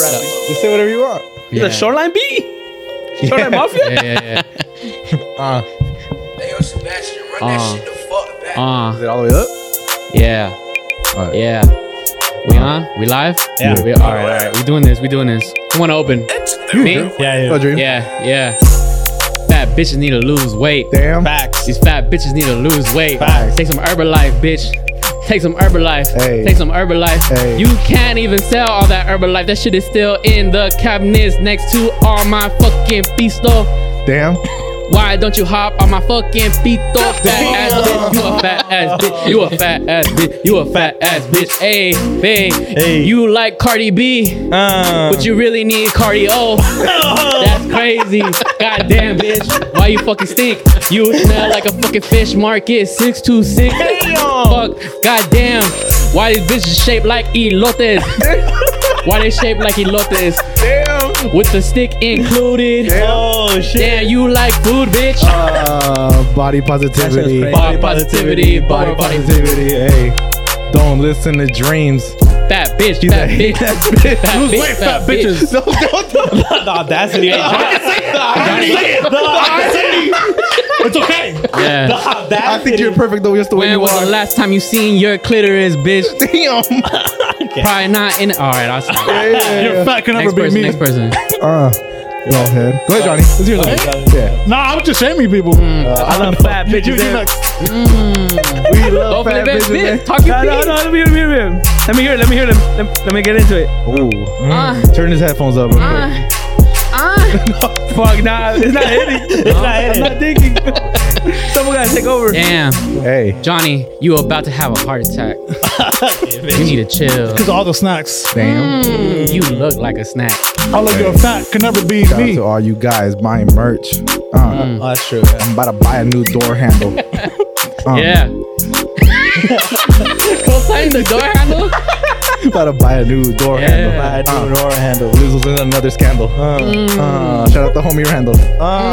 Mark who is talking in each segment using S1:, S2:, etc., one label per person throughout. S1: rapping.
S2: Just say whatever you want.
S1: The Shoreline B? Shoreline Mafia?
S3: Yeah, yeah, yeah.
S2: Uh,
S4: Hey, yo, Sebastian, run that
S3: Uh.
S4: shit the fuck back.
S3: Uh,
S2: is it all the way up?
S3: yeah,
S2: All right.
S3: yeah. We on? We live?
S1: Yeah.
S3: We, all right, all right. We doing this. We doing this. Who want to open? Me?
S1: Yeah,
S2: Go, Oh, Dream.
S3: Yeah, yeah. Fat bitches need to lose weight.
S2: Damn.
S1: Facts.
S3: These fat bitches need to lose weight.
S1: Facts.
S3: Take some Herbalife, bitch. Take some Herbalife.
S2: Hey.
S3: Take some Herbalife.
S2: Hey.
S3: You can't even sell all that Herbalife. That shit is still in the cabinets next to all my fucking pisto.
S2: Damn.
S3: Why don't you hop on my fucking feet though? Fat ass bitch, you a fat ass bitch, you a fat ass bitch, you a fat ass bitch. Hey, babe,
S1: Hey.
S3: you like Cardi B,
S2: Uh-huh.
S1: Uh,
S3: but you really need cardio. That's crazy. Goddamn, bitch. Why you fucking stink? You smell like a fucking fish market. 626. Fuck. Goddamn. Why these bitches shaped like elotes? Why they shaped like elotes?
S2: Damn.
S3: With the stick included.
S1: oh, shit.
S3: Damn, you like food, bitch.
S2: Uh, body positivity.
S1: That shit's crazy.
S3: Body positivity, body,
S2: Body
S3: body,
S2: positivity. Hey, don't listen to dreams.
S3: fat bitch,
S2: She's
S3: fat
S2: a
S3: bitch,
S2: that bitch.
S3: fat
S2: Lose
S3: bitch,
S2: weight,
S3: fat
S2: fat bitches. No, don't, don't.
S1: the audacity. The audacity. It's okay. The
S3: Yeah.
S1: audacity.
S2: I think you're perfect though. Just the way
S3: When
S2: you
S3: was the
S2: are.
S3: last time you seen your clitoris, bitch?
S2: Damn.
S3: Probably not in. All right, I'll stop.
S2: Yeah.
S5: fat can
S3: Next person, next person.
S2: Uh, go ahead. Go ahead, Johnny. It's your turn. Yeah.
S5: Nah, I'm just shaming people.
S1: I love fat
S5: You- you-
S1: bitches.
S5: you
S1: eh?
S5: next.
S2: We love
S3: Open
S2: fat
S3: the best
S2: bitches.
S3: bitch. Talk your
S1: No, no, no,
S3: piece.
S1: let me hear, let me hear, let me hear. Let me hear it, let me hear it, let me, let me get into it.
S2: Ooh.
S3: Uh,
S2: Turn his headphones up. Real quick.
S3: uh, uh.
S1: Fuck, nah, it's not hitting. It's not hitting. I'm not thinking. Someone gotta take over.
S3: Damn,
S2: Hey.
S3: Johnny, you about to have a heart attack. You need to chill.
S5: Cause all the snacks.
S2: Damn.
S3: You look like a snack.
S5: All of your fat can never be
S2: Shout out
S5: me.
S2: to all you guys buying merch. Uh,
S1: Oh, that's true.
S2: I'm about to buy a new door handle. Um,
S3: Yeah. Go sign the door handle.
S2: About to buy a new door
S3: Yeah.
S2: handle.
S1: I do
S2: Uh,
S1: an aura handle.
S2: This was in another scandal. Uh, uh,
S1: Mm.
S2: shout out to homie Randall.
S1: Uh,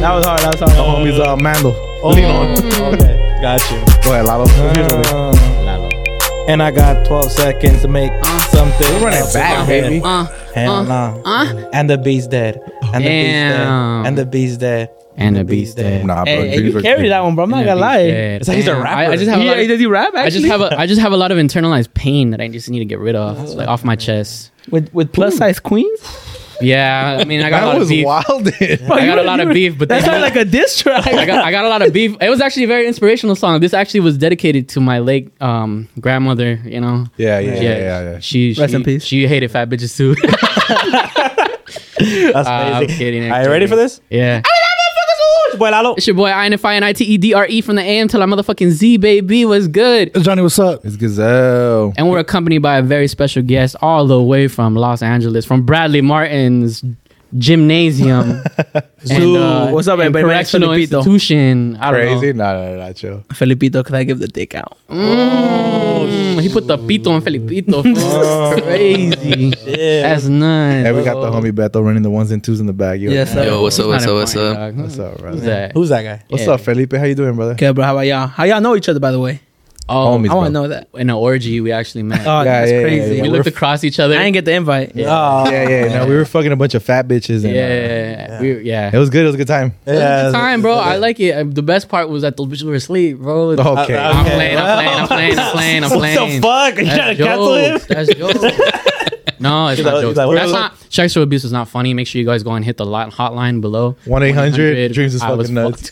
S1: that was hard. That was
S2: The
S1: hard.
S2: homie's uh, Mandel. Lean on.
S1: Okay, got you.
S2: Go ahead,
S1: Uh.
S2: Lalo. Let's hear something.
S1: and I got 12 seconds to make something.
S2: Run it back, baby.
S3: Uh,
S1: And,
S3: uh,
S1: nah.
S3: uh.
S1: and the beast dead. And the beast dead.
S3: Damn.
S1: And the beast dead.
S3: and the beast dead.
S2: Nah, bro.
S1: Hey, hey,
S2: these
S1: you
S2: are-
S1: carry that one, bro. I'm not
S3: And the
S1: gonna
S3: beast
S1: lie.
S3: dead.
S1: It's like he's a
S3: Damn,
S1: rapper.
S3: I- I just have a
S1: he,
S3: lot of-
S1: does he rap? Actually?
S3: I just have a I just have a lot of internalized pain that I just need to get rid of, like off my chest.
S1: with with plus size queens.
S3: Yeah, I mean, I got a
S2: That
S3: lot of
S2: was
S3: beef.
S2: wild. dude.
S1: Bro,
S3: I got
S1: you-
S3: a lot of
S1: you-
S3: beef, but
S1: That's
S3: they-
S1: not like a diss track.
S3: I got I got a lot of beef. It was actually a very inspirational song. This actually was dedicated to my late um, grandmother. You know,
S2: Yeah, yeah, yeah, yeah. yeah.
S3: She,
S1: Rest
S3: she-
S1: in peace.
S3: She hated fat bitches too.
S1: That's
S3: Ah, I'm kidding.
S1: Are you ready for this?
S3: Yeah.
S1: Boy, Lalo.
S3: It's your boy Inify and I T E D R E from the AM till I motherfucking Z baby was good.
S5: Johnny, what's up?
S2: It's Gazelle.
S3: And we're accompanied by a very special guest all the way from Los Angeles, from Bradley Martin's gymnasium. and,
S1: What's up,
S3: and
S1: everybody? My name's
S3: Correctional
S1: Felipito.
S3: institution. I don't
S2: Crazy? Nah, nah, nah, nah, chill.
S1: Felipito, can I give the dick out?
S3: know. Mm, he put the pito on Felipito.
S1: Oh.
S3: fool. Crazy. That's nuts.
S2: And we got the homie Beto running the ones and twos in the bag. Yo,
S1: Yes, sir.
S2: Yo,
S4: Yo, what's up, what's up, what's
S3: Kinda
S4: up?
S3: funny, dog.
S2: what's up, brother?
S3: Who's that?
S1: What's that guy?
S2: What's
S3: Yeah.
S2: up, Felipe? How you doing, brother?
S1: Okay, bro. How about y'all? How y'all know each other, by the way?
S3: Oh,
S2: Homies,
S1: I want to
S2: bro.
S1: know that.
S3: in an orgy, we actually met.
S1: Oh,
S2: Yeah,
S1: that's
S2: yeah, yeah,
S1: crazy.
S2: yeah,
S3: we
S2: we're
S3: looked
S2: f-
S3: across each other.
S1: I didn't get the invite.
S3: Yeah.
S1: Oh,
S2: Yeah, yeah. No, we were fucking a bunch of fat bitches. And,
S3: yeah,
S2: uh,
S3: we were- yeah.
S2: it was good. It was a good time.
S1: yeah.
S3: time, bro. I like it. Uh, The best part was that the bitches were asleep, bro.
S2: Okay.
S1: Uh,
S3: I'm
S1: Okay.
S3: playing, I'm playing, I'm playing, I'm playing, I'm playing.
S1: What the fuck? You gotta
S3: That's
S1: cancel
S3: jokes. That's
S1: him?
S3: jokes. No, it's
S1: like-
S3: not
S1: he's
S3: jokes.
S1: like, what
S3: That's
S1: is it?
S3: not sexual abuse is not funny. Make sure you guys go and hit the lot, hotline below.
S2: 1 800 Dreams is
S3: I was
S2: fucking nuts.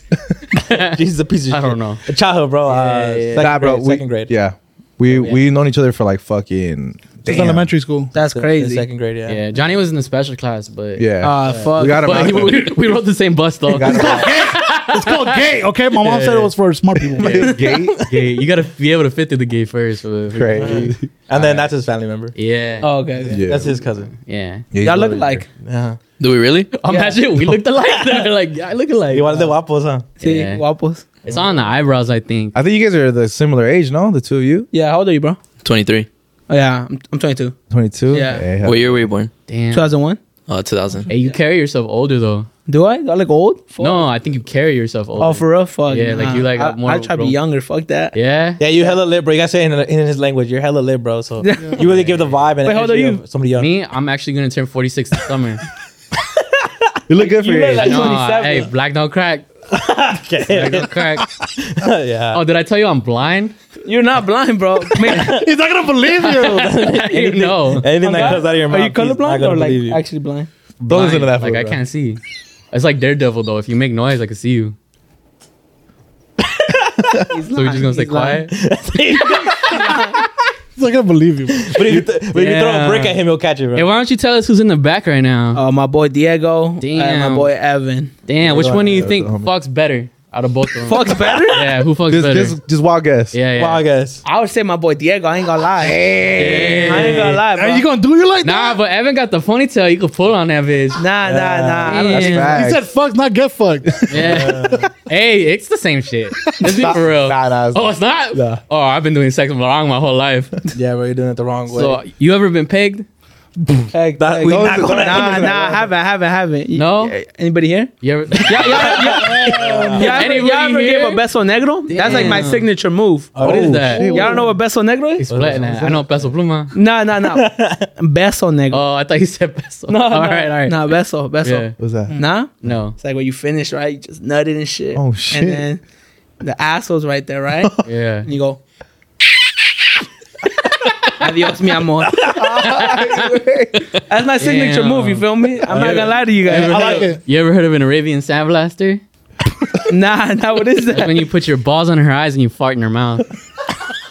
S1: He's a piece of
S3: I
S1: shit.
S3: don't know.
S1: A childhood, bro. uh,
S3: Yeah, yeah, yeah.
S1: Second,
S2: Nah, bro.
S1: grade,
S2: we-
S1: second grade.
S2: Yeah. We we known each other for like fucking.
S5: It's
S2: damn.
S5: elementary school.
S1: That's
S6: crazy.
S1: Second grade, yeah.
S3: Yeah, Johnny was in the special class, but
S2: Yeah.
S1: Ah,
S6: Uh, fuck.
S2: we got him.
S3: but
S2: out
S3: he,
S2: there.
S3: we, we rode the same bus though.
S2: Got him out
S5: It's called gay. Okay, my mom said it was for smart people.
S2: there. Gate.
S3: Yeah, you gotta be able to fit through the gate first. but-
S2: Crazy.
S1: And then that's his family member.
S3: Yeah.
S6: Oh, okay. okay.
S2: Yeah.
S1: That's his cousin.
S3: Yeah.
S2: Yeah, he's
S6: Y'all look
S2: over
S6: like.
S1: Yeah.
S6: Do we really?
S1: Oh,
S3: Imagine we looked alike. They're like, I look alike.
S1: You wanted the wapples, huh?
S6: See,
S3: Yeah.
S6: Wapos.
S3: It's on the eyebrows, I think.
S2: there. I think you guys are the similar age, no? The two of you?
S6: Yeah, how old are you, bro?
S4: 23.
S6: Oh, yeah, I'm, I'm 22.
S2: 22?
S6: Yeah.
S4: What year were you born?
S3: Damn.
S6: 2001?
S4: Uh, 2000.
S3: Hey, you carry yourself older though.
S6: Do I? Do I look old? Fuck.
S3: No, I think you carry yourself older.
S6: Oh, for real? Fuck.
S3: Yeah, like,
S6: nah.
S3: you, like,
S6: I,
S3: more
S6: I try to be
S3: ro-
S6: younger. Fuck that.
S3: yeah.
S7: Yeah, you hella lit, bro. You gotta say it in, in his language. You're hella lit, bro. So you really give the vibe and
S6: Wait, how old
S7: energy
S6: are you?
S7: of somebody young.
S3: Me, I'm actually gonna turn 46 this summer.
S2: You look good for your
S7: look
S2: age.
S7: like-
S3: no,
S7: 27.
S3: hey, black don't crack. Black
S7: Okay.
S3: don't crack.
S7: yeah.
S3: Oh, did I tell you I'm blind?
S6: You're not blind, bro. Man,
S5: He's not gonna believe you.
S3: you know,
S7: Anything that comes out of your
S6: are
S7: mouth.
S6: you
S7: he's not
S6: colorblind
S7: gonna
S6: or like
S7: believe you.
S6: actually blind?
S7: Don't listen to that.
S3: Blind. Like
S7: fool,
S3: I
S7: bro.
S3: can't see. It's like Daredevil though. If you make noise, I can see you. so we're just gonna stay
S6: He's lying.
S3: quiet.
S5: He's not gonna believe you.
S7: But if you, th- but if you throw
S3: Yeah.
S7: a brick at him, he'll catch it, bro.
S3: Hey, why don't you tell us who's in the back right now?
S6: Uh, my boy Diego. And
S3: Damn.
S6: my boy Evan.
S3: Damn, which
S2: Yeah,
S3: one do you
S2: yeah,
S3: think
S2: the homie.
S3: fucks better out of both of them?
S6: Fuck's better?
S3: Yeah, who fucks
S2: Just,
S3: better?
S2: just, just wild guess.
S3: yeah, yeah.
S7: Well, I guess.
S6: I would say my boy Diego. I ain't gonna lie. I ain't gonna lie, bro.
S5: Are you gonna do you like
S3: Nah, but Evan got the ponytail. You could pull on that bitch.
S6: nah, nah, nah. I don't-
S2: That's
S3: Yeah.
S5: that? He
S2: facts.
S5: said fuck, not get fucked.
S3: Yeah. hey, it's the same shit. Let's be for real.
S2: Nah, nah, it's
S3: oh,
S2: not.
S3: it's not.
S7: Nah.
S3: Oh, I've been doing sex wrong my whole life.
S7: Yeah, bro, you're doing it the wrong way.
S3: so, you ever been pegged?
S6: Heck,
S7: That-
S6: heck,
S7: we
S6: those-
S7: not gonna-
S6: nah, nah, I haven't, I haven't, I haven't. You-
S3: No?
S6: eh, Anybody here?
S3: You ever? yeah, yeah, yeah.
S6: Y'all ever,
S3: Anybody
S6: y'all ever
S3: here?
S6: gave a beso negro? That's like my
S3: Damn.
S6: signature move.
S3: What is
S2: Oh,
S3: that?
S2: shit.
S6: Y'all don't know what beso negro is?
S3: Explain that. I know peso pluma.
S6: Nah, nah, nah. beso negro.
S3: Oh, I thought you said peso.
S6: no,
S3: all
S6: no,
S3: right, all right.
S6: Nah, beso, beso.
S3: Yeah.
S2: What's that?
S6: Nah?
S3: No.
S6: It's like when you finish, right? You just nutted and shit.
S2: Oh, shit.
S6: And then the asshole's right there, right?
S3: Yeah.
S6: and you go. Adios, mi amor. That's my signature
S3: Damn.
S6: move. You feel me? I'm not gonna lie to you guys.
S3: Ever heard of- You ever heard of an Arabian sandblaster?
S6: Nah, nah. What is
S3: That's
S6: that?
S3: when you put your balls on her eyes and you fart in her mouth.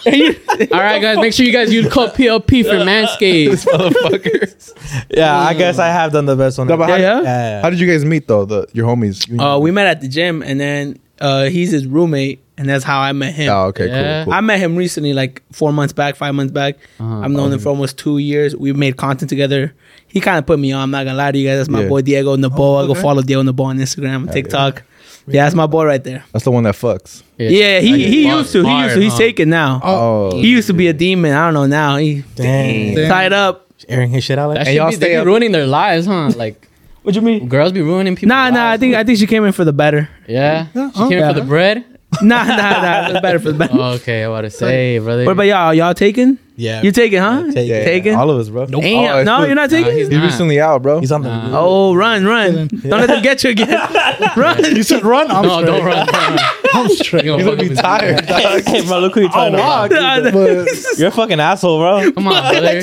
S3: All right, guys, make sure you guys use code PLP for Manscaped.
S7: motherfuckers. yeah, I guess I have done the best one.
S2: No, but how,
S6: Yeah,
S7: yeah,
S2: how did you guys meet though? The your homies. You-
S6: Uh, we met at the gym, and then uh, he's his roommate, and that's how I met him.
S2: Oh, okay,
S3: Yeah.
S2: cool. cool.
S6: I met him recently, like four months back, five months back. I've known him for almost two years. We've made content together. He kind of put me on. I'm not gonna lie to you guys. That's my
S2: Yeah.
S6: boy Diego
S3: Oh,
S6: Naboa. Go follow Diego Naboa on Instagram, TikTok. Yeah. that's my boy right there.
S2: That's the one that fucks.
S6: Yeah, he, he
S3: Bar-
S6: used to. He
S3: bar,
S6: used to. He's
S3: huh?
S6: taken now.
S2: Oh,
S6: He used to be a demon. I don't know now. He
S7: Dang.
S6: tied up.
S7: Airing his shit out like
S3: That
S7: that.
S3: should
S2: y'all
S3: be, they
S2: stay
S3: be
S2: up-
S3: ruining their lives, huh? Like
S6: What you mean?
S3: girls be ruining people.
S6: Nah, nah. I think I think she came in for the better.
S3: yeah. She came
S6: yeah.
S3: for the bread.
S6: Nah, nah, nah. for The better for
S3: Oh,
S6: the better.
S3: Okay, I want to say, brother.
S6: What about y'all? Y'all taken?
S7: Yeah.
S6: You taken, huh?
S7: Yeah, yeah, yeah.
S6: taken.
S2: all of us, bro.
S6: Damn. no, you're not
S3: Nah,
S6: taken.
S3: he's
S2: He
S3: not.
S2: recently out, bro.
S7: He's on the.
S3: Nah.
S6: oh, run, run! Don't let them get you again. run.
S5: You said run. I'm
S3: no,
S5: straight.
S3: don't run. Don't run.
S5: I'm straight.
S3: You're gonna fuck up his-
S2: tired.
S7: hey, bro, look who you're trying to rock.
S5: But
S7: You're a fucking asshole, bro.
S3: Come on, brother.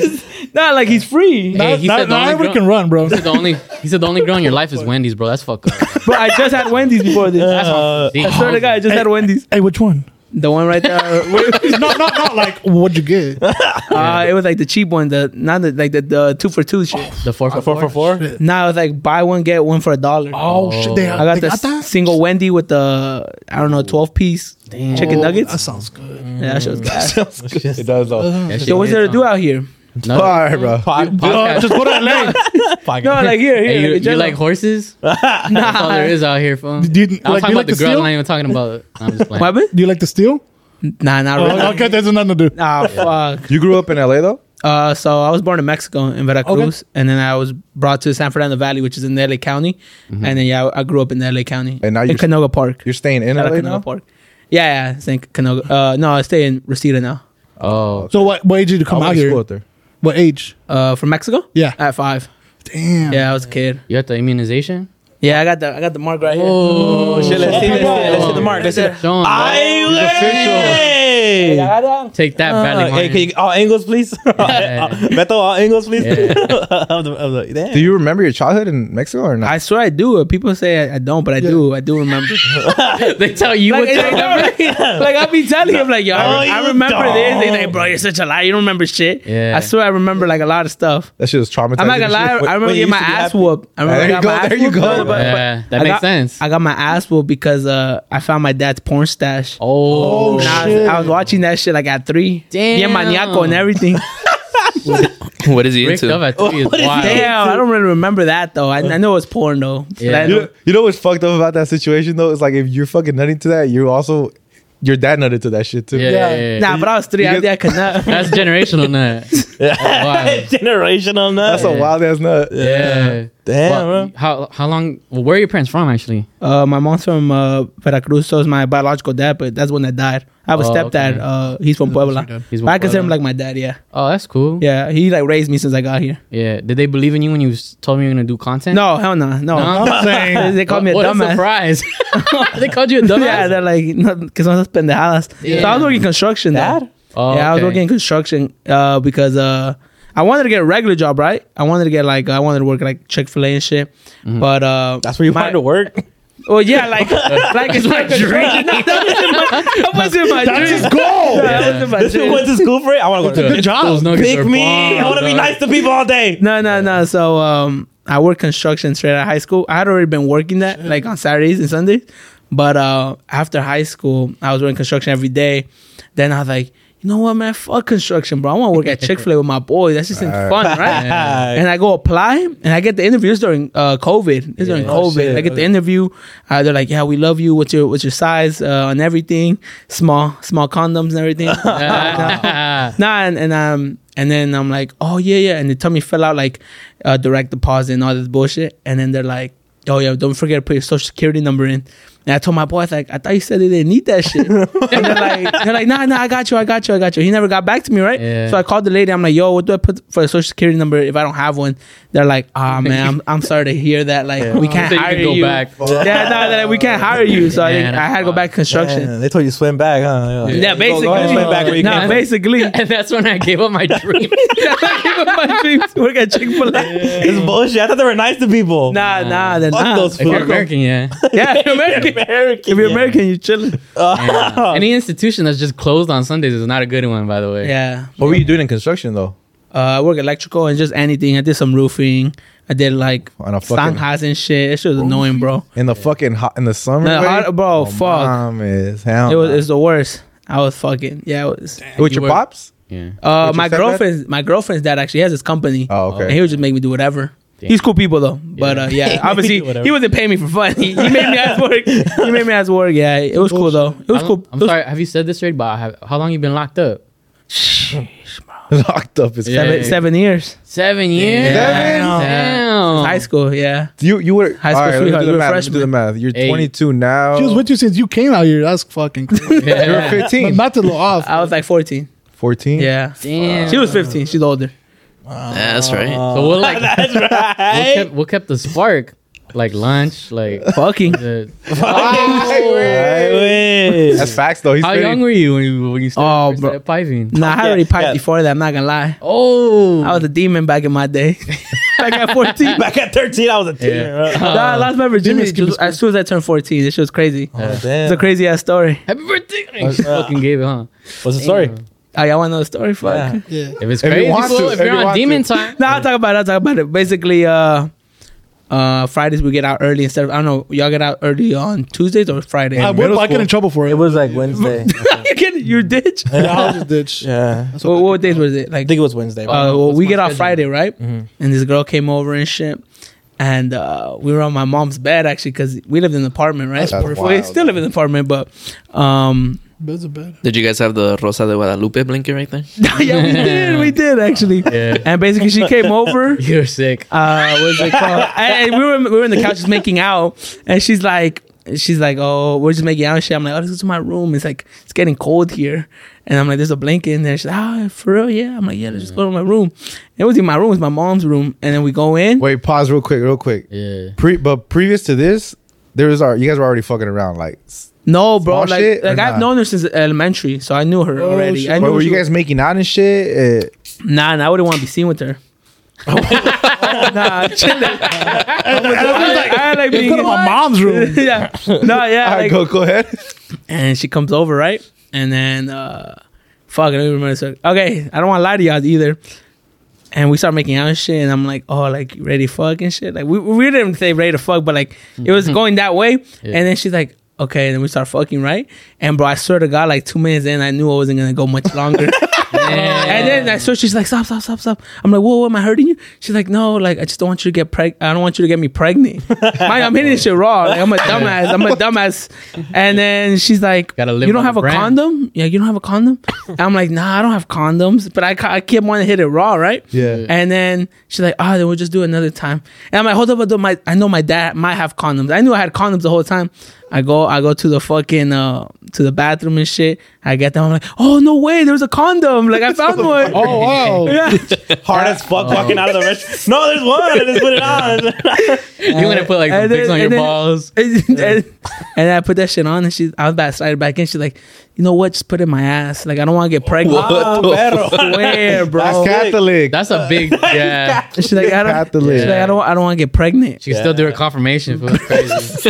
S6: Nah, like he's free.
S3: Hey, he
S5: not,
S3: said the
S5: not
S3: only
S5: everyone
S3: girl-
S5: can run, bro.
S3: The only he said the only girl in your life is Wendy's, bro. That's fuck up.
S6: Bro, I just had Wendy's before this.
S7: Uh,
S3: See,
S6: I swear to God, I just had Wendy's.
S5: Hey, which one?
S6: The one right there.
S5: no, no, no. Like, what'd you get?
S6: Uh, it was like the cheap one. The not the like the, the two for two shit.
S3: the four
S5: Uh,
S3: for
S7: four for four.
S6: Nah, it was like buy one get one for a dollar.
S5: Oh, shit! They,
S6: I got
S5: they
S6: the
S5: got that?
S6: single Wendy with the I don't know twelve piece chicken
S5: Oh,
S6: nuggets.
S5: That sounds good.
S3: Mm.
S6: yeah, that shit was bad.
S2: It does though.
S3: That shit
S6: So what's there
S3: is uh,
S6: to do
S3: on-
S6: out here?
S3: No.
S2: All right, bro.
S7: Pod- pod-
S5: Uh, just go to LA.
S6: No, like here, here.
S3: Hey, you,
S6: like in
S3: you
S6: general.
S3: like horses? That's all there is out here, fam.
S5: Do you-
S3: I'm
S5: like,
S3: talking
S5: you
S3: about
S5: like
S3: the
S5: to
S3: girl.
S5: steal?
S3: I'm not even talking about. I'm just playing.
S6: what happened?
S5: Do you like to steal?
S6: Nah, not really.
S5: Oh, okay, there's nothing to do.
S6: Ah, fuck.
S2: You grew up in LA though.
S6: Uh, so I was born in Mexico in Veracruz, and then I was brought to San Fernando Valley, which is in LA County, and then yeah, I grew up in LA County.
S2: Mm-hmm. And now
S6: in
S2: you're-
S6: Canoga Park.
S2: You're staying in
S6: Shout out
S2: LA
S6: Canoga
S2: now.
S6: Park. Yeah, yeah, I think Canoga. Uh, no, I stay in Reseda now.
S3: Oh,
S5: So, what, what age did you
S2: I
S5: come
S2: went
S5: out
S2: to
S5: here?
S2: school out there.
S5: What age?
S6: Uh, from Mexico.
S5: Yeah.
S6: At five.
S5: Damn.
S6: Yeah, I was a kid.
S3: you got the immunization?
S6: Yeah, I got the I got the mark right here.
S3: Oh,
S7: Shit, let's see, let's see, let's see the mark. Let's see.
S6: That's
S3: Sean,
S7: Hey,
S6: I got it.
S3: take that, Valley
S7: Uh, hey,
S3: Martin.
S7: can you, all angles, please.
S3: Yeah.
S7: Beto, all angles, please.
S3: Yeah.
S7: Of the- of the- damn.
S2: Do you remember your childhood in Mexico or not?
S6: I swear I do. People say I, I don't, but I do. I do remember.
S3: they tell you
S6: like,
S3: what to do.
S6: like I'll be telling him like, yo,
S7: Oh,
S6: I,
S7: you
S6: I remember this. They
S7: don't.
S6: like, bro, you're such a liar. You don't remember shit.
S3: Yeah.
S6: I swear I remember like a lot of stuff.
S2: that shit was traumatizing.
S6: I'm not gonna
S2: and
S6: lie.
S2: shit.
S6: I remember
S7: when you
S6: getting my
S7: used to be
S6: ass
S7: happy.
S6: whooped. I remember
S2: There you
S6: I got
S2: go,
S6: my ass
S2: there you
S6: whooped.
S2: go.
S6: No, but-
S3: Yeah, that
S6: I
S3: makes
S6: got-
S3: sense.
S6: I got my ass whooped because uh, I found my dad's porn stash.
S3: oh,
S6: And I, was, I was watching that shit like at three.
S3: Damn.
S6: Yeah, maniaco and everything.
S4: What is he
S3: Rick
S4: into?
S3: Dove at three is wild.
S6: Damn, I don't really remember that though. I, I know it was porn though. But
S3: Yeah.
S6: I
S2: You
S6: don't-
S2: know, you know what's fucked up about that situation though? It's like if you're fucking nutting to that, you also your dad nutted to that shit too.
S3: Yeah, yeah, yeah, yeah.
S6: Nah, but I was three. I
S2: you
S6: think I could not.
S3: That's generational nut. That's wild.
S7: Generational nut.
S2: That's a wild ass nut.
S3: Yeah.
S7: Damn, bro.
S3: But how how long? Well, where are your parents from actually?
S6: Uh, my mom's from uh, Veracruz, so is my biological dad, but that's when I died. I have a
S3: Oh,
S6: stepdad.
S3: okay.
S6: Uh, he's from Puebla.
S3: He's
S6: But I consider him
S3: Puebla.
S6: like my dad. Yeah,
S3: Oh, that's cool. Yeah.
S6: yeah. He like raised me since I got here.
S3: Did they believe in you when you s- told me you're gonna do content?
S6: No, hell no, no.
S3: No?
S6: They- they called me a
S3: what a
S6: dumbass.
S3: surprise! they called you a dumbass.
S6: yeah, they're like, because I was pendejadas. So I
S3: Yeah.
S6: was working construction. Dad?
S3: Oh,
S6: yeah, I was
S3: okay.
S6: working in construction uh, because uh, I wanted to get a regular job, right? I wanted to get like I wanted to work like Chick Fil A and shit.
S3: Mm-hmm.
S6: But uh,
S7: That's where you
S6: my-
S7: find to work.
S6: Oh yeah, like like it's my dream. that wasn't my dream.
S5: That's his goal.
S6: That wasn't my
S7: Oh, This dude
S6: dream.
S7: went to school for it. I want to go to
S5: Good job.
S3: Those nuggets
S7: Pick
S3: are
S7: me.
S3: bomb,
S7: I want to be
S3: dog.
S7: nice to people all day.
S6: No, no, no. So um, I worked construction straight out of high school. I had already been working that like on Saturdays and Sundays, but uh, after high school, I was doing construction every day. Then I was like, you know what, man, fuck construction, bro. I want to work at Chick Fil A with my boys. That's just fun, right? And I go apply, and I get the interviews during uh, COVID. It's during
S3: Yeah.
S7: Oh,
S6: COVID.
S7: shit.
S6: I get the interview. Uh, they're like, yeah, we love you. What's your what's your size uh, and everything? Small, small condoms and everything. Nah, and, and um, and then I'm like, oh yeah, yeah, and they tell me fill out like uh, direct deposit and all this bullshit, and then they're like, oh yeah, don't forget to put your social security number in. And I told my boy, I was like, I thought you said they didn't need that shit. and they're like, they're like, nah, nah, I got you, I got you, I got you. He never got back to me, right?
S3: Yeah.
S6: So I called the lady. I'm like, yo, what do I put for a social security number if I don't have one? They're like, ah man, I'm, I'm sorry to hear that. Like, we can't
S3: So you
S6: hire
S3: can go
S6: you.
S3: back.
S6: Yeah, no, they're like, we can't hire you. So I,
S3: Man,
S6: I had to go back to construction.
S7: Damn, they told you swim back, huh?
S6: Yeah,
S7: Go-
S6: basically.
S7: Go ahead, swim back where you
S6: Nah,
S7: came from.
S6: basically.
S3: and that's when I gave up my dream.
S6: my dreams work at Chick Fil A.
S7: It's bullshit. I thought they were nice to people.
S6: Nah, nah, they're
S7: Fuck
S6: not.
S7: those
S3: if you're
S7: fools.
S3: American, yeah.
S6: Yeah, if you're American.
S7: American.
S6: If you're American, you're chilling.
S3: Yeah. Any institution that's just closed on Sundays is not a good one, by the way.
S6: Yeah,
S2: What were you doing in construction though?
S6: uh, I work electrical and just anything. I did some roofing. I did like
S2: On a fucking
S6: sandhas and shit. It shit was annoying, bro.
S2: in the fucking hot in the summer.
S6: No,
S2: babe? Oh,
S6: hot- bro, Oh, fuck.
S2: Mom is hell.
S6: It was it's the worst. I was fucking yeah. It was.
S2: with
S3: You
S2: your
S3: were-
S2: pops.
S3: Yeah.
S2: What
S6: Uh,
S2: you
S6: my
S2: said that?
S6: girlfriend's my girlfriend's dad actually has his company.
S2: Oh, okay.
S6: And he would just make me do whatever. He's cool people though, but uh, yeah, obviously he wasn't paying me for fun. He, he made me ask work. He made me ask work. Yeah, it was cool though. It was
S3: I'm,
S6: cool.
S3: I'm
S6: It was
S3: sorry. Have you said this already? But I have, how long you been locked up?
S2: Locked up is
S3: Yeah.
S6: seven, seven years.
S3: Seven years.
S2: Damn.
S3: Damn.
S6: High school, yeah.
S2: You you were
S6: High school
S2: all right, let me
S6: sweetheart,
S2: do
S6: you
S2: the
S6: were
S2: math. Let's do the
S6: freshman.
S2: math. You're
S3: Eight.
S2: 22 now.
S5: She was with you since you came out here. That's fucking crazy.
S2: you were
S3: Yeah.
S2: 15,
S5: Not to little off.
S6: I was like 14.
S2: 14.
S6: Yeah.
S3: Damn.
S6: She was 15. She's older.
S4: Ah, That's right.
S3: So what like that's right. What kept, what kept the spark? Like lunch, like
S6: Fucking.
S3: the,
S7: Right, wait.
S2: That's facts though. He's
S3: how
S2: 30.
S3: young were you when you when you
S6: Oh,
S3: started, first
S6: bro.
S3: started piping?
S6: Nah, I already
S7: Yeah,
S6: piped
S7: yeah.
S6: before that. I'm not going to lie.
S3: Oh,
S6: I was a demon back in my day. back at
S1: Uh,
S6: 14.
S7: Back at 13, I was a teenager. bro.
S6: nah, I lost my virginity
S5: Demons keep
S6: just
S5: us
S6: as soon as I turned 14. This shit was crazy.
S7: Oh,
S6: It's a
S7: damn.
S6: crazy ass story.
S3: happy birthday! She fucking gave it, huh?
S7: What's the story?
S6: Oh, y'all want another story? Fuck.
S7: Yeah.
S5: Yeah.
S3: If it's
S2: If you
S3: crazy,
S2: want
S3: cool.
S2: to,
S3: if
S2: if
S3: you're
S2: you
S3: on
S2: want to.
S3: demon time,
S6: No, I'll talk about it. I'll talk about it. Basically, uh, uh, Fridays we get out early instead of, I don't know, y'all get out early on Tuesdays or Friday?
S5: I would, but I get in trouble for it.
S7: It was like Wednesday.
S6: you kidding? You ditch?
S5: Yeah, I was just ditch.
S7: yeah.
S6: what, what days was it?
S7: I
S6: Like
S7: think it was Wednesday.
S6: uh, well,
S3: um, what's
S6: we
S3: my
S6: get out
S3: schedule? Mm-hmm.
S6: Friday, right? And this girl came over and shit. And uh, we were on my mom's bed actually because we lived in an apartment, right?
S2: That's
S6: we
S2: wild,
S6: still live in an apartment, but um,
S5: But it's a bad.
S4: Did you guys have the Rosa de Guadalupe blinker right there?
S6: yeah, we did, we did actually.
S3: Yeah.
S6: And basically, she came over.
S3: you're sick.
S6: Uh, what's it called? and, and we were we were in the couch just making out, and she's like, she's like, oh, we're just making out and shit. I'm like, oh, this is my room. It's like it's getting cold here, and I'm like, there's a blanket in there. She's like, oh, for real, yeah. I'm like, yeah, let's just go to my room. It was in my room. It's my mom's room, and then we go in.
S2: Wait, pause real quick, real quick.
S3: Yeah.
S2: Pre, but previous to this, there was our you guys were alady fucking around. Like, s-
S6: No, bro.
S2: Small
S6: Like,
S2: shit or
S6: like I've
S2: not?
S6: known her since elementary, so I knew her already.
S5: Oh, shit.
S6: I knew
S2: but were
S6: she
S2: you guys making out and shit? Eh,
S6: was- Nah, nah, I wouldn't want to be seen with her. nah, chilling. I, I like
S5: It's
S6: being.
S5: kind of my mom's room.
S6: yeah. No, yeah.
S2: all right,
S6: like-
S2: go go ahead.
S6: and she comes over, right? And then, uh, fuck, I don't even remember. this. Okay, I don't want to lie to y'all either. And we start making out and shit, and I'm like, oh, like you ready to fuck and shit. Like we, we didn't say ready to fuck, but like it was going that way. And then she's like, okay, and then we start fucking, right? And bro, I swear to God, like two minutes in, I knew I wasn't gonna go much longer. And then I switched. She's like, stop, stop, stop, stop. I'm like, whoa, am I hurting you? She's like, no, like I just don't want you to get pregnant. I don't want you to get me pregnant. Mind, you, I'm hitting this shit raw. Like, I'm a dumbass. I'm a dumbass. And then she's like,
S3: Gotta live
S6: you don't
S3: on
S6: have
S3: the
S6: a
S3: brand.
S6: condom? Yeah, you don't have a condom. And I'm like, nah, I don't have condoms, but I ca- I kept wanting to hit it raw, right?
S2: Yeah.
S6: And then she's like, oh, then we'll just do it another time. And I'm like, hold up, hold up. My, I know my dad might have condoms. I knew I had condoms the whole time. I go, I go to the fucking, uh, to the bathroom and shit. I get them. I'm like, oh, no way. There's a condom. Like, I found one.
S3: Oh wow!
S6: Yeah.
S7: Hard as fuck walking out of the restaurant. No, there's one. I just put it on.
S3: you want to put like some
S6: And
S3: dicks
S6: then-
S3: on your
S6: and then-
S3: balls?
S6: and, and I put that shit on and she, I was about to slide it back in. She's like, you know what? Just put it in my ass. Like, I don't want to get pregnant.
S7: Ah, perro.
S6: Where, bro?
S2: That's Catholic.
S3: That's a big yeah.
S6: She's like, I don't,
S2: Catholic.
S6: she's like, I don't, I don't want to get pregnant.
S3: She can still do her confirmation. Fool. It's Crazy.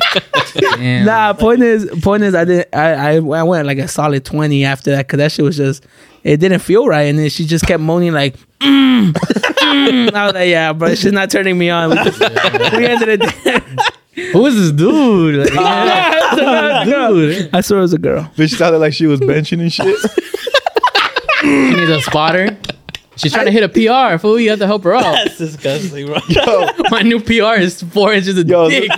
S3: Damn.
S6: Nah, point is, point is, I didn't. I, I, I went like a solid twenty after that because that shit was just. It didn't feel right, and then she just kept moaning like. Mm, mm." I was like, yeah, bro, she's not turning me on. We, just, we ended it. there.
S3: Who is this dude? Like, yeah. dude.
S6: I swear it was a girl.
S2: Bitch sounded like she was benching and shit.
S3: She needs a spotter. She's trying to hit a PR. Fool, you have to help her out.
S7: That's disgusting, bro.
S2: Yo,
S3: My new PR is four inches of
S2: Yo,
S3: dick,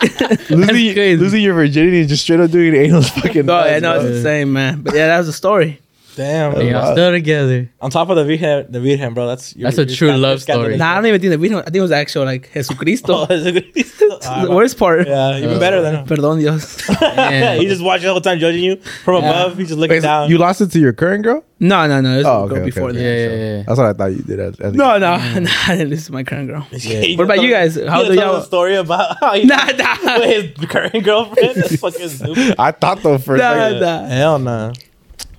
S2: this-
S3: bro.
S2: losing,
S3: crazy.
S2: losing your virginity and just straight up doing anal is fucking.
S6: No,
S2: nuts,
S6: Oh, yeah, no,
S2: bro.
S6: it's the same, man. But yeah, that was a story.
S7: Damn.
S3: They
S7: bro.
S3: are still together.
S7: On top of the Virgen, the Virgen, bro. That's your,
S3: That's a
S7: your
S3: true
S7: Catholic-
S3: love story.
S7: Catholic-
S6: Nah, I don't even think that we don't. I think it was actual like
S7: Oh,
S6: Jesucristo.
S7: that's a good- Ah,
S6: the
S7: bro.
S6: worst part.
S7: Yeah, even
S3: Uh,
S7: better than him.
S6: Perdón Dios.
S3: Man.
S7: he just watching the whole time, judging you from above. He's just looking
S2: Wait,
S7: down.
S2: you lost it to your current girl?
S6: No, no, no. It was
S2: Oh,
S6: a girl
S2: okay, okay,
S6: before
S2: okay.
S3: yeah,
S6: that.
S3: yeah, yeah.
S2: That's what I thought you did. At, at
S6: No, no, no. I didn't listen to my current girl. What about you guys? How
S7: How
S6: do
S7: do y'all
S6: y'all-
S7: a story about how he
S6: Nah, nah.
S7: with his current girlfriend? That's fucking stupid.
S2: I thought though for a
S6: Nah,
S2: second.
S6: nah.
S7: Hell no.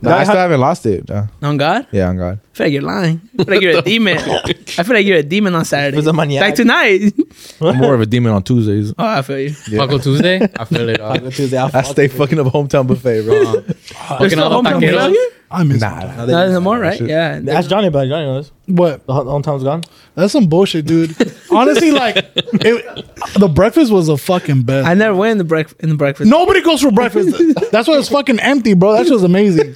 S2: No, I still haven't lost it. No.
S6: On God?
S2: Yeah, I'm God.
S6: I feel like you're lying. I feel like you're a demon. I feel like you're a demon on Saturday.
S7: Was a maniac.
S6: Like tonight.
S2: I'm more of a demon on Tuesdays.
S6: Oh, I feel you.
S2: Yeah.
S3: Taco Tuesday. I feel it. All.
S7: Taco Tuesday. I'll
S2: I
S7: fuck
S2: stay
S7: with
S2: fucking up hometown buffet, bro.
S3: Fucking all the
S6: Homecoming
S3: taqueros.
S6: failure?
S5: I miss.
S2: nah,
S7: you.
S2: nah.
S6: No, there's no more, right?
S2: Shit.
S6: Yeah.
S7: Ask Johnny about it. Johnny knows.
S5: What?
S7: The whole, the whole time's gone.
S5: That's some bullshit, dude. Honestly, like it, the breakfast was a fucking best.
S6: I never went in the breakfast. In the breakfast.
S5: Nobody goes for breakfast. That's why it's fucking empty, bro. That shit was amazing.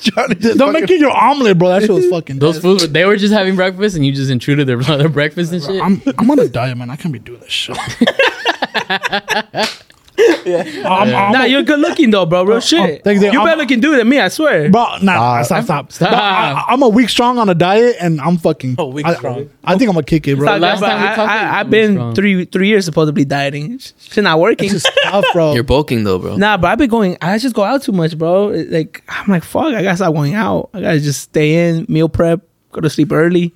S5: Don't make it your omelet, bro. That shit was fucking.
S3: Those
S5: best.
S3: fools, they were just having breakfast, and you just intruded their their breakfast and shit.
S5: I'm I'm on a diet, man. I can't be doing this shit. yeah. I'm, I'm,
S6: Nah, you're good looking though, bro. Real shit.
S5: Oh, thank you.
S6: You're
S5: I'm-
S6: better looking dude than me. I swear.
S5: Bro, nah, stop, stop,
S3: Stop.
S5: Nah, I, am a week strong on a diet, and I'm fucking.
S7: A week
S5: I,
S7: strong.
S5: I think I'm gonna kick it, bro.
S6: Stop,
S3: last
S6: bro,
S3: time we
S6: I,
S3: talked, you
S6: I,
S3: were
S6: I've been
S3: strong.
S6: three three years supposedly dieting. She's not working.
S5: It's tough, bro.
S4: You're bulking though, bro.
S6: Nah, but I've been going. I just go out too much, bro. It- Like I'm like fuck. I gotta stop going out. I gotta just stay in, meal prep, go to sleep early.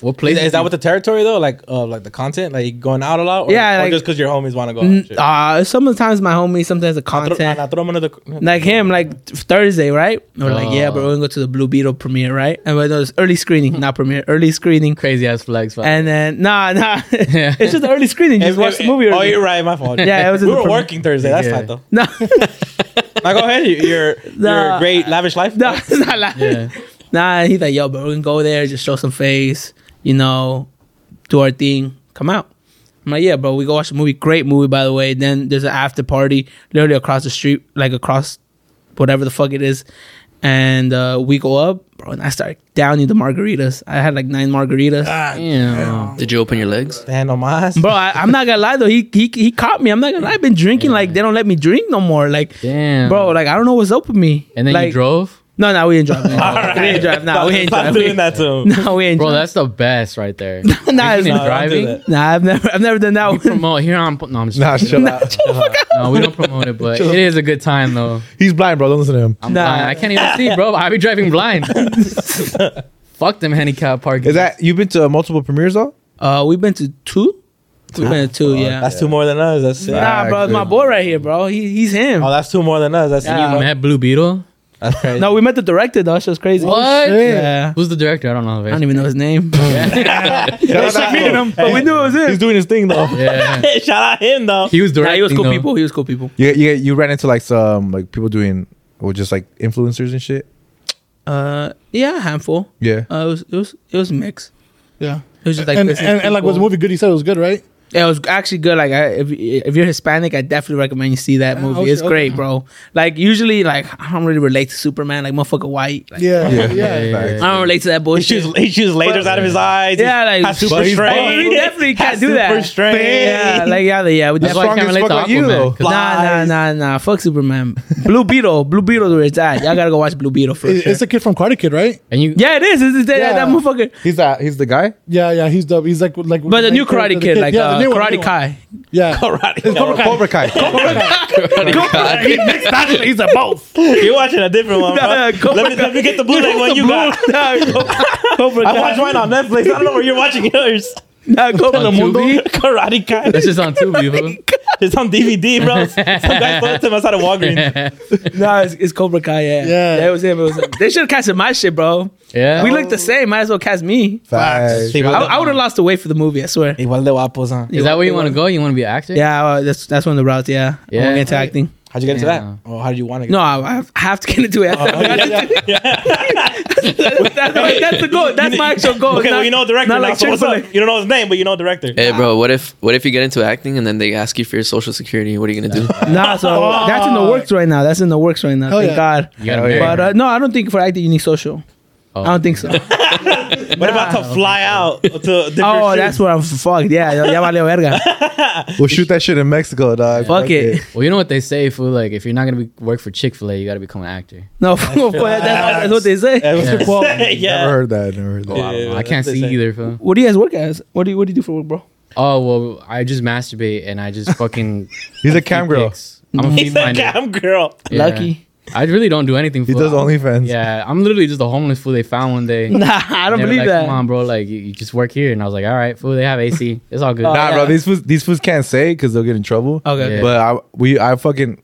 S3: What
S7: Is,
S3: place
S7: is that with the territory though? Like, uh, like the content, like going out a lot, or,
S6: Yeah,
S7: or
S6: like-
S7: just because your homies want to
S5: Oh,
S7: go out. and shit?
S6: Uh, sometimes my homie, sometimes the
S7: Throw-
S6: content.
S7: nah, nah, throw 'em under the-
S6: like him, like th- Thursday, right? And We're like, yeah,
S3: Oh.
S6: bro, we're gonna go to the Blue Beetle premiere, right? And we know it's early screening, not premiere, early screening.
S3: crazy ass flags? fuck.
S6: And then nah, nah,
S3: Yeah.
S6: it's just early screening. You
S7: If-
S6: just watch
S7: if-
S6: the movie.
S7: Oh,
S6: Early.
S7: you're right. My fault.
S6: Yeah, it was in
S7: we
S6: the
S7: were
S6: prom-
S7: working Thursday. That's
S3: Yeah.
S7: fine though.
S6: No,
S7: Now go ahead. you- Your
S6: Nah.
S7: your great lavish life.
S6: no, it's not like
S3: yeah.
S6: nah. He's like, yo, bro, we can go there, just show some face, you know, do our thing, come out. I'm like, yeah, bro, we go watch the movie. Great movie, by the way. Then there's an after party, literally across the street, like across whatever the fuck it is. And uh, we go up, bro, and I start downing the margaritas. I had like nine margaritas.
S3: Ah. Damn.
S4: Did you open your legs?
S7: Hand on my ass.
S6: Bro, I, I'm not gonna lie though. He, he he caught me. I'm not gonna lie. I've been drinking like they don't let me drink no more. Like,
S3: Damn.
S6: bro, like I don't know what's up with me.
S3: And then you
S6: Like-
S3: drove,
S6: No, no, we didn't drive. We didn't drive. Nah, we ain't
S7: Stop
S6: drive.
S7: doing that to him.
S6: No, we ain't
S3: bro.
S6: drive.
S3: That's the best right there.
S6: Nah, it's
S3: Drinking and
S6: not.
S7: don't do
S3: driving.
S7: that.
S6: Nah, I've never I've never done that
S3: We
S6: one.
S3: promote here on. No, I'm just
S2: Nah, shut up.
S3: no, we don't promote it, but it is a good time though.
S2: He's blind, bro. Don't listen to him.
S3: I'm
S6: Nah.
S3: blind. I can't even see, bro. I be driving blind. Fuck them handicap parking.
S2: Is that you've been to multiple premieres though?
S6: Uh, we've been to two. We've been to two. Yeah.
S7: That's two more than us. That's it.
S6: Nah, bro, it's my boy right here, bro. He he's him.
S7: Oh, that's two more than us. That's
S3: you
S7: it.
S3: met Blue Beetle?
S7: That's crazy.
S6: No, we met the director though. That was crazy. Oh,
S3: What?
S6: Yeah.
S3: Who's the director? I don't know.
S6: I don't even know his name, but
S2: Shout out to him.
S6: we knew it was
S2: He's
S6: him.
S2: doing his thing though.
S3: yeah,
S7: Shout out him though.
S3: he was
S6: Nah,
S3: directing.
S6: he was cool
S3: though.
S6: people. He was cool people.
S2: You, you you ran into like some like people doing or just like influencers and shit.
S6: Uh, yeah, handful.
S2: Yeah.
S6: Uh, it was it was it was mixed.
S5: Yeah,
S6: It was just like
S5: and,
S6: business
S5: and, and like what the
S6: people.
S5: movie good? He said it was good, right?
S6: It was actually good. Like, I, if if you're Hispanic, I definitely recommend you see that
S5: Yeah,
S6: movie.
S5: okay,
S6: it's great,
S5: okay.
S6: bro. Like, usually, like I don't really relate to Superman. Like, motherfucker, white. Like,
S5: Yeah, yeah,
S6: I don't relate to that
S7: He
S6: bullshit.
S7: shoots, he shoots lasers out of his eyes.
S6: Yeah, like
S7: has super strength.
S6: Oh, we definitely can't
S7: Has
S6: do that.
S7: super strength.
S6: Yeah, like yeah, yeah. We
S2: That's
S6: definitely
S2: why I can't relate to Aquaman.
S6: Nah, nah, nah, nah. Fuck Superman. Blue Beetle. Blue Beetle where it's at. Y'all gotta go watch Blue Beetle first.
S5: It- It's the kid from Karate Kid, right?
S3: And you,
S6: yeah, it is. It's, it's that-
S5: Yeah.
S6: that motherfucker.
S2: He's that. He's the guy.
S5: Yeah, yeah, he's dope. He's like, like,
S6: But the
S5: like
S6: new
S5: character,
S6: Karate
S5: the
S6: Kid, like
S5: yeah, the
S6: uh,
S5: new one, the
S6: Karate
S5: new
S6: Kai.
S5: one. Yeah,
S7: karate.
S2: Cobra Kai.
S6: He's a both.
S7: You're watching a different one, bro.
S6: Yeah, Cobra
S7: let, me, let me get the blue light one you got.
S6: Cobra
S7: I watched
S6: Kai.
S7: mine on Netflix. I don't know where you're watching yours.
S6: Nah, Cobra
S3: on Tubi.
S7: Karate Kai.
S3: That's just on Tubi, bro.
S7: It's on DVD, bro. Some guy put it to him outside of Walgreens.
S6: Nah, it's, it's Cobra Kai. Yeah,
S5: Yeah.
S6: That was him. It was him. They should have casted my shit, bro.
S3: Yeah.
S6: We
S7: Oh.
S6: look the same. Might as well cast me.
S2: Facts.
S6: I, I would have lost the weight for the movie. I swear.
S7: Igual de guapos, huh?
S3: Is that where you want to go? You want to be an actor?
S6: Yeah, well, that's that's one of the routes. Yeah,
S3: Yeah.
S6: yeah. I want to get into acting.
S7: How'd you get into
S3: Yeah.
S7: that? Or how did you want to get
S6: No, I, I have to get into it. that's, that's the goal. That's my actual goal.
S7: Okay,
S6: Oh, Not-
S7: well, you know a director.
S6: not
S7: now,
S6: like
S7: so what's up?
S6: Chick-fil-A.
S7: You don't know his name, but you know a director.
S4: Hey, bro, what if what if you get into acting and then they ask you for your social security? What are you gonna do?
S6: Nah, so that's in the works right now. That's in the works right now.
S5: Hell
S6: thank
S5: yeah.
S6: God.
S3: You gotta
S2: Hell yeah.
S3: marry
S6: But
S3: her.
S6: uh, no, I don't think for acting you need social.
S3: Oh.
S6: I don't think so.
S7: What about to fly out to different
S6: oh, that's where I'm fucked. Yeah, ya valió verga.
S2: We'll shoot that shit in Mexico, dog.
S6: Fuck it.
S3: Well, you know what they say, fool. Like, if you're not gonna be, work for Chick Fil A, you gotta become an actor.
S6: No, that's, that's, what, that's what they say.
S5: Kid. What's the
S3: Yeah.
S5: quote?
S7: yeah.
S2: Never heard that. Never heard that.
S7: Yeah.
S3: I, don't know. I can't
S7: that's what
S3: see
S7: they say.
S3: either, fool.
S6: What do you guys work as? What do you What do you do for work, bro?
S3: Oh well, I just masturbate and I just fucking.
S2: He's a cam girl.
S3: pics. I'm a
S7: He's
S3: feed
S7: a
S3: finder.
S7: cam girl.
S3: Yeah.
S6: Lucky.
S3: I really don't do anything.
S2: He
S3: fool.
S2: does
S3: I'm-
S2: OnlyFans.
S3: Yeah, I'm literally just a homeless fool they found one day.
S6: Nah, I don't
S3: They were
S6: believe
S3: like,
S6: that.
S3: Come on, bro. Like, you, you just work here, and I was like, all right, fool. They have AC. It's all good.
S2: Nah,
S6: yeah.
S2: bro. These fools, these fools can't say because they'll get in trouble.
S6: Okay.
S3: Yeah.
S2: But I, we, I fucking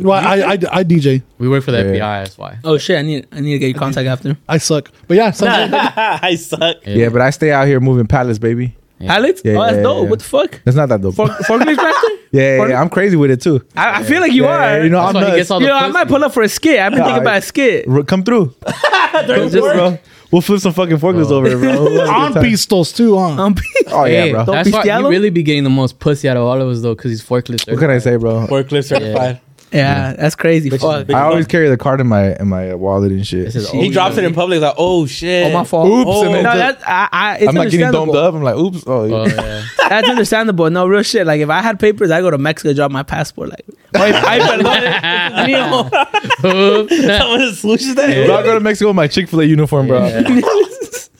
S5: Well, I, I, I DJ.
S3: we work for the
S2: Yeah.
S3: FBI. That's why.
S6: Oh shit! I need I need to get your contact after.
S5: I suck. But yeah, sometimes
S7: I suck.
S2: yeah. But I stay out here moving pallets, baby.
S6: Alex?
S2: Yeah,
S6: oh, that's
S2: yeah,
S6: dope.
S2: yeah.
S6: What the fuck?
S2: That's not that dope.
S6: For, forklift tractor?
S2: yeah, yeah,
S6: for-
S2: yeah, I'm crazy with it too.
S6: I, I feel like you
S2: Yeah,
S6: are.
S2: yeah, you know, I'm
S3: why he
S2: nuts.
S3: gets all
S6: You
S3: the
S6: know, I
S3: pussy.
S6: might pull up for a skit. I've been
S2: Nah,
S6: thinking about a skit.
S2: R- Come through,
S6: Just, bro.
S2: bro. We'll flip some fucking forklifts
S3: Bro.
S2: over, it, bro. We'll have a
S5: on
S2: good time.
S5: pistols too, huh?
S6: Um,
S2: Oh
S3: Hey,
S2: yeah, bro.
S6: don't-
S3: That's why
S6: Pistiano?
S3: you really be getting the most pussy out of all of us though, because he's forklift.
S2: What can I say, bro?
S7: Forklift certified.
S6: yeah, that's crazy. Fuck.
S2: I always carry the card in my in my wallet and shit.
S3: This is
S7: He
S3: old.
S7: drops it in public like, oh shit.
S6: Oh, my fault.
S2: Oops,
S6: Oh,
S2: and then
S6: no,
S2: just-
S6: that's I, I, it's
S2: I'm not getting
S6: understandable.
S2: domed up. I'm like, oops. Oh,
S3: Oh,
S2: yeah.
S3: yeah.
S6: That's understandable. No real shit. Like if I had papers, I go to Mexico, drop my passport. Like, ay, ay, perdón, es mío.
S7: Someone just swooshes that.
S2: Bro, I go to Mexico with my Chick Fil A uniform, bro.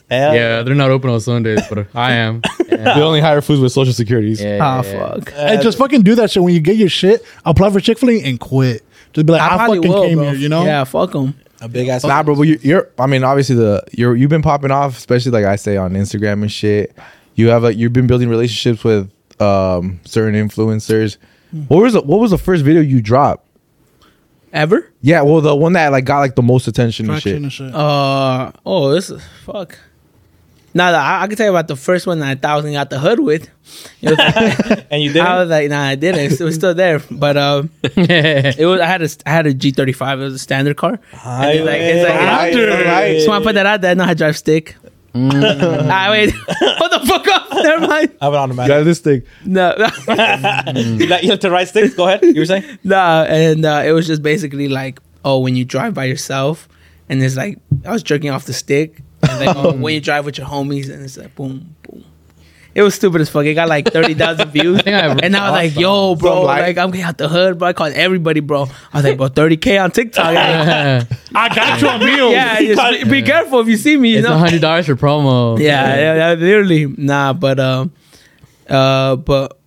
S7: Hell
S3: yeah, they're not open on Sundays, but I am. Yeah,
S2: They only hire foods with social securities.
S3: yeah,
S6: Ah,
S3: yeah.
S6: fuck.
S5: Hey, just fucking do that shit when you get your shit. Apply for Chick Fil A and quit. Just be like, I,
S6: probably
S5: fucking
S6: will,
S5: came
S6: bro.
S5: here. You know?
S6: Yeah, fuck them.
S7: A big ass.
S2: Nah, bro, but you, you're. I mean, obviously the you're you've been popping off, especially like I say on Instagram and shit. You have a you've been building relationships with um certain influencers. What was the, what was the first video you dropped?
S6: Ever?
S2: Yeah, well, the one that like got like the most attention and
S5: Traction
S2: shit.
S5: and shit.
S6: Uh oh, this is fuck. Now that I, I can tell you about the first one that I thousand got the hood with. It was
S7: And you did
S6: I
S7: it?
S6: was like, nah, I didn't. It was still there, but um, it was. I had a I had a G thirty five. It was a standard car. And it's like, it's like,
S7: Highway.
S2: Highway.
S6: So when I put that out, there, I know how to drive stick.
S3: Mm.
S6: ah, wait, hold the fuck up. Never mind.
S7: I have an
S2: You
S7: automatic.
S2: got this thing.
S6: No,
S7: You like, you like to write sticks? Go ahead. You were saying?
S6: no, and uh, it was just basically like, oh, when you drive by yourself, and it's like I was jerking off the stick, and like oh, when you drive with your homies, and it's like boom, boom. It was stupid as fuck. It got like thirty thousand views,
S3: think I have-
S6: and I was like, "Yo, bro,
S2: Some like-
S6: like, I'm getting out the hood, bro." I called everybody, bro. I was like, "Bro, thirty k on TikTok."
S3: Yeah.
S5: I got you on meal.
S6: yeah, just be, be careful if you see me. You
S3: It's
S6: know?
S3: hundred dollars for promo.
S6: yeah, yeah, yeah, literally. Nah, but um, uh, but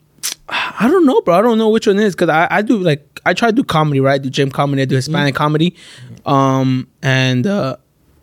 S6: I don't know, bro. I don't know which one is because I, I do like I try to do comedy, right? I do gym comedy, I do Hispanic comedy, um, and uh,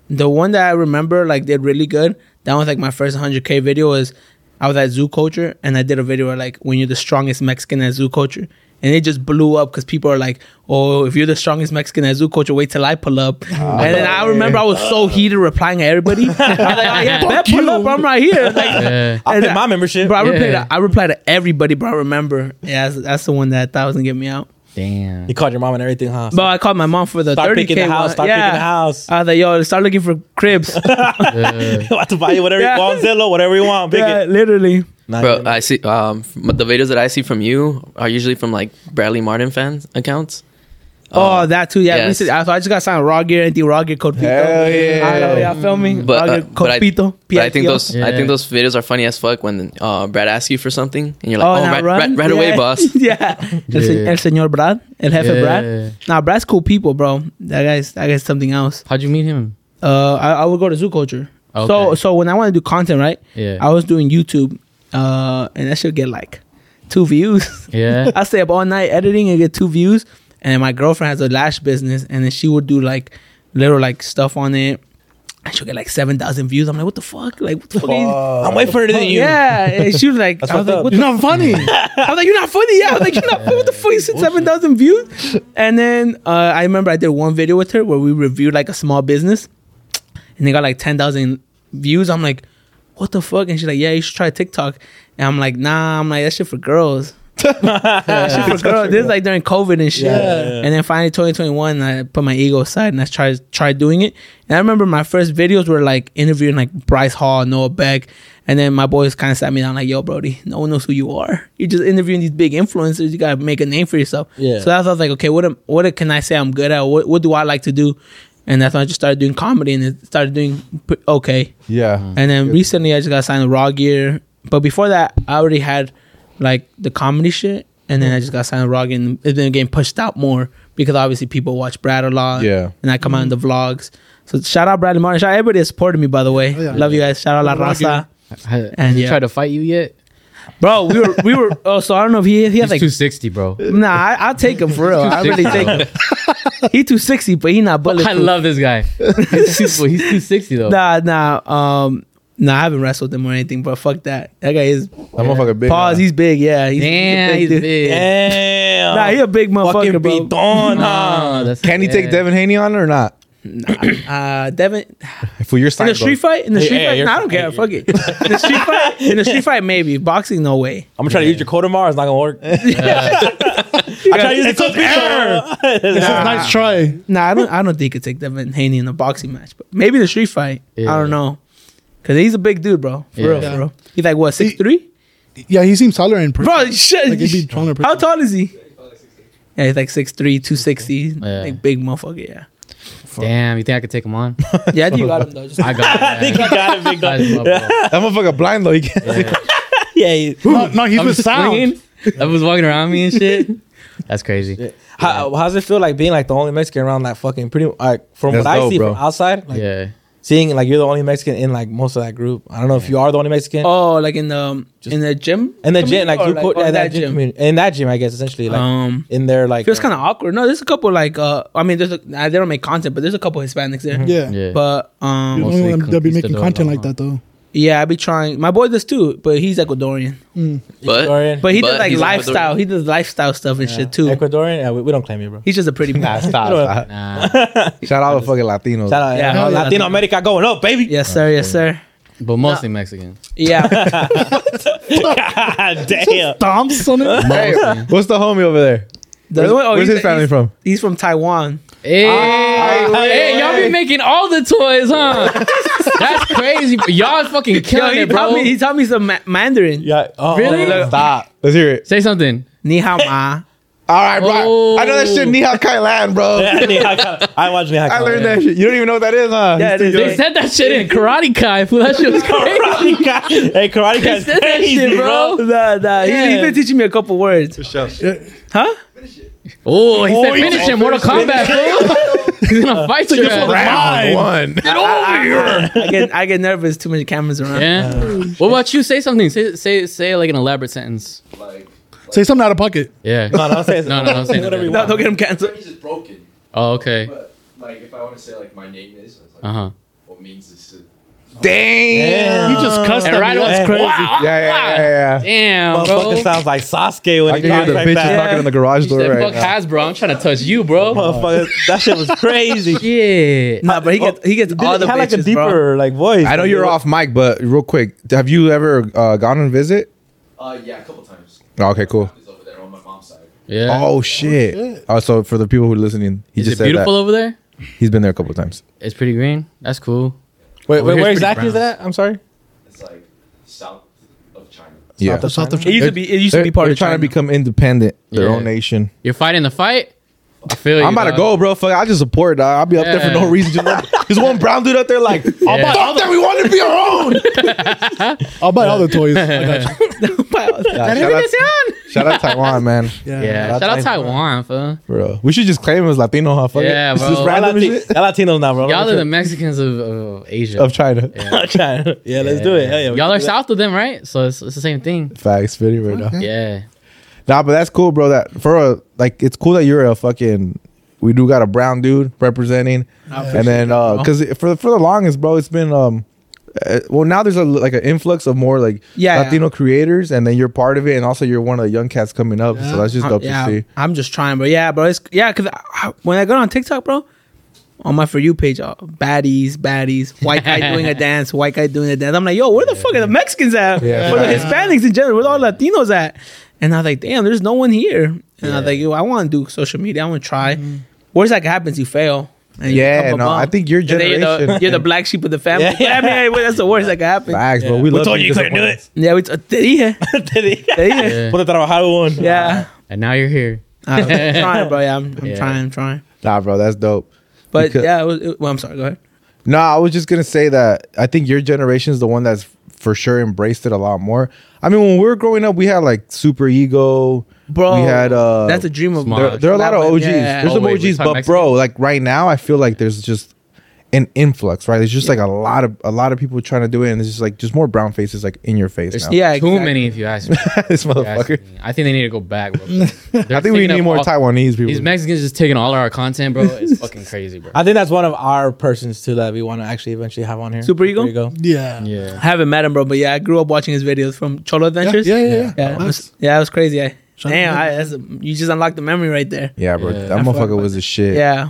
S6: the one that I remember like did really good. That was like my first 100k video. Was I was at Zoo Culture and I did a video where like when you're the strongest Mexican at Zoo Culture. And it just blew up because people are like, "Oh, if you're the strongest Mexican at Zoo Culture, wait till I pull up." and then I remember I was so heated replying to everybody. I was like, "Oh yeah, bet pull up, I'm right here." Like,
S3: Yeah.
S7: I
S6: and
S7: paid my membership.
S6: Bro, I
S3: Yeah.
S6: reply to I reply to everybody, bro. I remember. Yeah, that's, that's the one that I thought was gonna get me out.
S3: Damn.
S7: You called your mom and everything, huh?
S6: But I called my mom for the
S7: Start
S6: thirty
S7: picking
S6: k
S7: the house.
S6: house.
S7: Start
S6: yeah.
S7: picking the house.
S6: I was like, yo, start looking for cribs.
S3: Uh,
S7: About to buy you whatever
S6: Yeah.
S7: you want, Zillow, whatever you want. Pick
S6: yeah,
S7: it.
S6: literally.
S7: Not
S4: Bro,
S7: even-
S4: I see um, f- the videos that I see from you are usually from like Bradley Martin fans accounts.
S6: Oh, that too. Yeah,
S4: yes.
S6: recently, I, I just got signed raw gear, anything raw gear, code pito.
S2: Hell yeah.
S6: I know, y'all feel me?
S4: But,
S6: raw
S4: uh,
S6: gear, code
S4: but, I,
S6: pito.
S4: but I think
S6: PITO.
S4: those I
S3: Yeah.
S4: think those videos are funny as fuck when uh, Brad asks you for something and you're like,
S6: Oh,
S4: oh,
S6: now
S4: right,
S6: run?
S4: right, right away,
S6: Yeah.
S4: boss.
S6: yeah. El, se-
S3: Yeah.
S6: el señor Brad, el jefe
S3: Yeah.
S6: Brad. Nah, Brad's cool people, bro. That guy's that guy's something else.
S3: How'd you meet him?
S6: Uh, I, I would go to zoo culture. So
S3: Okay.
S6: so when I want to do content, right?
S3: Yeah.
S6: I was doing YouTube, uh, and that should get like two views.
S3: yeah.
S6: I stay up all night editing and get two views. And my girlfriend has a lash business, and then she would do like little like stuff on it. And she'll get like seven thousand views. I'm like, what the fuck? Like, what the fuck? is-
S7: I'm way further
S4: Oh,
S7: than you.
S6: Yeah, and she was like,
S7: That's
S6: I was
S7: fucked
S6: like,
S7: up.
S6: what the
S5: You're not funny.
S6: I was like, you're not funny. Yeah, I was like, you're not funny. What the fuck? You said 7,000 views? And then uh, I remember I did one video with her where we reviewed like a small business and they got like 10,000 views. I'm like, what the fuck? And she's like, yeah, you should try TikTok. And I'm like, nah, I'm like, that shit for girls. that shit for girls. This is like during COVID and shit.
S7: Yeah.
S6: And then finally 2021, I put my ego aside and I tried, tried doing it. And I remember my first videos were like interviewing like Bryce Hall, Noah Beck. And then my boys kind of sat me down like, yo, Brody, no one knows who you are. You're just interviewing these big influencers. You got to make a name for yourself.
S7: Yeah.
S6: So that's what I was like, okay, what am, what can I say I'm good at? What, what do I like to do? And that's when I just started doing comedy and it started doing p- okay.
S7: Hmm.
S2: Yeah.
S6: And then recently I just got signed to Raw Gear. But before that, I already had like the comedy shit. And then I just got signed to Raw Gear and it's been getting pushed out more because obviously people watch Brad a lot.
S2: Yeah.
S6: And I come out in the vlogs. So shout out Bradley Martin. Shout out everybody that supported me, by the way.
S5: Oh, yeah.
S6: Love you guys. Shout out La
S5: Raw
S6: Raza.
S3: Has
S6: And
S3: he
S6: yeah.
S3: tried to fight you yet?
S6: Bro, we were, we were, oh, so I don't know if he, he
S3: He's
S6: has like,
S3: two sixty, bro.
S6: nah, I, I'll take him for real. I really take him. He 260, but he not bulletproof.
S3: I love this guy. He's two- he's two sixty though.
S6: Nah, nah, um, nah. I haven't wrestled him or anything, but fuck that. That guy is
S2: That motherfucker big.
S6: pause.
S2: huh?
S6: He's big, yeah. He's,
S3: Damn, he's
S6: dude.
S3: big.
S7: Damn.
S6: Nah, he a big
S7: fucking
S6: motherfucker, bro.
S7: pitón, huh?
S3: Ah, that's-
S2: Can he
S3: yeah.
S2: take Devin Haney on it or not?
S6: Uh, Devin
S2: For your
S6: in
S2: side,
S6: the street fight. In the
S7: Yeah,
S6: street
S7: yeah,
S6: fight,
S7: you're
S6: nah, I don't
S7: fine.
S6: care. Fuck it. In the street fight. In the street fight, maybe boxing. No way.
S7: I'm gonna try to use your code tomorrow. It's not gonna work. I try to use the code
S5: It's
S7: tomorrow.
S5: a nice try.
S6: Nah, I don't. I don't think he could take Devin Haney in a boxing match, but maybe the street fight.
S3: Yeah.
S6: I don't know, cause he's a big dude, bro. For
S3: Yeah.
S6: real, for real. He's like what six three?
S5: Yeah, he seems taller in person.
S6: Bro, shit.
S5: Like he'd be stronger.
S6: How
S5: person.
S6: tall is he? Yeah, he's like 6'3", 260.
S3: Yeah.
S6: Like big motherfucker. Yeah.
S3: Damn, you think I could take him on?
S6: Yeah, I think you got him though. Just
S3: I got. I think
S7: you got it, big dog.
S2: that motherfucker blind though. He can't.
S7: Yeah. he-
S5: No, no, he's
S3: I'm
S5: with sound.
S3: I was walking around me and shit. That's crazy.
S7: How, how's it feel like being like the only Mexican around like fucking pretty like from
S2: That's
S7: what I
S2: dope,
S7: see
S2: bro.
S7: from outside like
S3: Yeah.
S7: seeing like you're the only Mexican in like most of that group. I don't know if you are the only Mexican
S6: Oh, like in the in the gym.
S7: in the gym like
S6: Or
S7: you put
S6: or
S7: yeah, that gym, community. in that gym I guess essentially like
S6: Um,
S7: in there like
S6: feels kind of awkward. No, there's a couple like uh, I mean, there's a, nah, they don't make content, but there's a couple Hispanics there.
S5: Yeah.
S3: Yeah.
S6: But
S5: You're the
S6: um,
S3: Mostly
S5: only one that'll be making
S3: conquistador,
S5: content
S3: huh?
S5: like that though.
S6: yeah, I be trying. My boy does too, but he's Ecuadorian.
S4: But
S7: Ecuadorian.
S6: But he
S4: But
S6: does like
S4: he's Ecuadorian.
S6: lifestyle. He does lifestyle stuff and shit too.
S7: Ecuadorian. Yeah, we, we don't claim you, bro.
S6: He's just a pretty
S2: Nah,
S6: man.
S2: stop, stop.
S3: Nah.
S2: Shout out to fucking Latinos.
S7: Shout out,
S6: Yeah,
S7: yeah,
S6: yeah,
S7: Latino
S6: Latino.
S7: America going up, baby.
S6: Yes, sir. Yes, sir.
S3: But mostly Mexican.
S6: Yeah.
S7: God damn.
S5: Stomps on it.
S2: Hey, what's the homie over there?
S6: The
S2: Where's,
S6: other one- oh,
S2: where's
S6: he's-
S2: his family from?
S6: He's from Taiwan.
S3: Hey, hey, y'all be making all the toys, huh? That's crazy. bro. Y'all fucking
S6: Yo,
S3: killing
S6: he
S3: it, bro.
S6: taught me. He taught me some ma- Mandarin.
S7: Yeah. Oh,
S3: Really?
S2: Stop. Let's hear it.
S3: Say something.
S6: Ni hao ma.
S2: All right, bro. I- I know that shit.
S3: Oh.
S2: Ni hao Kai Lan, bro.
S7: I watched me.
S2: I learned that shit. You don't even know what that is, huh?
S6: Oh, Yeah, it is.
S3: They said that shit in Karate Kai. Fool, that shit was crazy.
S7: Karate guy. Hey, karate
S3: They
S7: guy.
S3: said that shit, bro.
S6: Nah, nah. He, has
S3: Yeah.
S6: been teaching me a couple words. Huh?
S3: Oh, he said
S7: he's-
S3: finish him. Mortal Kombat, fool. He's gonna fight you. guys.
S2: Round one.
S6: I get I get nervous. Too many cameras around.
S3: Yeah. What about you? Say something. Say say say like an elaborate sentence.
S5: Say something out of pocket.
S3: Yeah.
S7: No, no, say
S3: No, no, no, say
S7: whatever
S3: no.
S7: you
S6: No,
S7: want.
S6: don't get him canceled.
S8: Chinese is broken,
S3: Oh, okay.
S8: but like if I want to say like my name is, it's like,
S3: Uh huh.
S8: what means this? Is,
S2: Damn.
S5: He just cussed
S3: And
S5: at
S3: right
S5: me.
S3: on-
S5: Uh, That's crazy.
S3: Wow.
S2: Yeah, yeah, yeah, yeah.
S3: Damn, bro.
S7: Motherfucker sounds like Sasuke when
S2: I
S7: he
S2: can hear
S7: talks
S2: the
S7: like
S2: bitches
S7: that.
S2: knocking on the garage door
S3: Said,
S2: right
S3: Fuck
S2: now.
S3: Hasbro. I'm trying to touch you, bro.
S7: Motherfucker, that shit was crazy. He
S3: Yeah.
S6: Nah, but he gets he gets all
S7: had
S6: the bitches,
S7: like a
S6: bro.
S7: deeper like voice.
S2: I know you're off mic, but real quick, have you ever uh, gone on visit?
S8: uh, yeah, a couple times.
S2: Oh, okay, cool.
S8: It's over there on my mom's side.
S3: Yeah.
S2: Oh shit! Oh, so for the people who are listening, he
S3: Is
S2: just
S3: it
S2: said
S3: beautiful over there?
S2: that he's been there a couple times.
S3: It's pretty green. That's cool.
S7: Wait,
S3: Over
S7: wait,
S3: here
S7: where
S3: it's pretty
S7: exactly is
S3: brown.
S7: that? I'm sorry.
S8: It's like south of China.
S2: Yeah.
S7: South of
S5: South of
S7: China.
S6: It used to be. It used to be part
S2: they're
S6: of
S2: trying
S6: China.
S2: to become independent, their
S3: Yeah.
S2: own nation.
S3: You're fighting the fight. I feel you.
S2: I'm about to
S3: dog.
S2: go, bro. Fuck, I just support. Dog. I'll be up there for
S3: Yeah.
S2: no reason. Just, one- just one brown dude up there, like,
S5: I'll
S3: Yeah.
S5: buy all the,
S2: we want to be our own.
S5: I'll buy all the toys. I got you.
S2: Yeah, shout, out, shout out Taiwan, man,
S5: Yeah.
S3: Yeah, shout out Taiwan, fool.
S2: bro. We should just claim him as Latino, huh? Fuck it.
S3: Yeah,
S2: It's
S3: bro.
S2: just
S3: Why
S7: Y'all
S2: random
S7: Lati-
S2: shit
S7: y'all Latinos now, bro.
S3: Y'all are the Mexicans of, of Asia.
S2: of China.
S7: Okay. Yeah, let's do it. Hell yeah, we
S3: Y'all
S7: can
S3: are
S7: do that.
S3: south of them, right? So it's, it's the same thing.
S2: Facts, video right now.
S3: Yeah.
S2: Nah, but that's cool, bro. That for a like, it's cool that you're a fucking. We do got a brown dude representing, and then uh, because for for the longest, bro, it's been um. uh, Well, now there's a like an influx of more like
S6: Yeah, yeah.
S2: Latino creators, and then you're part of it, and also you're one of the young cats coming up. So that's just
S6: I'm-
S2: dope
S6: Uh, yeah,
S2: to see.
S6: I'm just trying, bro. Yeah, bro. It's yeah, cause I, I- when I got on TikTok, bro, on my for you page, uh, baddies, baddies, white guy doing a dance, white guy doing a dance. I'm like, yo, where the fuck are the Mexicans at?
S2: Yeah.
S6: Where the Hispanics in general? Where all Latinos at? And I was like, damn, there's no one here. And I was like, yo, I want to do social media. I want to try. Worst that happens, you fail. And you
S2: Yeah,
S6: become a
S2: no,
S6: bum.
S2: I think your
S6: And then You're the,
S2: generation-
S6: you're the black sheep of the family.
S7: Yeah.
S6: I mean, hey, well, that's the worst that could happen.
S2: Facts, bro. We, love
S7: told you
S2: being
S7: you couldn't do it.
S6: Yeah, we t- te dije, te dije.
S3: Yeah.
S7: Put the trabajar one.
S6: Yeah,
S3: And now you're here.
S6: I'm trying, bro. Yeah, I'm, I'm
S3: Yeah.
S6: trying, I'm trying.
S2: disappointed. Nah, bro, that's dope.
S6: But
S2: Because-
S6: yeah, it was, it- well, I'm sorry. Go ahead.
S2: No, I was just gonna say that I think your generation is the one that's for sure embraced it a lot more. I mean, when we were growing up, we had like Super Ego, We
S6: Bro,
S2: had uh,
S6: that's a dream of
S3: Smog.
S2: There,
S6: mine.
S2: there are a lot of
S6: That one,
S2: OGs.
S6: yeah.
S2: There's
S3: Oh,
S2: some
S3: wait, we
S2: OGs,
S3: talking
S2: but bro, like right now, I feel like there's just an influx. Right, there's just like a lot of a lot of people trying to do it, and there's just like just more brown faces like in your face now.
S6: yeah,
S3: Oh, Too
S6: exactly.
S3: many, if you ask me.
S2: this
S3: If you ask
S2: motherfucker.
S3: me. I think they need to go back, bro. They're
S2: I think we
S3: taking
S2: need
S3: up
S2: more
S3: all-
S2: Taiwanese people.
S3: These Mexicans just taking all our content, bro. It's fucking crazy, bro.
S7: I think that's one of our persons too that we want to actually eventually have on here.
S6: Super Ego?
S5: Yeah.
S6: I
S3: Yeah.
S6: haven't met him, bro, but yeah, I grew up watching his videos from Cholo
S5: Yeah,
S6: Adventures.
S5: yeah, yeah.
S6: yeah.
S5: yeah.
S6: it was, yeah, it was crazy. Yeah.
S5: Shout out
S6: Damn,
S5: to
S6: I, that's a, you just unlocked the memory right there.
S2: yeah, bro,
S3: Yeah.
S2: that motherfucker was a shit.
S6: Yeah,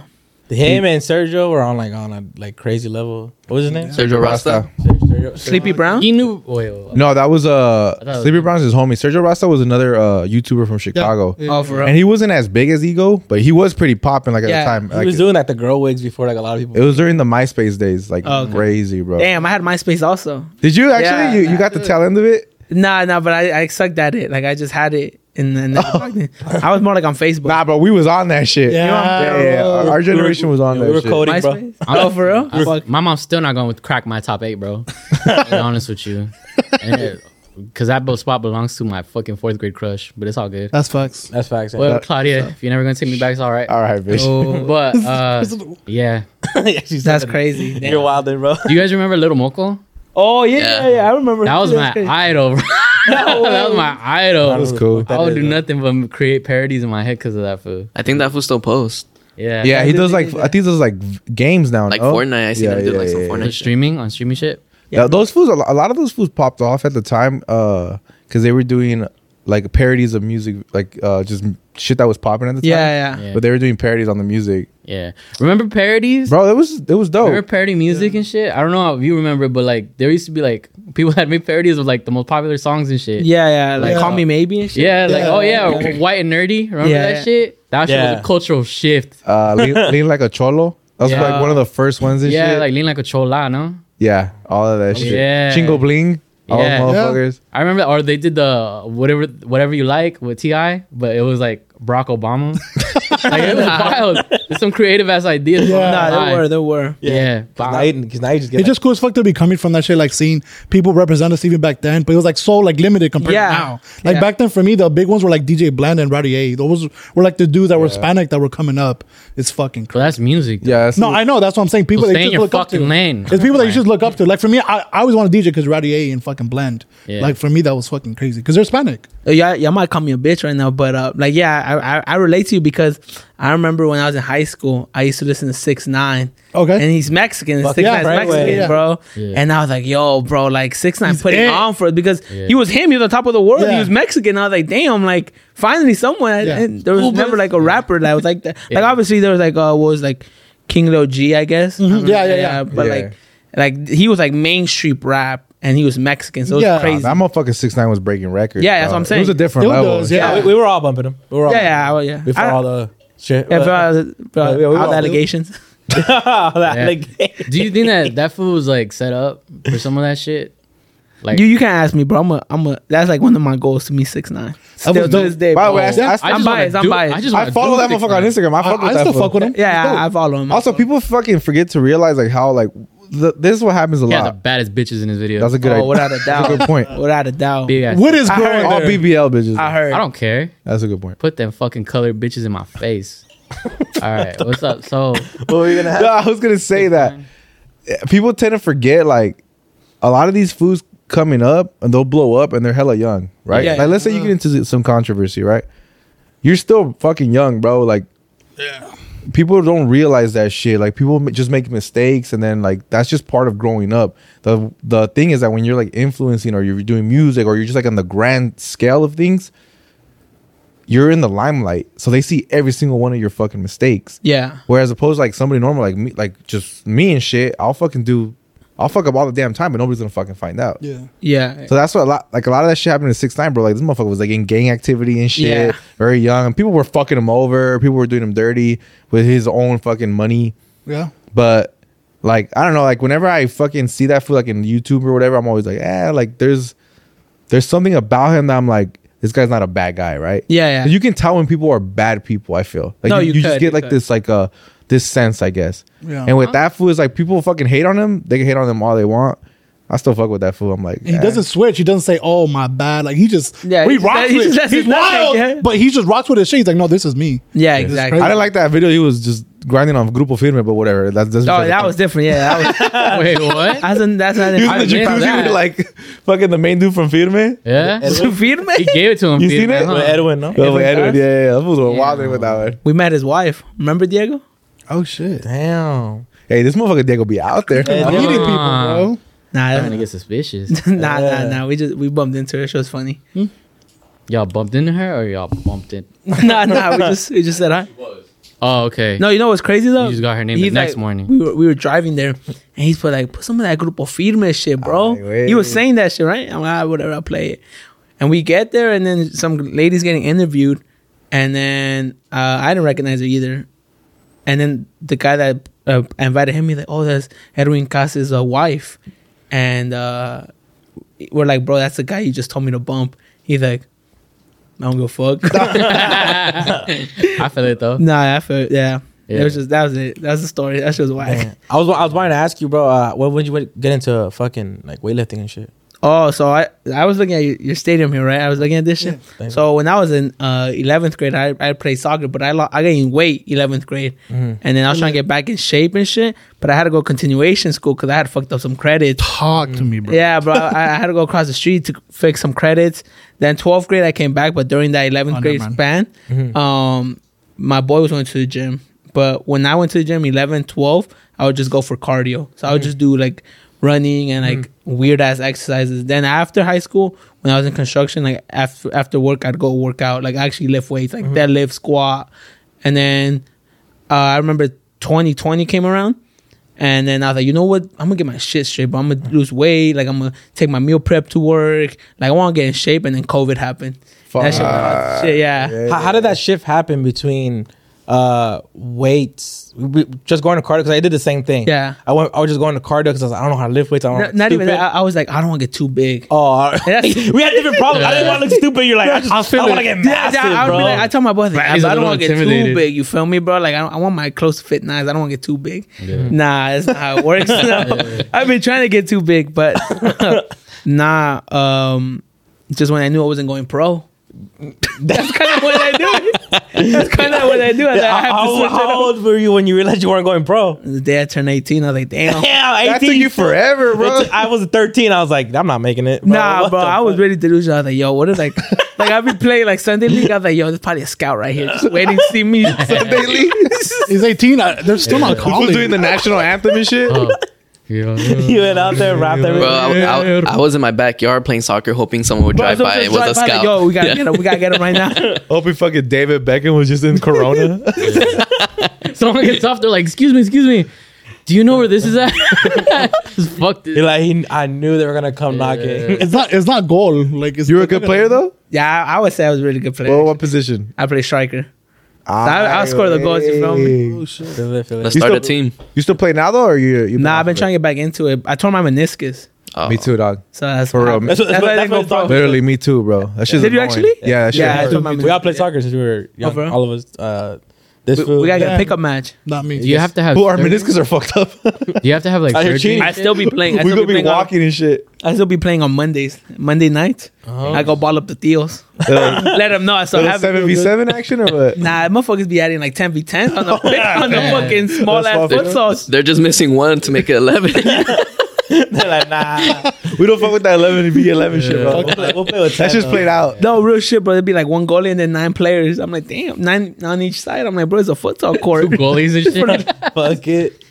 S7: Him and Sergio were on like on a like crazy level. What was his name?
S4: Sergio Rasta.
S7: Sergio-
S6: Sleepy Brown.
S3: You knew. Wait, wait, wait.
S2: No, that was
S3: I thought it
S2: uh
S3: was-
S2: Sleepy Brown's his homie. Sergio Rasta was another uh YouTuber from Chicago.
S6: Oh, for real.
S2: And he wasn't as big as Ego, but he was pretty popping like at the
S6: Yeah,
S2: time.
S7: He
S2: Like,
S7: was doing like the girl wigs before like a lot of people.
S2: it was during the MySpace days, like
S6: Oh, okay.
S2: crazy, bro.
S6: Damn, I had MySpace also.
S2: Did you
S6: Yeah,
S2: actually? you, you
S6: nah.
S2: got the tail end of it?
S6: Nah, nah, but I, I sucked at it. Like I just had it, and then I was more like on Facebook.
S2: Nah, but we was on that shit. Yeah, yeah, yeah. Our, our generation was on
S7: We
S2: that
S7: were
S2: shit.
S7: coding, bro.
S6: MySpace. Oh, for real.
S3: I- my mom's still not going to crack my top eight, bro. to be honest with you. Because that bo- spot belongs to my fucking fourth grade crush, but it's all good.
S5: That's facts.
S7: That's facts.
S3: Well, Claudia, if you're never going to take me back, it's all right.
S2: uh, All right, bitch.
S3: Oh, but, uh, yeah.
S6: That's crazy. Damn.
S7: You're wilding, bro.
S3: Do you guys remember Little Moco?
S6: Oh yeah,
S4: Yeah.
S6: yeah, yeah, I remember.
S3: That was my
S6: That's crazy.
S3: idol, bro. that was my idol.
S2: That uh, was cool.
S3: I would do nothing but create parodies in my head because of that food.
S4: I think that fool still posts.
S3: Yeah.
S2: Yeah, he
S6: did
S2: does
S6: they
S2: like
S6: do
S2: I think those like v- games now.
S4: Like
S2: no?
S4: Fortnite. I see them do like some Fortnite
S3: On
S4: shit.
S3: streaming, on streaming shit.
S2: Yeah, those fools. A lo- a lot of those fools popped off at the time because they were doing like parodies of music, like uh, just shit that was popping at the time.
S6: Yeah, yeah.
S3: Yeah.
S2: But they were doing parodies on the music,
S3: Yeah. Remember parodies?
S2: bro. It was it was
S3: Remember
S2: dope.
S3: parody music and shit? I don't know if you remember, but like there used to be like people had made parodies of like the most popular songs and shit.
S6: Yeah, yeah, like
S5: Yeah.
S6: call me maybe and shit.
S3: Yeah, like
S5: Yeah.
S3: oh yeah, white and nerdy. Remember
S6: Yeah,
S3: that
S6: yeah.
S3: shit? That shit was
S7: Yeah.
S3: a cultural shift.
S2: Uh, lean, lean like a cholo. That was
S3: Yeah.
S2: like one of the first ones and
S3: Yeah,
S2: shit.
S3: like lean like a chola, no?
S2: yeah, all of that shit.
S3: Yeah.
S2: Chingo bling. All yeah.
S3: Yeah.
S2: motherfuckers.
S3: I remember, or they did the whatever whatever you like with Ti, but it was like Barack Obama. like it was wild. There's some creative ass ideas.
S5: Yeah.
S3: on
S6: Nah,
S3: the
S6: there
S3: line.
S6: were, there were.
S3: Yeah,
S7: Because
S3: Wow.
S7: now, you- 'cause now you just get
S5: It's just cool as fuck to be coming from that shit, like seeing people represent us even back then, but it was like so like limited compared
S6: Yeah.
S5: to now. Like
S6: Yeah.
S5: back then for me, the big ones were like DJ Bland and Rowdy A. Those were like the dudes that were Hispanic that were coming up. It's fucking crazy.
S3: But that's music.
S2: Yeah. that's-
S5: No, I know. That's what I'm saying. People
S3: So
S5: that
S3: stay
S5: you
S3: in
S5: just
S3: your
S5: look up to.
S3: fucking lane.
S5: It's people that you should look up to. Like for me, I, I always want to DJ because Rowdy A and fucking Blend.
S3: Yeah.
S5: Like for me, that was fucking crazy because they're Hispanic.
S6: Uh, Y'all, y'all might call me a bitch right now, but uh, like, yeah, I, I, I relate to you because I remember when I was in high school, I used to listen to Six Nine,
S5: Okay.
S6: and he's Mexican,
S7: Fuck
S6: Six
S5: yeah,
S6: Nine's
S5: right
S6: Mexican,
S5: away. Yeah.
S6: bro.
S3: Yeah.
S6: And I was like, yo, bro, like Six Nine putting
S5: it.
S6: on for it because
S3: Yeah.
S6: he was him, he was the top of the world, he
S5: Yeah.
S6: was Mexican. I was like, damn, like finally someone.
S5: Yeah.
S6: And there was never like a rapper that was like that. Like
S3: Yeah.
S6: obviously there was like uh, what was like King Lil G, I guess. I don't know.
S5: Mm-hmm. Yeah, yeah, yeah.
S6: But
S2: Yeah.
S6: like, like he was like mainstream rap. And he was Mexican, so it was
S5: Yeah.
S6: crazy.
S2: That motherfucker six nine was breaking records.
S6: Yeah, that's
S2: bro.
S6: what
S2: It
S6: I'm
S2: was
S6: saying.
S2: a different
S5: Still
S2: level.
S5: does,
S7: yeah.
S5: yeah.
S7: we, we were all bumping them. We were all
S6: Yeah, yeah, I would- yeah.
S7: before
S6: I-
S7: all the shit.
S6: Yeah, for, for
S7: Yeah, we
S6: all
S7: all
S6: the
S7: do.
S6: allegations.
S7: all that,
S3: Yeah.
S7: like,
S3: Do you think that that food was like set up for some of that shit? Like
S6: you you can't ask me, bro. I'm a I'm a. That's like one of my goals to meet six nine. Still to this day,
S2: By the
S6: bro.
S2: way, I, I,
S3: just
S6: I'm
S3: wanna
S6: biased, I'm
S3: do-
S6: biased.
S3: I just
S2: I
S3: wanna
S2: follow
S3: do
S2: that
S3: six
S2: motherfucker on
S3: nine.
S2: Instagram. I,
S5: I,
S2: fuck with
S5: I
S2: that
S5: still
S2: fool.
S5: fuck with him.
S6: yeah,
S5: He's
S6: I, I
S5: dope.
S6: follow him. I
S2: Also,
S6: follow him.
S2: people fucking forget to realize like how like th- this is what happens a
S3: He has the
S2: lot.
S3: baddest bitches in his video.
S2: That's a good
S6: Oh,
S2: idea.
S6: without a doubt.
S2: That's a good point.
S6: without a doubt.
S3: Big ass.
S5: What is
S6: I
S5: going
S6: heard-
S2: All
S5: on?
S2: BBL bitches.
S6: I heard.
S3: I don't care.
S2: That's a good point.
S3: Put them fucking colored bitches in my face. All right, what's up? So
S7: What were you gonna have?
S2: No, I was gonna say that eh, people tend to forget like a lot of these foods coming up and they'll blow up and they're hella young, right?
S6: Yeah.
S2: like let's say you get into some controversy, right? You're still fucking young, bro. Like, people don't realize that shit. Like people ma- just make mistakes, and then like that's just part of growing up. the The thing is that when you're like influencing or you're doing music or you're just like on the grand scale of things, you're in the limelight, so they see every single one of your fucking mistakes.
S6: Yeah.
S2: Whereas opposed to like somebody normal like me, like just me and shit, I'll fucking do, I'll fuck up all the damn time, but nobody's gonna fucking find out.
S5: Yeah.
S6: Yeah.
S2: So that's what a lot, like a lot of that shit happened in six nine, bro. Like this motherfucker was like in gang activity and shit,
S6: Yeah.
S2: very young. And people were fucking him over. People were doing him dirty with his own fucking money.
S5: Yeah.
S2: But like I don't know, like whenever I fucking see that fool like in YouTube or whatever, I'm always like, eh, like there's there's something about him that I'm like, this guy's not a bad guy, right?
S6: Yeah, yeah.
S2: You can tell when people are bad people, I feel. Like
S6: No,
S2: you,
S6: you
S2: you just
S6: could,
S2: get
S6: you
S2: like
S6: could.
S2: this like uh this sense, I guess.
S5: Yeah.
S2: And with that fool, it's like people fucking hate on him. They can hate on him all they want. I still fuck with that fool. I'm like,
S5: He
S2: eh.
S5: doesn't switch. He doesn't say, "Oh my bad." Like he just,
S6: Yeah,
S5: yeah, he
S6: he just-
S5: rocks
S6: he
S5: with.
S6: just
S5: it.
S6: lets
S5: He's
S6: it happen,
S5: wild,
S6: yeah.
S5: but he just rocks with his shit. He's like, "No, this is me."
S6: Yeah. Exactly.
S2: I didn't like that video. He was just grinding on Grupo Firme, but whatever. That doesn't.
S6: Oh, that was different. Yeah, that was.
S3: wait, what?
S6: That's, an, that's not.
S2: He
S6: I
S2: was in the
S6: missed
S2: jacuzzi
S6: that.
S2: with like fucking the main dude from Firme.
S3: Yeah,
S7: Edwin?
S6: Firme?
S3: he gave it to him.
S2: You
S3: Peter,
S2: seen it?
S3: huh?
S7: With Edwin, no?
S2: Oh, Edward,
S6: Edwin
S2: yeah, yeah, yeah. That fool was wilding
S3: Yeah.
S2: with that one.
S6: We met his wife. Remember Diego?
S5: Oh shit!
S7: Damn.
S2: Hey, this motherfucker Diego be out there.
S5: I'm
S3: Come
S5: eating people,
S3: on.
S5: bro.
S6: Nah,
S3: I'm gonna
S6: that-
S3: get suspicious.
S6: nah, nah, nah. We just we bumped into her. She was funny.
S3: Y'all bumped into her or y'all bumped in?
S6: nah, nah. We just we just said hi.
S3: Oh, okay.
S6: No, you know what's crazy though?
S3: You just got her name the
S6: He's
S3: next
S6: like-
S3: morning.
S6: We were, we were driving there, and he's put like put some of that Grupo Firme shit, bro.
S2: Ay, güey.
S6: he was saying that shit, right? I'm like, ah, whatever, I'll play it. And we get there, and then some ladies getting interviewed, and then uh, I didn't recognize her either. And then the guy that uh, invited him, he's like, "Oh, that's Edwin Casas' uh, wife," and uh, we're like, "Bro, that's the guy you just told me to bump." He's like, "I don't give a fuck."
S3: I feel it though.
S6: nah, I felt yeah.
S3: Yeah.
S6: It was just that was it. That's the story. That's just whack.
S7: Man. I was I was wanting to ask you, bro. Uh, when would you went- get into fucking like weightlifting and shit?
S6: Oh, so I I was looking at your, your stadium here, right? I was looking at this shit.
S7: Thank
S6: so when I was in uh, 11th grade, I, I played soccer, but I lo- I gained weight 11th grade,
S7: Mm-hmm.
S6: and then I was trying to get back in shape and shit. But I had to go continuation school because I had fucked up some credits.
S5: Talk to me, bro.
S6: Yeah, bro, I, I had to go across the street to fix some credits. Then 12th grade, I came back, but during that 11th
S5: Oh,
S6: grade
S5: never Mm-hmm.
S6: span, um, my boy was going to the gym. But when I went to the gym, 11, 12, I would just go for cardio. So
S5: Mm-hmm.
S6: I would just do like running and like weird ass exercises. Then after high school, when I was in construction, like after after work, I'd go work out, like actually lift weights,
S5: Mm-hmm.
S6: like deadlift, squat, and then uh, I remember 2020 came around. And then I was like, you know what? I'm gonna get my shit straight, but I'm gonna lose weight. Like I'm gonna take my meal prep to work. Like I want to get in shape. And then COVID happened. That shit, shit, yeah.
S7: How, how did that shift happen between uh weights, we- just going to cardio? Because I did the same thing.
S6: Yeah.
S7: I went. I was just going to cardio because I was like, I don't know how to lift weights. I don't.
S6: N-
S7: know
S6: Not, even that. I, I was like, I don't want to get too big.
S7: Oh, all right.
S6: That's-
S7: we had different problems. I didn't want to look stupid. You're like, I just,
S3: I
S7: I,
S3: feel
S7: want to
S3: it.
S7: get
S6: Yeah,
S7: massive,
S6: I, I would
S7: bro.
S6: be like, I tell my boy, like,
S1: Right, he's
S6: I
S1: a
S6: don't
S1: little
S6: want to get too
S1: intimidated.
S6: big. You feel me, bro? Like I, don't, I want my clothes to fit nice. I don't want to get too big. Nah, that's not how it works. I've been trying to get too big, but nah. Um, just when I knew I wasn't going pro. That's kind of what I do. That's kind of what I do. I, was like, I have to
S7: how,
S6: switch it
S7: how
S6: up.
S7: old were you when you realized you weren't going pro?
S6: The day I turned 18, I was like, damn.
S7: Yeah,
S2: That took
S7: 18.
S2: you forever,
S7: It
S2: bro.
S7: took- I was 13. I was like, I'm not making it.
S6: nah,
S7: What
S6: bro.
S7: the
S6: I was
S7: fuck?
S6: really delusional. I was like, yo, what if like, like I've been playing like Sunday League. I was like, yo, there's probably a scout right here just waiting to see me. Sunday League.
S5: He's 18. I, they're still not
S2: People
S5: calling.
S2: doing the national anthem and shit.
S3: Oh. Yeah, yeah.
S7: You went out there, wrapped
S4: Bro,
S7: everything.
S4: I, I, I was in my backyard playing soccer, hoping someone would drive by. It was a scout.
S6: Yo, we gotta
S4: Yeah.
S6: get him. We gotta get him right now.
S2: Hoping fucking David Beckham was just in Corona.
S3: Someone gets off. They're like, "Excuse me, excuse me. Do you know where this is at?" Just fuck this.
S7: You're like, he, I knew they were gonna come knocking.
S5: It's not. It's not goal. Like it's,
S2: you were a good player though.
S6: Yeah, I, I would say I was a really good player.
S2: Well, what position?
S6: I play striker. I- I'll score the goals, you feel me?
S2: Hey.
S7: Feel it, feel it.
S4: Let's
S2: You
S4: start a
S2: still-
S4: team.
S2: You still play now though, or you? you
S6: Nah, I've been trying to get back into it. I tore my meniscus.
S4: Oh.
S2: Me too, dog.
S6: So that's
S2: For real.
S6: That's,
S7: That's what-
S6: why I
S7: that's
S6: didn't
S7: what
S6: go pro.
S7: I thought.
S2: Literally, me too, bro. That shit's
S6: Did you
S2: annoying.
S6: actually?
S2: Yeah, that shit.
S6: Yeah, I
S2: hurts.
S6: told my
S7: We all played soccer since we were young.
S6: for real?
S7: all of us. Uh, this
S6: Oh, We,
S7: food.
S6: we gotta get
S5: Yeah.
S6: a pickup match.
S5: Not me.
S3: You have to have.
S2: Who our
S3: surgery-
S2: meniscus are fucked up.
S3: You have to have like
S7: Out here
S3: surgery.
S7: cheating.
S6: I still be playing. I
S2: We're
S6: still
S2: gonna be
S6: playing on-
S2: walking and shit.
S6: I still be playing on Mondays, Monday night. I go ball up the deals. Let them know I still have
S2: Uh-huh. Seven v seven action or what?
S6: Nah, motherfuckers be adding like ten v ten on the on the
S3: Yeah.
S6: fucking small ass
S2: That's
S6: futsal.
S4: They're just missing one to make it eleven.
S7: They're like, nah.
S2: We don't fuck with that eleven v eleven shit,
S7: we'll,
S2: bro.
S7: play, we'll play with
S2: That's just
S7: Tano.
S2: played out.
S6: No real shit, bro. It'd be like one goalie and then nine players. I'm like, damn, nine on each side. I'm like, bro, it's a futsal
S3: Two
S6: court.
S3: goalies and shit.
S7: Fuck it.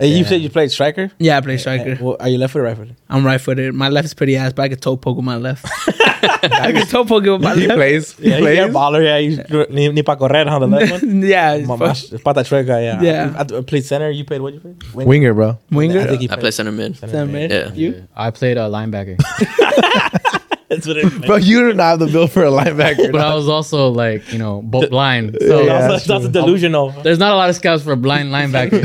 S7: Hey, You said you played striker.
S6: yeah, I play
S7: Hey,
S6: striker.
S7: well, are you left footed or right footed?
S6: I'm right footed. My left is pretty ass, but I can toe poke with my left. I can toe poke with my
S2: He
S6: left.
S2: plays. He
S7: Yeah, you're a
S2: plays.
S7: baller. Yeah, you ni, ni pa correr on the left one.
S6: yeah, it's
S7: My- my-
S6: fuck-
S7: Pata Chueca, yeah.
S6: Yeah.
S7: I, I played center. You played what? You played? Wing.
S2: Winger, bro.
S6: winger.
S7: I think he
S4: I
S7: played.
S4: play center mid.
S7: center,
S6: Damn,
S7: man.
S6: man.
S4: Yeah.
S6: You?
S3: I played a linebacker,
S7: That's what it is.
S2: Bro, you do not have the bill for a linebacker.
S3: but I was also like you know bo- blind. So
S2: Yeah.
S7: that's, that's a delusional.
S3: there's not a lot of scouts for a blind linebacker.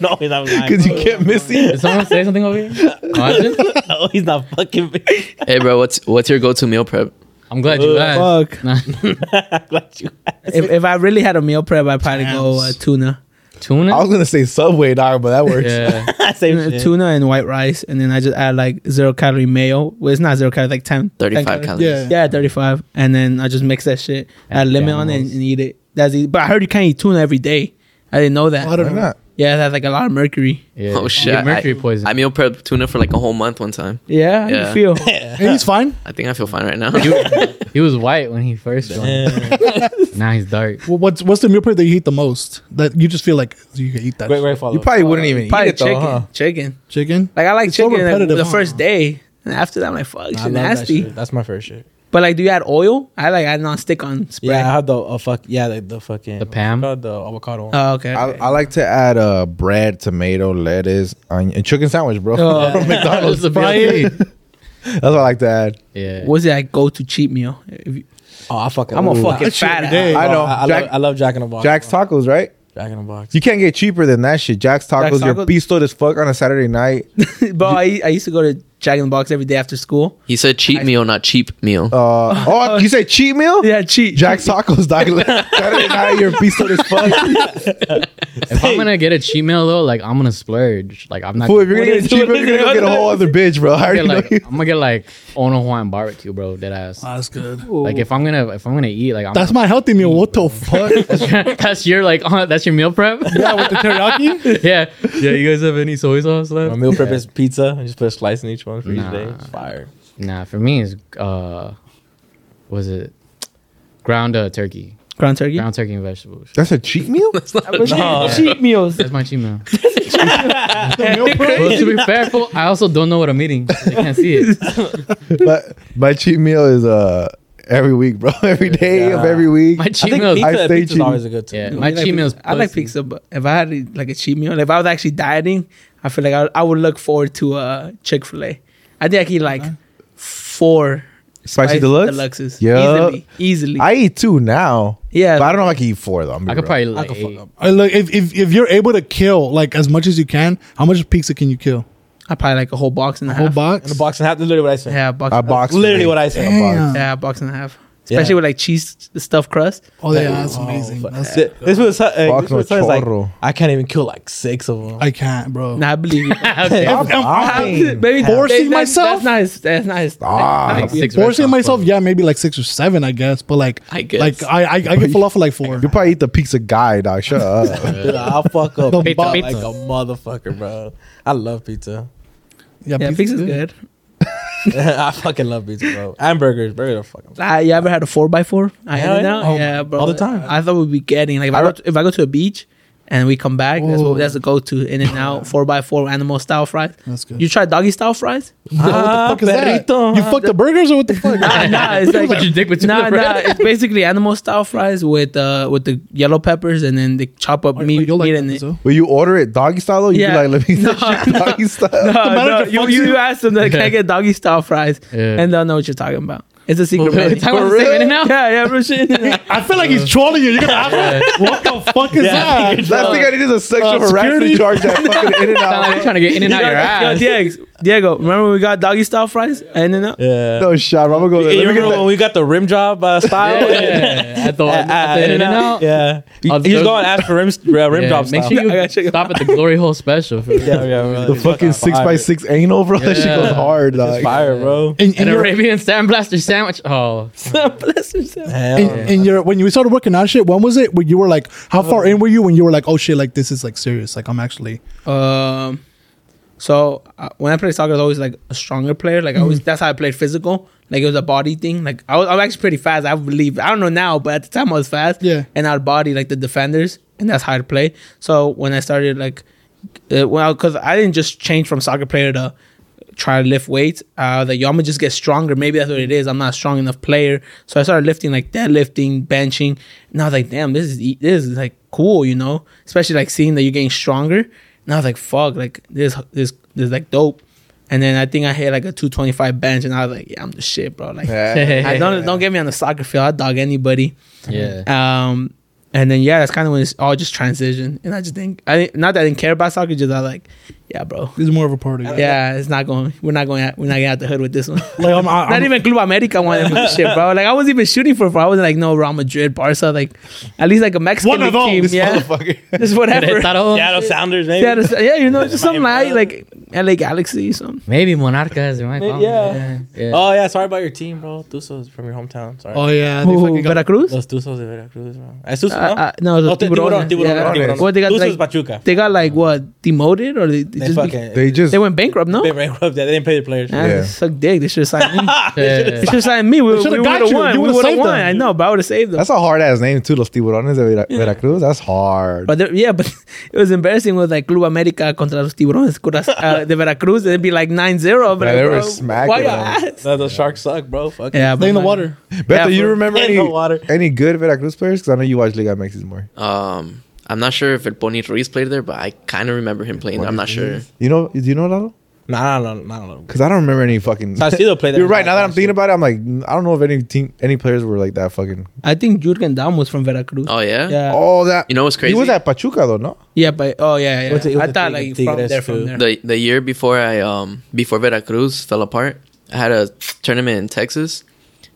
S7: no, he's not lying.
S2: Because you kept missing.
S3: Did someone say something over here? Imagine?
S7: No, he's not fucking.
S4: Hey, bro, what's what's your go-to meal prep?
S3: I'm glad you asked.
S6: Fuck.
S3: Nah,
S7: Glad you
S6: If, if I really had a meal prep, I'd probably go uh,
S5: Damn.
S6: tuna,
S2: I
S3: tuna.
S2: was gonna say Subway, dog, but that works.
S3: Yeah,
S7: asked. Same shit.
S6: tuna and white rice, and then I just add like zero calorie mayo. Well, it's not zero calorie, like 10, 10
S4: Thirty-five
S6: calories.
S4: calories.
S5: Yeah.
S6: Yeah, 35. And then I just mix that shit, add
S3: And
S6: lemon on it and,
S3: animals.
S6: and eat it. That's easy. But I heard you can't eat tuna every day. I didn't know that.
S5: I
S2: Why
S5: don't know.
S2: not?
S6: yeah, that's like a lot of mercury.
S3: yeah.
S4: Oh,
S3: You
S4: shit,
S3: get mercury
S4: I
S3: poison.
S4: meal prep tuna for like a whole month one time.
S6: Yeah, how
S4: Yeah.
S6: you feel?
S5: And he's fine.
S4: I think I feel fine right now.
S3: He was white when he first joined.
S7: Yeah.
S3: Now he's dark.
S5: Well, what's what's the meal prep that you hate the most? That you just feel like you can eat that
S7: Great, great follow.
S2: You probably wouldn't even
S6: Probably
S2: eat it
S6: chicken.
S2: though, huh?
S6: Chicken.
S5: chicken.
S6: Like I like
S5: It's so
S6: chicken like,
S5: repetitive,
S6: the
S5: huh?
S6: first day. And after that, I'm like, fuck,
S7: I
S6: shit,
S7: love that
S6: nasty.
S7: shit. That's my first shit.
S6: But like, do you add oil? I like add non-stick on spread.
S7: Yeah, I have the uh, fuck. Yeah, the, the fucking
S3: The Pam?
S7: what's it called? the avocado. one.
S6: Oh, okay.
S2: I, I like to add uh, bread, tomato, lettuce, onion, and chicken sandwich, bro.
S6: Oh.
S2: From McDonald's.
S3: It's a BLT.
S2: That's what I like to add.
S3: Yeah.
S6: What's that go-to cheat meal? If you-
S7: oh, I fucking.
S6: I'm a
S7: ooh.
S6: fucking
S5: That shit every
S6: fat
S5: day.
S6: ass.
S2: I know.
S7: I, I
S2: Jack-
S7: love, I love Jack in the Box.
S2: Jack's Tacos, right?
S7: Jack in the Box.
S2: You can't get cheaper than that shit. Jack's Tacos,
S6: Jack's
S2: your
S6: Tacos?
S2: pisto as fuck on a Saturday night.
S6: Bro, I, I used to go to Jack in the Box every day after school.
S4: He said cheat meal, not cheap meal.
S2: Uh, oh, you say cheat meal?
S6: Yeah, cheat.
S2: Jack's Tacos, dog. Saturday night, your pisto as fuck.
S3: If I'm gonna get a cheat meal though, like I'm gonna splurge. Like I'm not.
S2: Fool, if
S3: gonna,
S2: you're gonna get cheaper, you're gonna go get a whole other bitch, bro. I
S3: I'm,
S2: already
S3: gonna
S2: know
S3: get,
S2: you.
S3: like, I'm gonna get like Ono Hawaiian barbecue, bro. Dead ass.
S5: Oh, that's good.
S3: Like if I'm gonna if I'm gonna eat, like I'm
S5: That's my healthy meal. What the fuck?
S3: that's your like uh, that's your meal prep.
S5: yeah, with the teriyaki.
S3: yeah. Yeah. You guys have any soy sauce
S7: My
S3: left?
S7: meal prep is pizza. I just put a slice in each one for
S3: Nah.
S7: each day. It's fire.
S3: Nah. For me, it's uh, was it ground uh, turkey,
S6: Ground turkey.
S3: ground turkey and vegetables.
S2: That's a cheat meal?
S7: No.
S6: Cheat meals.
S3: That's my cheat meal. well, to be fair, fool, I also don't know what I'm eating. I can't see it.
S2: my, my cheat meal is uh every week, bro. Every day of every week.
S3: My
S7: I
S3: cheat
S7: think
S3: meal.
S7: pizza,
S2: I stay
S7: pizza's
S2: cheating.
S7: always a good.
S3: Yeah,
S7: time.
S3: my cheat meal.
S6: I like pizza, but if I had like a cheat meal, if I was actually dieting, I feel like I, I would look forward to uh, Chick Fil A. I think I could eat like four
S2: Spicy
S6: spice
S2: deluxe?
S6: deluxes.
S2: Yeah.
S6: easily, easily.
S2: I eat two now.
S6: yeah,
S2: But I don't know if I can eat four though. I'm
S3: I could probably like.
S7: fuck
S3: eight.
S7: up.
S5: I look if, if if you're able to kill like as much as you can, how much pizza can you kill?
S6: I probably like a whole box and a,
S5: A whole
S6: half.
S5: box.
S7: In the box and half. That's literally what I said.
S6: yeah, a box.
S2: a box.
S7: Literally what I said.
S5: Damn.
S6: Yeah, a box and a half. Especially
S7: Yeah.
S6: with like cheese stuffed crust.
S5: Oh yeah, that's amazing.
S7: fuck.
S5: That's-
S7: Th- This was uh,
S2: Fuck
S7: this
S2: no
S7: was like
S2: chorro.
S7: I can't even kill like six of them.
S5: I can't, bro.
S6: Nah, I believe you.
S7: I'm,
S6: Maybe that-
S5: Forcing
S6: that-
S5: myself?
S6: That's not his. That's not his.
S2: Ah.
S3: Like six red
S5: Forcing
S3: sauce
S5: myself,
S3: buckets.
S5: yeah, maybe like six or seven, I guess. But like,
S4: I guess.
S5: like uh, I I, I get full off of like four.
S2: You probably eat the pizza guy, dog. Shut up.
S7: Dude, I'll fuck up
S5: The
S7: pizza
S5: box.
S7: like a motherfucker, bro. I love pizza.
S5: Yeah,
S6: Yeah, pizza's good.
S7: I fucking love pizza, bro. And burgers, burger, fucking.
S6: Ah, you ever had a four by four? I
S7: Hell
S6: had it
S7: yeah.
S6: now.
S7: Oh,
S6: yeah, bro.
S7: all the time.
S6: I thought we'd be getting like if I, go to, if I go to a beach and we come back, that's what, that's the go to in and out four by four animal style fries.
S5: That's good.
S6: You try doggy style fries?
S7: Ah,
S5: What the fuck is that?
S7: perrito.
S5: You fuck the burgers or what the fuck?
S6: Nah, nah, it's like
S3: Put your dick between
S6: nah,
S3: the
S6: nah.
S3: bread.
S6: It's basically animal style fries with uh with the yellow peppers and then they chop up
S5: Like,
S6: meat,
S5: you'll
S6: meat
S5: like
S6: in
S5: that,
S6: it.
S5: so.
S2: Will you order it doggy style though? You
S6: Yeah.
S2: be like, let me
S6: No,
S2: get that shit
S6: no.
S2: doggy
S6: No,
S2: style.
S6: no,
S5: manager
S6: you,
S5: fucks
S6: you
S5: you.
S6: ask them that can I get doggy style fries
S3: Yeah.
S6: and they'll know what you're talking about. It's a secret.
S3: Wait, wait,
S6: menu.
S3: time out, For same real? In-N-Out?
S6: Yeah, yeah, real shit. In-N-Out.
S5: I feel like he's trolling you. You're gonna ask him, what the fuck is that?
S2: Last thing I need is a sexual
S5: Uh,
S2: harassment
S5: security?
S2: charge that fucking in and
S3: Sound like
S2: out.
S3: you're trying to get in and out your
S6: Yo,
S3: ass.
S6: DX, Diego, remember when we got doggy style fries? And then uh,
S7: Yeah.
S2: No shot. I'm gonna go.
S7: You-
S2: There. Let
S7: you
S2: me get
S7: remember when
S2: that.
S7: we got the rim job uh, style?
S3: Yeah, at the,
S7: Uh,
S3: at
S7: uh,
S3: the In-N-Out.
S7: In-N-Out? Yeah. You,
S3: Uh,
S7: you just
S3: those-
S7: go and ask for rim, uh, rim
S3: Yeah,
S7: job
S3: Make
S7: style.
S3: sure you
S6: I gotta check it
S3: stop at the Glory Hole special. For real.
S7: yeah, yeah, bro.
S2: the fucking six by six anal, bro. That shit
S3: Yeah.
S2: goes hard,
S7: It's
S2: dog.
S7: fire, bro.
S5: In, in,
S3: An
S5: your,
S3: Arabian sandblaster sandwich. Oh,
S7: Hell
S5: in, in your when you started working on shit, when was it? When you were like, how far in were you? When you were like, oh shit, like this is like serious. Like I'm actually.
S6: Um, so uh, when I played soccer, I was always like a stronger player. Like I was, that's how I played physical. Like it was a body thing. Like I was, I was actually pretty fast. I believe. I don't know now, but at the time I was fast.
S5: Yeah.
S6: And I'd body like the defenders, and that's how I play. So when I started like, uh, well, because I didn't just change from soccer player to try to lift weights. Uh, like yo, I'm gonna just get stronger. Maybe that's what it is. I'm not a strong enough player. So I started lifting like deadlifting, benching, and I was like, damn, this is e- this is like cool, you know. Especially like seeing that you're getting stronger. And I was like, fuck, like this this this like dope. And then I think I hit like a 225 bench, and I was like, yeah, I'm the shit, bro. Like, I don't don't get me on the soccer field. I dog anybody.
S3: yeah.
S6: Um, and then yeah, that's kind of when it's all just transition. And I just think I didn't- not that I didn't care about soccer, just I like, yeah, bro.
S5: This is more of a party.
S6: Yeah, it's not going. We're not going. Out, we're not getting out the hood with this one.
S5: Like I'm, I, am i
S6: not even Club America wanted this shit, bro. Like I wasn't even shooting for. for- I was like, no, Real Madrid, Barca, like at least like a Mexican
S5: One of
S6: league
S5: those,
S6: team, yeah,
S2: Motherfucker.
S6: just whatever.
S3: Querétaro.
S7: Seattle Sounders, maybe.
S6: Yeah, that's- yeah, you know, just something like like LA Galaxy, something.
S3: Maybe Monarcas. they might call them.
S7: Yeah.
S3: yeah.
S7: Oh yeah, sorry about your team, bro. Tusos from your hometown. Sorry.
S5: oh yeah, they
S6: Who,
S5: fucking got,
S6: Veracruz?
S7: Los Tusos de Veracruz, bro. Es Tusos,
S6: Uh,
S7: no?
S6: uh, no,
S7: Oh,
S6: the
S7: Ti- Tiburones,
S6: Tiburones. Yeah.
S7: Tiburones, Tiburones.
S6: What they got
S7: Tusos
S6: like?
S7: Pachuca.
S6: They got like what demoted or they, they
S7: They
S6: just be-
S7: fucking
S2: They just
S6: they went bankrupt? No,
S7: they bankrupt. They didn't pay their players.
S6: Ah,
S2: Yeah.
S6: suck dick. They should have signed me.
S3: Yeah.
S6: They should have signed me. We,
S5: should've
S6: would
S5: got
S6: have
S5: you.
S6: won.
S5: You
S6: we
S5: would've
S6: would have
S5: saved
S6: won.
S5: them.
S6: I know, but I would have saved them.
S2: That's a hard ass name too. Los Tiburones de Vera- Veracruz. That's hard.
S6: But there- yeah, but it was embarrassing with like Club America contra los Tiburones Curaz- uh, de Veracruz. It'd be like 9-0. But
S2: Yeah,
S6: like,
S2: they were
S6: bro,
S2: smacking
S6: why your
S2: them.
S6: ass?
S7: No, the Sharks suck, bro. Fuck.
S6: Yeah,
S5: they in the
S6: but-
S5: water.
S2: Beth,
S6: Yeah,
S2: you
S6: for-
S2: remember
S7: In
S2: any,
S7: the water.
S2: any good Veracruz players? Because I know you watch Liga MX more.
S4: Um, I'm not sure if El Pony Ruiz played there, but I kind of remember him playing there. I'm not sure.
S2: You know? Do you know Lalo?
S7: Nah, I don't know. I don't know.
S2: Because I don't remember any fucking.
S7: Salcido played.
S2: You're right. Now that I'm thinking about it, I'm like, I don't know if any team, any players were like that fucking.
S6: I think Jurgen Damm was from Veracruz.
S4: Oh yeah.
S6: Yeah,
S2: Oh, that.
S4: You know what's crazy?
S2: He was at Pachuca though, no?
S6: yeah, but oh yeah, yeah.
S7: What's it- what's
S6: I thought
S7: it-
S6: like
S7: Tigres
S6: from there,
S7: too.
S6: from there.
S4: the the year before I um before Veracruz fell apart, I had a tournament in Texas,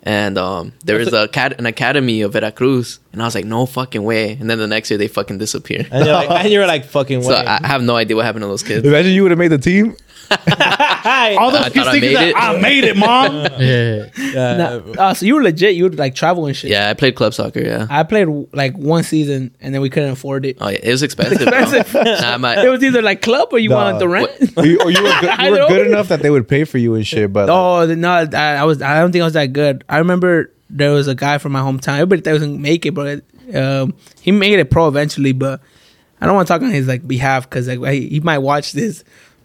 S4: and um there was a cat an academy of Veracruz, and I was like, no fucking way. And then the next year they fucking disappear.
S7: And you're like, and you're like fucking.
S4: So I, I have no idea what happened to those kids.
S2: Imagine you would have made the team.
S5: All
S4: I
S5: those
S4: thought
S5: kids
S4: I
S5: thinking
S4: made
S5: that
S4: it.
S5: I made it, mom.
S3: yeah.
S7: yeah,
S6: Nah, uh, so you were legit. You would like travel and shit.
S4: Yeah, I played club soccer. Yeah.
S6: I played like one season and then we couldn't afford it.
S4: Oh yeah, it was expensive. bro. nah, my,
S6: It was either like club or you
S2: Nah.
S6: wanted the rent.
S2: or you or you were good, you
S6: I
S2: were good
S6: know.
S2: enough that they would pay for you and shit. But like,
S6: Oh the- no, I, I was. I don't think I was that good. I remember there was a guy from my hometown. Everybody thought he was gonna make it, but um, he made it pro eventually. But I don't want to talk on his like behalf because like he, he might watch this.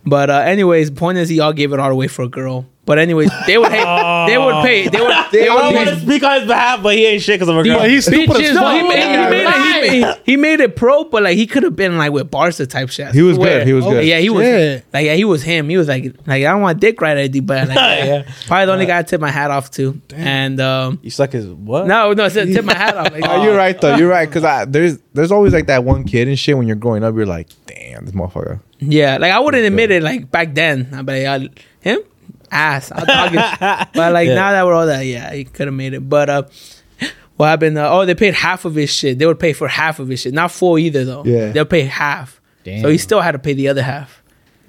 S6: But uh, anyways, point is, he all gave it all away for a girl. But anyways, they would hate. they would pay. They would. They
S7: I
S6: would.
S7: don't want to
S6: pay-
S7: speak on his behalf, but he ain't shit because I'm a girl.
S5: But he's stupid as
S3: Bitches,
S6: No, he
S5: fuck.
S6: made, he, made it, he, made, he made it pro, but like he could have been like with Barca type shit. I
S2: He was
S6: swear.
S2: good, he was good.
S6: Yeah, he was.
S5: Shit.
S6: Like yeah, he was him. He was like like I don't want dick right ID, but like,
S7: Yeah.
S6: probably the only guy I tip my hat off to. And um,
S7: You suck his what?
S6: No, no, I said tip my hat off. Like,
S2: Oh, you're right though. You're right because I there's there's always like that one kid and shit when you're growing up. You're like, damn, this motherfucker.
S6: Yeah, like I wouldn't admit it like back then. I'd be like, "I'll- him? Ass. I'll talk it. But like
S7: Yeah.
S6: now that we're all that, yeah, he could have made it. But uh, what happened? Uh, oh, they paid half of his shit. They would pay for half of his shit. Not full either though.
S2: Yeah.
S6: They'll pay half.
S3: Damn.
S6: So he still had to pay the other half.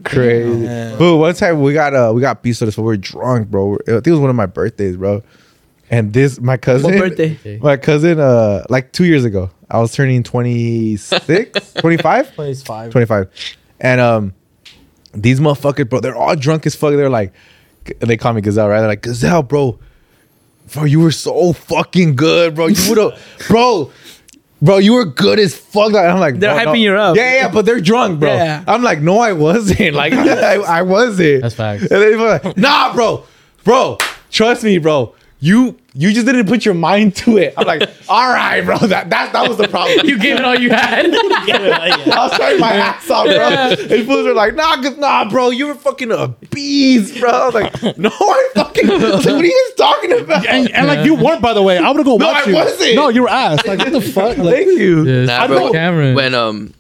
S2: crazy. But one time we got uh we got pizza. So we were drunk, bro. I think it was one of my birthdays, bro. And this my cousin.
S6: birthday?
S2: My cousin. Uh, like two years ago, I was turning 26, 25?
S7: Plays five.
S2: 25. And um, these motherfuckers, bro, they're all drunk as fuck. They're like, they call me Gazelle, right? They're like, Gazelle, bro, bro, you were so fucking good, bro. You would have, bro. Bro, you were good as fuck. Like, I'm like,
S6: They're
S2: "Bro, no."
S6: hyping you up.
S2: Yeah, yeah, but they're drunk, bro.
S6: Yeah.
S2: I'm like, no, I wasn't. Like, I, I wasn't.
S3: That's facts.
S2: And they were like, nah, bro, bro, trust me, bro. You you just didn't put your mind to it. I'm like, all right, bro. That that, that was the problem.
S3: You gave it all you had.
S2: I was trying my ass off, bro. And fools are like, nah, 'cause- nah, bro, you were fucking a beast, bro. I was like, no, I fucking. I was like, what are you guys talking about?
S5: And, and like you weren't, by the way. I would have go
S2: No,
S5: watch
S2: I
S5: you.
S2: wasn't.
S5: No, you were ass. Like what the fuck? Like,
S2: Thank you.
S3: Yeah,
S4: nah,
S3: it's
S4: bro,
S3: Cameron.
S4: When um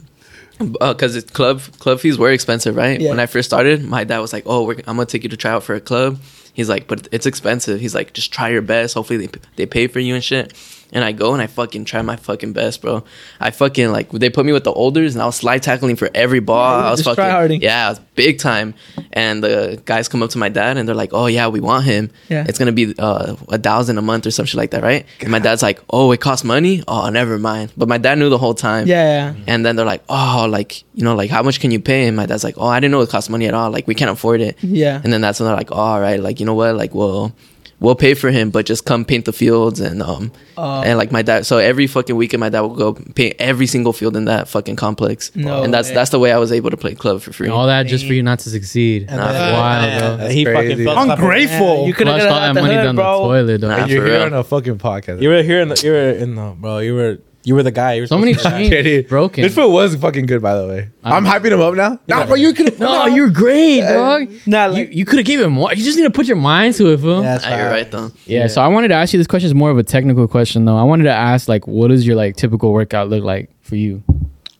S4: because it's club club fees were expensive, right? When I first started, my dad was like, "Oh, we're, I'm gonna take you to try out for a club." He's like, "But it's expensive." He's like, "Just try your best. Hopefully they they pay for you and shit." And I go and I fucking try my fucking best, bro. I fucking like they put me with the olders and I was slide tackling for every ball. I was
S7: just
S4: fucking
S7: tryharding.
S4: yeah, I was big time. And the guys come up to my dad and they're like, "Oh yeah, we want him.
S6: Yeah.
S4: It's gonna be uh, a thousand a month or some shit like that, right?" And my dad's like, "Oh, it costs money. Oh, never mind." But my dad knew the whole time.
S6: Yeah, yeah.
S4: And then they're like, oh, like, you know, like, how much can you pay? And my dad's like, oh, I didn't know it cost money at all. Like, we can't afford it.
S6: Yeah.
S4: And then that's when they're like, all right, like, you know what? Like, we'll, we'll pay for him, but just come paint the fields. And, um,
S6: Oh.
S4: and like my dad, so every fucking weekend, my dad would go paint every single field in that fucking complex.
S6: No
S4: and that's,
S6: way.
S4: that's the way I was able to play club for free.
S3: And all that just for you not to succeed. That's
S4: then-
S3: wild, bro.
S2: That's
S7: he
S2: crazy.
S7: fucking felt something.
S5: Ungrateful.
S6: you could have
S3: Flushed all
S6: got
S3: that
S6: that
S3: money
S6: money
S3: down
S6: bro.
S3: the toilet, though.
S4: Nah,
S2: And you're
S4: for
S2: here
S4: real.
S2: on a fucking podcast.
S7: You were here in the. You were in the. Bro, you were. You were the guy. You were
S3: So many
S7: supposed to-
S3: chains broken.
S2: This food was fucking good, by the way. I'm hyping him up now. Nah, bro, you could.
S3: No, you're great, dog.
S6: Nah,
S3: you
S6: like-
S3: you could have given more. You just need to put your mind to it, fool.
S7: Yeah,
S3: Yeah.
S7: that's
S4: Nah, you're
S7: fine.
S4: right, though.
S3: So I wanted to ask you this question. is more of a technical question, though. I wanted to ask, like, what does your like typical workout look like for you?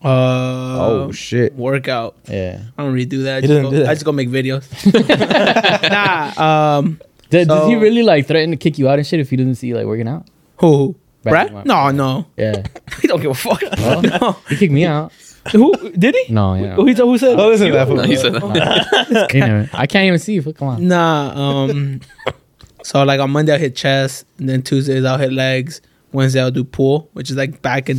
S6: Uh, oh
S2: Oh shit.
S6: workout.
S3: Yeah.
S6: I don't really do that. I
S7: He
S6: just,
S7: doesn't
S6: go,
S7: do that.
S6: I just go make videos. nah, um,
S3: Does, does he
S6: So-
S3: really like threaten to kick you out and shit if he doesn't see you like working out?
S6: who?
S3: Brad?
S6: Brad? No, no,
S3: Yeah.
S6: he don't give a fuck. no,
S3: He kicked me out.
S6: who did he?
S3: No, yeah.
S6: Who, he told- who said?
S2: Oh, listen to that
S4: No, he
S2: fool.
S4: said that.
S3: You know, I can't even see. fool. Come on.
S6: Nah. Um. so like on Monday I will hit chest, and then Tuesdays I'll hit legs. Wednesday I'll do pull, which is like back and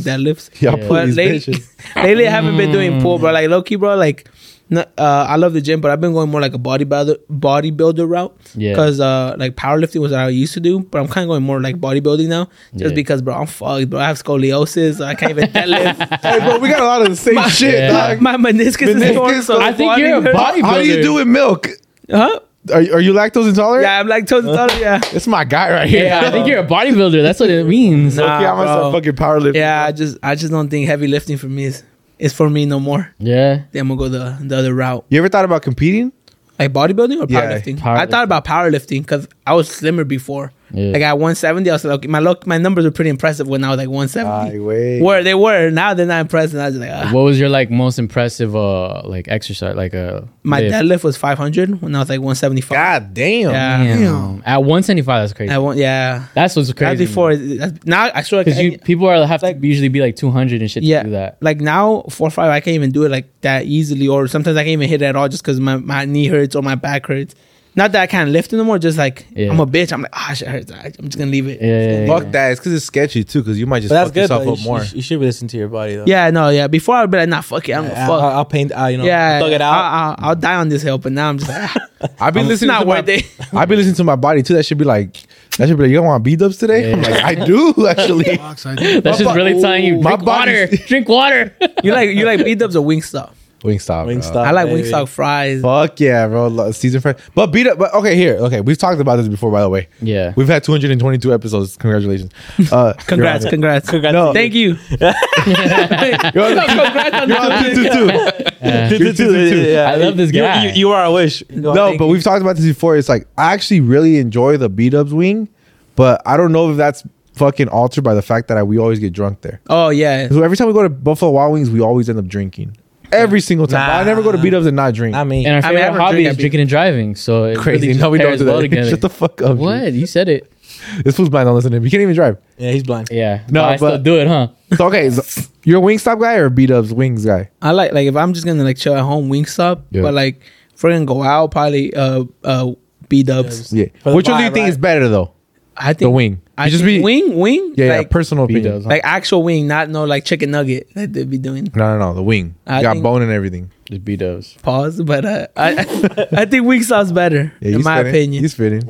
S6: deadlifts.
S2: Y'all
S3: Yeah.
S2: pull
S6: But
S2: these
S6: lately,
S2: bitches.
S6: lately I haven't been doing pull,
S3: Mm.
S6: bro. Like low key, bro. Like, n- uh, I love the gym, but I've been going more like a bodybuilder bodybuilder route.
S3: Yeah.
S6: Because uh, like powerlifting was what I used to do, but I'm kind of going more like bodybuilding now, just
S3: Yeah.
S6: because, bro, I'm fucked, bro. I have scoliosis, I can't even deadlift.
S2: Hey, bro, we got a lot of the same shit,
S3: Yeah.
S2: dog.
S6: My meniscus is torn.
S2: Meniscus,
S6: So
S3: I think you're a
S6: bodybuilder-
S2: How do you do with milk?
S6: Huh?
S2: Are, you- are you lactose intolerant?
S6: Yeah, I'm like totally, totally yeah.
S2: It's my guy right here.
S3: Yeah, I think you're a bodybuilder. That's what it means.
S6: Nah,
S2: Okay, I'm gonna
S6: bro.
S2: start fucking powerlifting.
S6: Yeah, I just I just don't think heavy lifting for me is is for me no more.
S3: Yeah.
S6: Then I'm gonna go the, the other route,
S2: You ever thought about competing?
S6: like bodybuilding or
S2: Yeah,
S6: powerlifting. I
S3: powerlifting.
S6: thought about powerlifting because I was slimmer before.
S3: Yeah.
S6: Like at 170, I was like, okay, my look, my numbers were pretty impressive when I was like 170.
S2: I wait.
S6: Where they were now, they're not impressive. I was like, ah.
S3: What was your like most impressive uh like exercise like uh
S6: my
S3: lift?
S6: deadlift was 500 when I was like 175.
S2: God damn.
S6: yeah,
S3: Damn. At 175, that's crazy.
S6: I won't. Yeah,
S3: that's what's crazy.
S6: that's before. That's, now I swear, I
S3: because
S6: can,
S3: you people are have to usually be like 200 and shit
S6: yeah,
S3: to do that.
S6: like now four or five, I can't even do it like that easily, or sometimes I can't even hit it at all just because my, my knee hurts or my back hurts. Not that I can't lift anymore, just like
S3: Yeah.
S6: I'm a bitch. I'm like, ah, shit hurts. I- I'm just gonna leave it.
S3: Yeah, yeah, yeah.
S2: Fuck that. It's because it's sketchy too. Because you might just
S7: But that's
S2: fuck
S7: good.
S2: yourself
S7: though. You,
S2: up
S7: sh-
S2: more.
S7: you sh- you should listen to your body though.
S6: Yeah, no, yeah. Before I'd be like, nah, fuck it, I'm gonna
S7: I,
S6: fuck.
S7: will I'll paint. I'll, you know.
S6: yeah,
S7: Thug it out.
S6: I'll, I'll, I'll die on this hill, but now I'm just like, ah,
S2: I've been
S6: it's
S2: listening.
S6: not
S2: to my,
S6: worth it.
S2: I've been listening to my body too. That should be like. That should be like. You don't want B dubs today? I'm like, I do actually.
S5: Box, I do.
S3: That's just
S2: bo-
S3: really telling you.
S2: My
S3: Drink water.
S2: body's-
S3: drink water.
S6: You like you like beat ups or Wingstop?
S2: Wingstop. bro.
S7: Wingstop,
S6: I like
S7: baby.
S6: Wingstop fries.
S2: Fuck yeah, bro. Lo- Season fresh. But beat up. But okay, here. Okay, we've talked about this before. By the way,
S3: Yeah.
S2: we've had 222 episodes. Congratulations. Uh,
S6: Congrats, congrats, congrats.
S2: No.
S6: Thank you.
S2: You're on, you're on 222. You're 222.
S7: Yeah.
S3: I love this
S7: You-
S3: guy.
S7: You, you are a wish.
S2: No, but we've talked about this before. It's like I actually really enjoy the beat ups wing, but I don't know if that's fucking altered by the fact that I, we always get drunk there.
S6: Oh yeah,
S2: So every time we go to Buffalo Wild Wings, we always end up drinking. Every single time. But I never go to beat ups and not drink.
S7: I mean,
S3: And our
S6: I mean,
S3: favorite
S6: I don't
S3: hobby
S6: drink, I
S3: is
S6: be-
S3: drinking and driving. So it
S2: crazy.
S3: Really just
S2: no, we don't
S3: pairs
S2: do
S3: Well
S2: that.
S3: together.
S2: Shut the fuck up. dude.
S3: what you said it.
S2: This fool's blind. Don't listen to him. He can't even drive.
S7: yeah, he's blind.
S3: Yeah.
S2: No,
S3: No, I still
S2: but-
S3: do it, huh?
S2: So, okay, so you're a Wingstop guy or beat ups wings guy?
S6: I like like if I'm just gonna like chill at home, Wingstop.
S2: Yeah.
S6: But like if we're gonna go out, probably uh uh B Dubs.
S2: Yeah.
S7: For the
S2: Which one do
S7: vibe,
S2: you think
S7: right?
S2: is better though?
S6: I think
S2: The wing.
S6: I
S2: You
S6: just be wing wing.
S2: Yeah, yeah.
S6: like,
S2: Personal opinion.
S3: B-dubs, huh?
S6: like actual wing, not no like chicken nugget that they be doing.
S2: No, no, no. The wing.
S6: I
S2: You got
S6: think-
S2: bone and everything.
S3: Just B dubs.
S6: Pause, but uh, I I think Wingstop's better
S2: Yeah,
S6: in
S2: he's
S6: my
S2: fitting.
S6: opinion.
S2: he's fitting.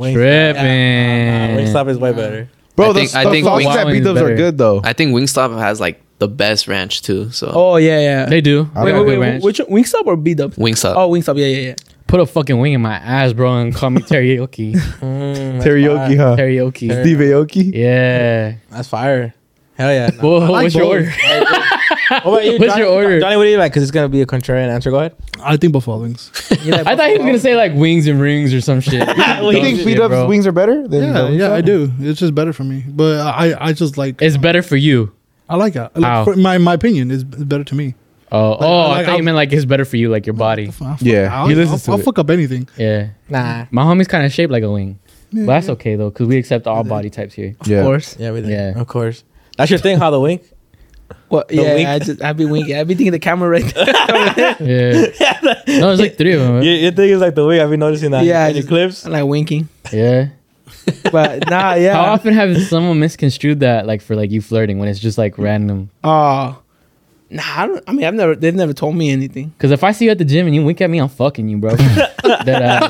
S3: Tripping.
S7: Wingstop is way better.
S2: Bro,
S4: I think-
S2: those,
S4: I
S2: those
S4: think
S2: sauces
S3: Wild
S2: at
S3: Wings
S2: beat ups
S3: better.
S2: are good though.
S4: I think Wingstop has like the best ranch too. So
S6: oh yeah yeah.
S3: They do.
S2: I
S3: They got
S6: wait wait
S3: good
S6: wait,
S3: ranch.
S6: which Wingstop or B Dubs?
S4: Wingstop.
S6: Oh Wingstop yeah yeah yeah.
S3: Put a fucking wing in my ass, bro, and call me teriyaki.
S2: Teriyaki, huh?
S3: teriyaki.
S2: Steve Aoki.
S3: Yeah.
S7: That's fire. Hell yeah. No.
S3: Whoa, what's your
S7: both.
S3: order?
S7: What about you,
S3: What's
S7: Johnny?
S3: your order?
S7: Johnny, what do you like? Because it's gonna be a contrarian answer. Go ahead.
S5: I think Buffalo Wings.
S6: You like
S3: I thought he was gonna say like wings and rings or some shit.
S2: You think beat ups wings are better than the
S5: Yeah,
S2: wing
S5: yeah,
S2: stop?
S5: I do. It's just better for me. But I, I just like
S3: It's better for you.
S5: I like it.
S3: How?
S5: Like, for my my opinion is better to me.
S3: Oh, oh, I
S5: like,
S3: thought
S5: I'll-
S3: you meant like it's better for you, like your body.
S5: Fuck, I'll-
S2: Yeah,
S5: I'll,
S2: he listens to
S5: I'll, I'll
S2: it.
S5: fuck up anything.
S3: Yeah,
S7: Nah.
S3: my homie's kind of shaped like a wing, but that's okay though, cause we accept all body types here.
S2: yeah.
S6: Of course.
S7: Yeah, we did.
S3: Yeah.
S7: Of course. That's your thing, how the wink?
S6: Well,
S7: The wink.
S6: yeah, I just I'd be winking. I'd be thinking the camera right there.
S3: Yeah, no, it's like three of them.
S7: Your, your thing is like the wink. I've been noticing that.
S6: Yeah, I
S7: In your
S6: just-
S7: clips.
S6: like winking.
S3: Yeah.
S6: But nah,
S3: How
S6: yeah.
S3: often have someone misconstrued that, like for like you flirting, when it's just like random?
S6: Oh, nah. I, don't, I mean, I've never. They've never told me anything.
S3: Because if I see you at the gym and you wink at me, I'm fucking you, bro. that,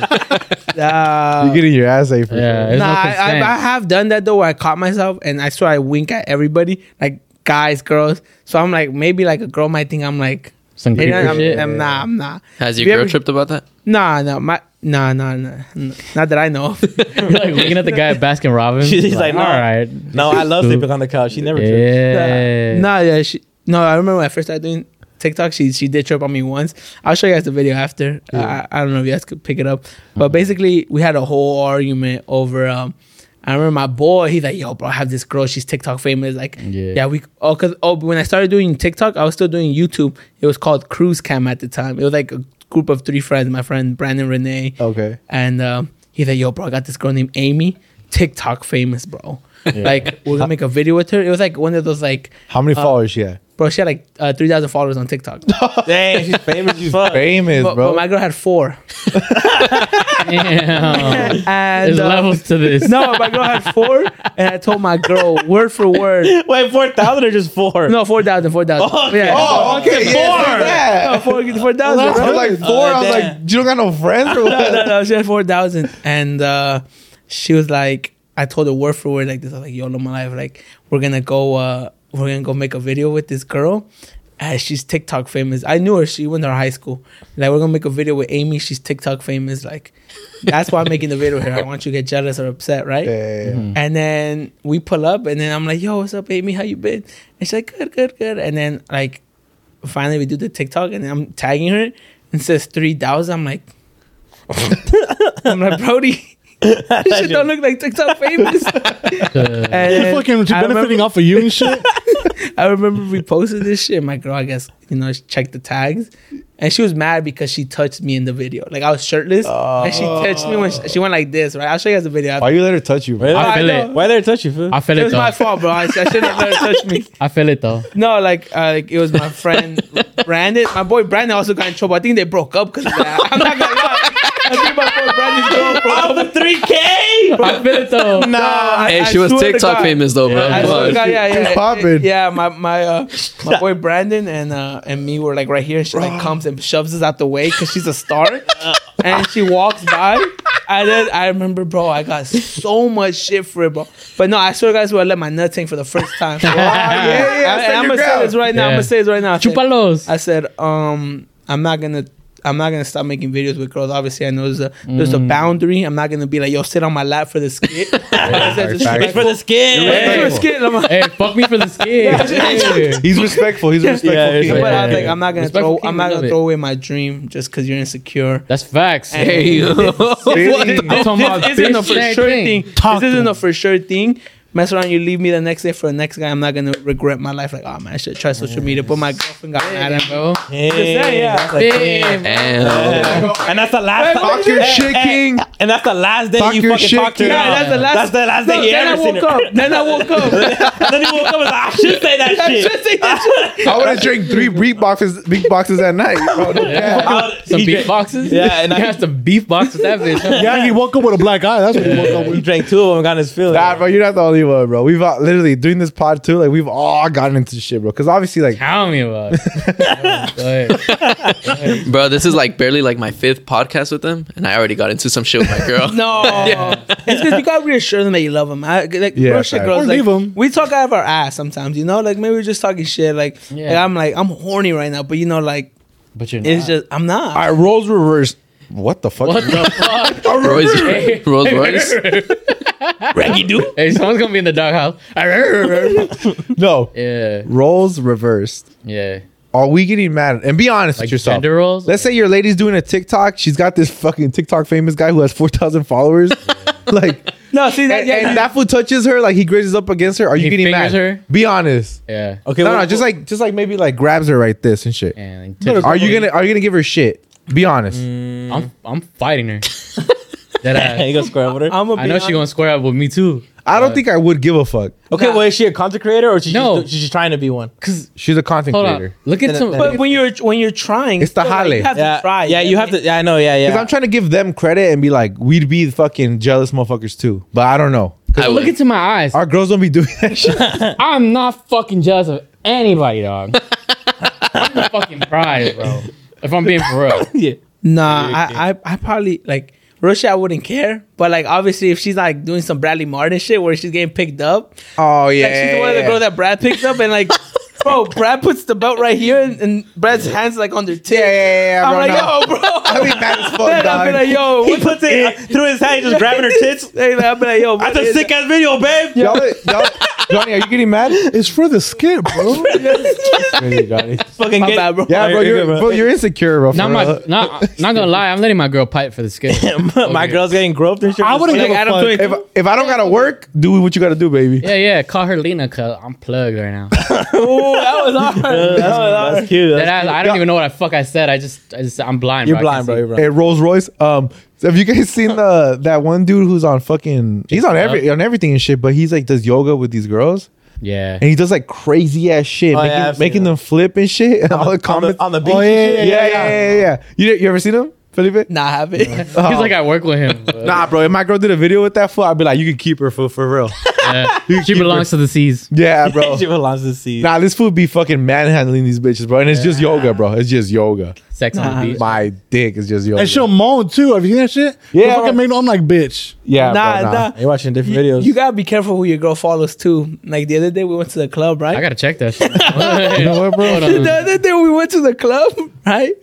S3: uh,
S6: Uh,
S2: You're getting your ass ate for
S3: Yeah.
S2: sure.
S3: There's
S6: nah,
S3: no
S6: I, I,
S3: consent.
S6: I have done that though, where I caught myself and I swear I wink at everybody, like guys, girls. So I'm like, maybe like a girl might think I'm like,
S3: some
S6: hey,
S3: creepy
S6: nah, I'm,
S3: shit.
S6: I'm- nah, I'm not.
S4: Has your
S6: You
S4: girl
S6: ever-
S4: tripped about that?
S6: Nah, nah, my, nah, nah, nah, nah, not that I know. of.
S3: You're like winking at the guy at Baskin Robbins.
S7: She's like, nah.
S3: all right.
S7: No, I love sleeping on the couch. She never trips.
S3: Yeah.
S6: Nah, yeah, she, no, I remember when I first started doing TikTok, she she did trip on me once. I'll show you guys the video after. I, I don't know if you guys could pick it up, but basically we had a whole argument over. Um, I remember my boy, he's like, "Yo, bro, I have this girl. She's TikTok famous. Like,
S3: Yeah.
S6: yeah, we oh, cause oh, but when I started doing TikTok, I was still doing YouTube. It was called Cruise Cam at the time. It was like a group of three friends, my friend Brandon, Renee,
S2: Okay.
S6: and um, he's like, "Yo, bro, I got this girl named Amy, TikTok famous, bro. Like, we're gonna make a video with her." It was like one of those like,
S2: How many followers she had?
S6: bro, she had like uh, three thousand followers on TikTok, but,
S7: Damn, she's famous as
S1: uh,
S7: fuck.
S2: Famous,
S6: but
S2: bro.
S6: my girl had four.
S3: Damn.
S6: And
S3: There's
S6: uh,
S3: levels to this.
S6: no, my girl had four, and I told my girl word for word.
S7: Wait, 4,000 or just four?
S6: No, four thousand, four thousand.
S7: Oh,
S6: yeah.
S2: oh, okay. Four. Yeah,
S6: No, four, four thousand.
S2: I was like four. I was
S7: damn.
S2: like, you don't got no friends or
S6: no, no,
S2: what?
S6: no. She had four thousand, and uh, she was like, I told her word for word like this. I was like, "Yo, my life, like we're gonna go, uh, we're gonna go make a video with this girl." Uh, she's TikTok famous. I knew her. She went to our high school. Like we're gonna make a video with Amy. She's TikTok famous. Like that's why I'm making the video here. I want you to get jealous or upset, right?
S2: Damn.
S6: And then we pull up, and then I'm like, "Yo, what's up, Amy? How you been?" And she's like, "Good, good, good." And then like, finally we do the TikTok, and I'm tagging her, and it says three thousand. I'm like, I'm like, Brody, this shit don't look like TikTok famous. and
S5: You're fucking
S6: I
S5: benefiting
S6: remember,
S5: off of you and shit.
S6: I remember we posted this shit. My girl, I guess you know, she checked the tags, and she was mad because she touched me in the video. Like I was shirtless, and she
S5: Oh.
S6: touched me when she, she went like this. Right? I'll show you guys the video.
S2: Why
S6: After.
S2: you let her touch you, bro?
S7: Really?
S3: I feel
S6: I
S3: it.
S6: know.
S7: Why did it touch you, fool?
S3: I feel
S6: It
S3: it
S6: was my
S3: though.
S6: fault, bro. I, I shouldn't have let her touch me.
S3: I feel it though.
S6: No, like uh, like it was my friend Brandon. My boy Brandon also got in trouble. I think they broke up because I'm not gonna lie. I think my boy Brandon's girl broke up.
S7: the 3K?
S3: I feel it though.
S6: Nah, I,
S4: Hey,
S6: I
S4: she was
S6: swear to
S4: TikTok
S6: God.
S4: famous though, bro.
S6: I
S4: Come
S6: swear to
S4: on.
S6: God, yeah,
S2: She's
S6: yeah,
S2: popping.
S6: yeah. My my uh, my boy Brandon and uh, and me were like right here. She like comes and shoves us out the way because she's a star, and she walks by. And then I remember, bro, I got so much shit for it, bro. But no, I swear, guys, where I let my nuts hang for the first time.
S2: yeah, yeah, stand
S6: I'm
S2: your
S6: gonna say
S2: ground.
S6: this right now. I'm
S3: Yeah.
S6: gonna say this right now. I said-
S3: Chupalos.
S6: I said, um, I'm not gonna. I'm not gonna stop making videos with girls. Obviously, I know there's a there's a boundary. I'm not gonna be like, yo, sit on my lap for the skit. I said, just
S2: Sorry,
S6: like,
S7: For the skin.
S6: "Sit on the skit." I'm like-
S3: Hey, fuck me for the skin. Yeah.
S2: He's respectful. He's a respectful.
S7: Yeah,
S2: kid.
S7: yeah,
S6: But I was
S3: Yeah.
S6: like, I'm not gonna
S3: Respectful
S6: throw.
S3: kid,
S6: I'm
S3: we
S6: not
S3: love
S6: gonna
S3: it.
S6: throw away my dream just because you're insecure.
S3: That's facts.
S6: Hey,
S3: I'm talking about
S6: this isn't a for
S3: bitch
S6: sure
S3: thing.
S6: thing. This isn't a for sure thing. Mess around, you leave me the next day for the next guy. I'm not gonna regret my life. Like, oh man, I should try social media. But my girlfriend got mad at me.
S3: bro.
S6: yeah.
S7: That's a king.
S6: Oh.
S4: Damn.
S7: And that's the last
S2: Talk your shit, King.
S7: And that's the last day
S2: Talk
S7: you
S2: your
S7: fucking
S2: shit,
S7: talked to her.
S2: kid.
S6: Yeah, that's the last.
S7: That's the last
S6: No,
S7: day you
S6: then I
S7: ever seen
S6: woke up.
S7: her.
S6: Then I woke up.
S7: Then he woke up and was like, I should say that
S6: I
S7: shit.
S6: should say that shit.
S2: I would have drank three beat boxes, big boxes at night. bro. No cap.
S7: I-
S3: Some
S7: he
S3: beef
S7: drank-
S3: boxes.
S7: Yeah, and
S3: you
S7: I-
S3: have to beef box with that bitch. huh?
S5: Yeah, he woke up with a black eye. That's what he woke up
S7: He
S5: with.
S7: drank two of them and got in his feelings.
S2: Nah, bro, you're not the only one, bro. We've all, literally doing this pod too. Like we've all gotten into shit, bro. Because obviously, like
S3: Tell me about it. Like,
S4: Bro, this is like barely like my fifth podcast with them, and I already got into some shit with my girl.
S6: No, it's because you gotta reassure them that you love them. I, like,
S2: Yeah,
S6: real shit,
S2: facts.
S6: girls.
S5: Or
S6: like,
S5: leave 'em.
S6: We talk out of our ass sometimes, you know. Like maybe we're just talking shit. Like,
S3: Yeah.
S6: like, I'm like I'm horny right now, but you know, like
S3: But you're not.
S6: it's just I'm not.
S2: our roles reversed. What the fuck?
S3: what the fuck?
S4: Rolls Rolls Royce.
S7: Reggie do?
S3: Hey, someone's gonna be in the doghouse.
S2: no,
S3: Yeah,
S2: roles reversed.
S3: yeah.
S2: are we getting mad? And be honest
S3: Like
S2: with yourself.
S3: gender roles?
S2: Let's say your lady's doing a TikTok. She's got this fucking TikTok famous guy who has four thousand followers. like,
S6: No, see that.
S2: and,
S6: Yeah,
S2: and that fool touches her. Like he grazes up against her. Are you
S3: He
S2: getting mad?
S3: fingers her?
S2: Be honest.
S3: Yeah.
S7: Okay,
S2: no,
S7: what-
S2: no, just like, just like maybe like grabs her right this and shit.
S3: And
S2: Are you gonna, are you gonna give her shit? Be honest.
S3: Mm. I'm
S7: Mm-hmm.
S3: I'm fighting her. that I,
S7: you gonna square up with her?
S6: I'm gonna
S3: I
S6: be
S3: know she gonna square up with me too.
S2: I don't think I would give a fuck.
S7: okay, well, is she a content creator or she's
S3: No.
S7: just, she's just trying to be one?
S2: She's a content
S3: Hold
S2: creator.
S3: on. Look at
S7: Then-
S3: some.
S7: then-
S6: But when you're when you're trying,
S2: It's the
S6: like,
S2: highlight.
S6: You have
S7: Yeah,
S6: to try.
S7: Yeah, you have to. Yeah, I know. Yeah,
S2: Because
S7: yeah.
S2: I'm trying to give them credit and be like, we'd be the fucking jealous motherfuckers too. But I don't know.
S3: I look into my eyes.
S2: Our girls don't be doing that shit.
S3: I'm not fucking jealous of anybody, dog. I'm the fucking prize, bro. If I'm being for real.
S6: Nah, I, I I probably like Russia. I wouldn't care, but like obviously, if she's like doing some Bradley Martin shit where she's getting picked up,
S2: Oh yeah,
S6: like she's the one of the
S2: yeah,
S6: girl that Brad picks up and like. Bro, Brad puts the belt right here, and, and Brad's hands like on their
S2: yeah,
S6: tip.
S2: yeah, yeah,
S6: I'm
S2: bro,
S6: like,
S2: no.
S6: yo, bro.
S2: I'd be mad as fuck,
S6: I'd be
S2: dog.
S6: like, yo,
S7: Oh, he
S6: what
S7: puts it through his hand, just grabbing her tits.
S6: Hey, man, I'd be like, yo, what
S7: That's a
S6: is
S7: sick ass video, babe.
S2: y'all, y'all, Johnny, are you getting mad?
S5: It's for the skit, bro.
S2: Really, Johnny.
S7: Fucking
S6: My
S7: get-
S6: bad, bro.
S2: Yeah, bro, you're, bro, you're insecure, bro. for
S3: Not my,
S2: real.
S3: not, not gonna lie, I'm letting my girl pipe for the skin.
S7: my
S3: Okay.
S7: girl's getting groped and shit.
S6: I wouldn't
S7: Like,
S6: give a
S7: don't
S6: fuck.
S7: think-
S2: If if I don't gotta work, do what you gotta do, baby.
S3: Yeah, yeah, call her Lena, cause I'm plugged right now.
S6: Ooh, that was hard.
S7: That's, that's cute.
S3: That
S7: That's-
S3: ass, I don't even know what the fuck I said. I just, I just, I'm blind.
S7: you're
S3: bro. I can't
S7: blind, bro.
S3: see.
S7: You're blind.
S2: Hey, Rolls Royce. Um, have you guys seen the that one dude who's on fucking? He's on every on everything and shit, but he's like does yoga with these girls.
S3: Yeah.
S2: and he does like crazy ass shit,
S7: Oh, yeah,
S2: making,
S7: I've seen
S2: making
S7: that.
S2: them flip and shit. And all the comments
S7: on the beach
S2: Oh,
S7: and
S2: yeah, yeah,
S7: shit?
S2: yeah,
S7: Yeah,
S2: yeah,
S7: yeah.
S2: yeah, yeah. You you ever seen him, Felipe?
S6: Nah, I haven't.
S2: Oh.
S3: He's like, I work with him. bro.
S2: Nah, bro. If my girl did a video with that fool, I'd be like, you can keep her fool for real.
S3: Yeah.
S2: You can
S3: She
S2: keep
S3: belongs to the seas.
S2: her. Yeah, bro.
S7: She belongs to see.
S2: Nah, this fool be fucking manhandling these bitches, bro. And it's just yoga, bro. It's just yoga.
S3: Sex on the beach.
S2: My dick is just yoga.
S5: and she'll moan too. Have you seen that shit?
S2: Yeah,
S5: The
S2: bro.
S5: Fucking make, I'm like, bitch.
S2: yeah,
S6: nah,
S2: bro,
S6: nah.
S7: You're watching different
S6: You-
S7: videos.
S6: You gotta be careful who your girl follows too. Like the other day we went to the club, right?
S3: I gotta check that. Shit.
S2: You know what, bro?
S6: the other day we went to the club, right?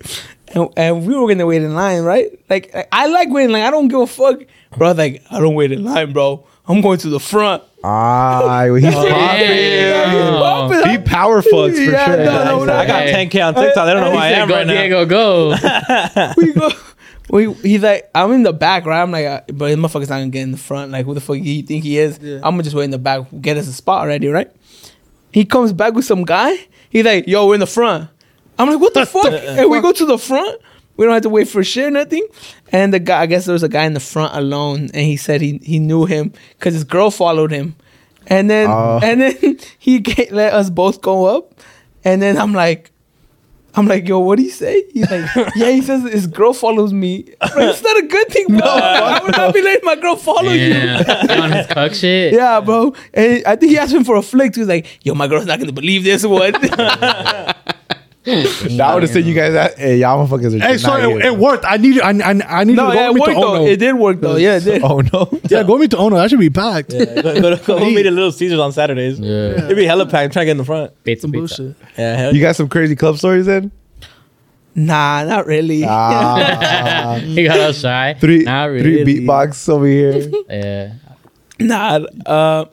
S6: And, and we were gonna wait in line, right? Like, like, I like waiting, like I don't give a fuck, bro. Like I don't wait in line, bro. I'm going to the front.
S2: Ah, he's
S3: Damn.
S2: popping. He power fucks for
S6: Yeah,
S2: sure.
S6: no, no,
S7: I got
S3: Hey.
S7: 10k on TikTok. They don't know who I
S3: He said,
S7: am
S3: go,
S7: right now.
S3: Diego, go.
S6: we go. We, he's like, I'm in the back, right? I'm like, uh, but this motherfucker's not gonna get in the front. Like, who the fuck you think he is? I'm gonna just wait in the back, get us a spot already, right? He comes back with some guy. He's like, yo, we're in the front. I'm like, what the fuck? and we go to the front. We don't have to wait for shit or nothing. And the guy, I guess there was a guy in the front alone, and he said he he knew him because his girl followed him. And then
S2: Oh.
S6: and then he can't let us both go up. And then I'm like, I'm like, yo, what do you say? He's like, yeah, he says his girl follows me. I'm like, it's not a good thing, bro. I would not be letting my girl follow you.
S3: Yeah. on his cuck shit.
S6: Yeah, bro. And I think he asked him for a flick. He was like, yo, my girl's not gonna believe this one.
S2: I would have said you guys, that- hey, y'all motherfuckers are
S5: Hey,
S2: just
S5: so
S2: not
S5: it,
S2: here.
S5: it worked. I need I, I, I need
S6: no,
S5: to
S6: yeah,
S5: go
S6: it
S5: with me
S6: worked
S5: to
S6: though.
S5: Ono.
S6: It did work though. Yeah, it did.
S2: Oh no.
S5: yeah, go with me to Ono. That should be packed.
S7: Yeah, go, go, go, go meet at Little Caesars on Saturdays.
S3: Yeah.
S7: It'd be hella packed. I'm trying to get in the front.
S3: Pizza, pizza.
S5: Bullshit.
S7: Yeah, hell
S2: You got some crazy club stories then?
S6: Nah, not really.
S2: Ah,
S3: He got all shy.
S2: three
S3: Not
S2: three
S3: really.
S2: beatbox over here.
S3: Yeah.
S6: Nah, uh,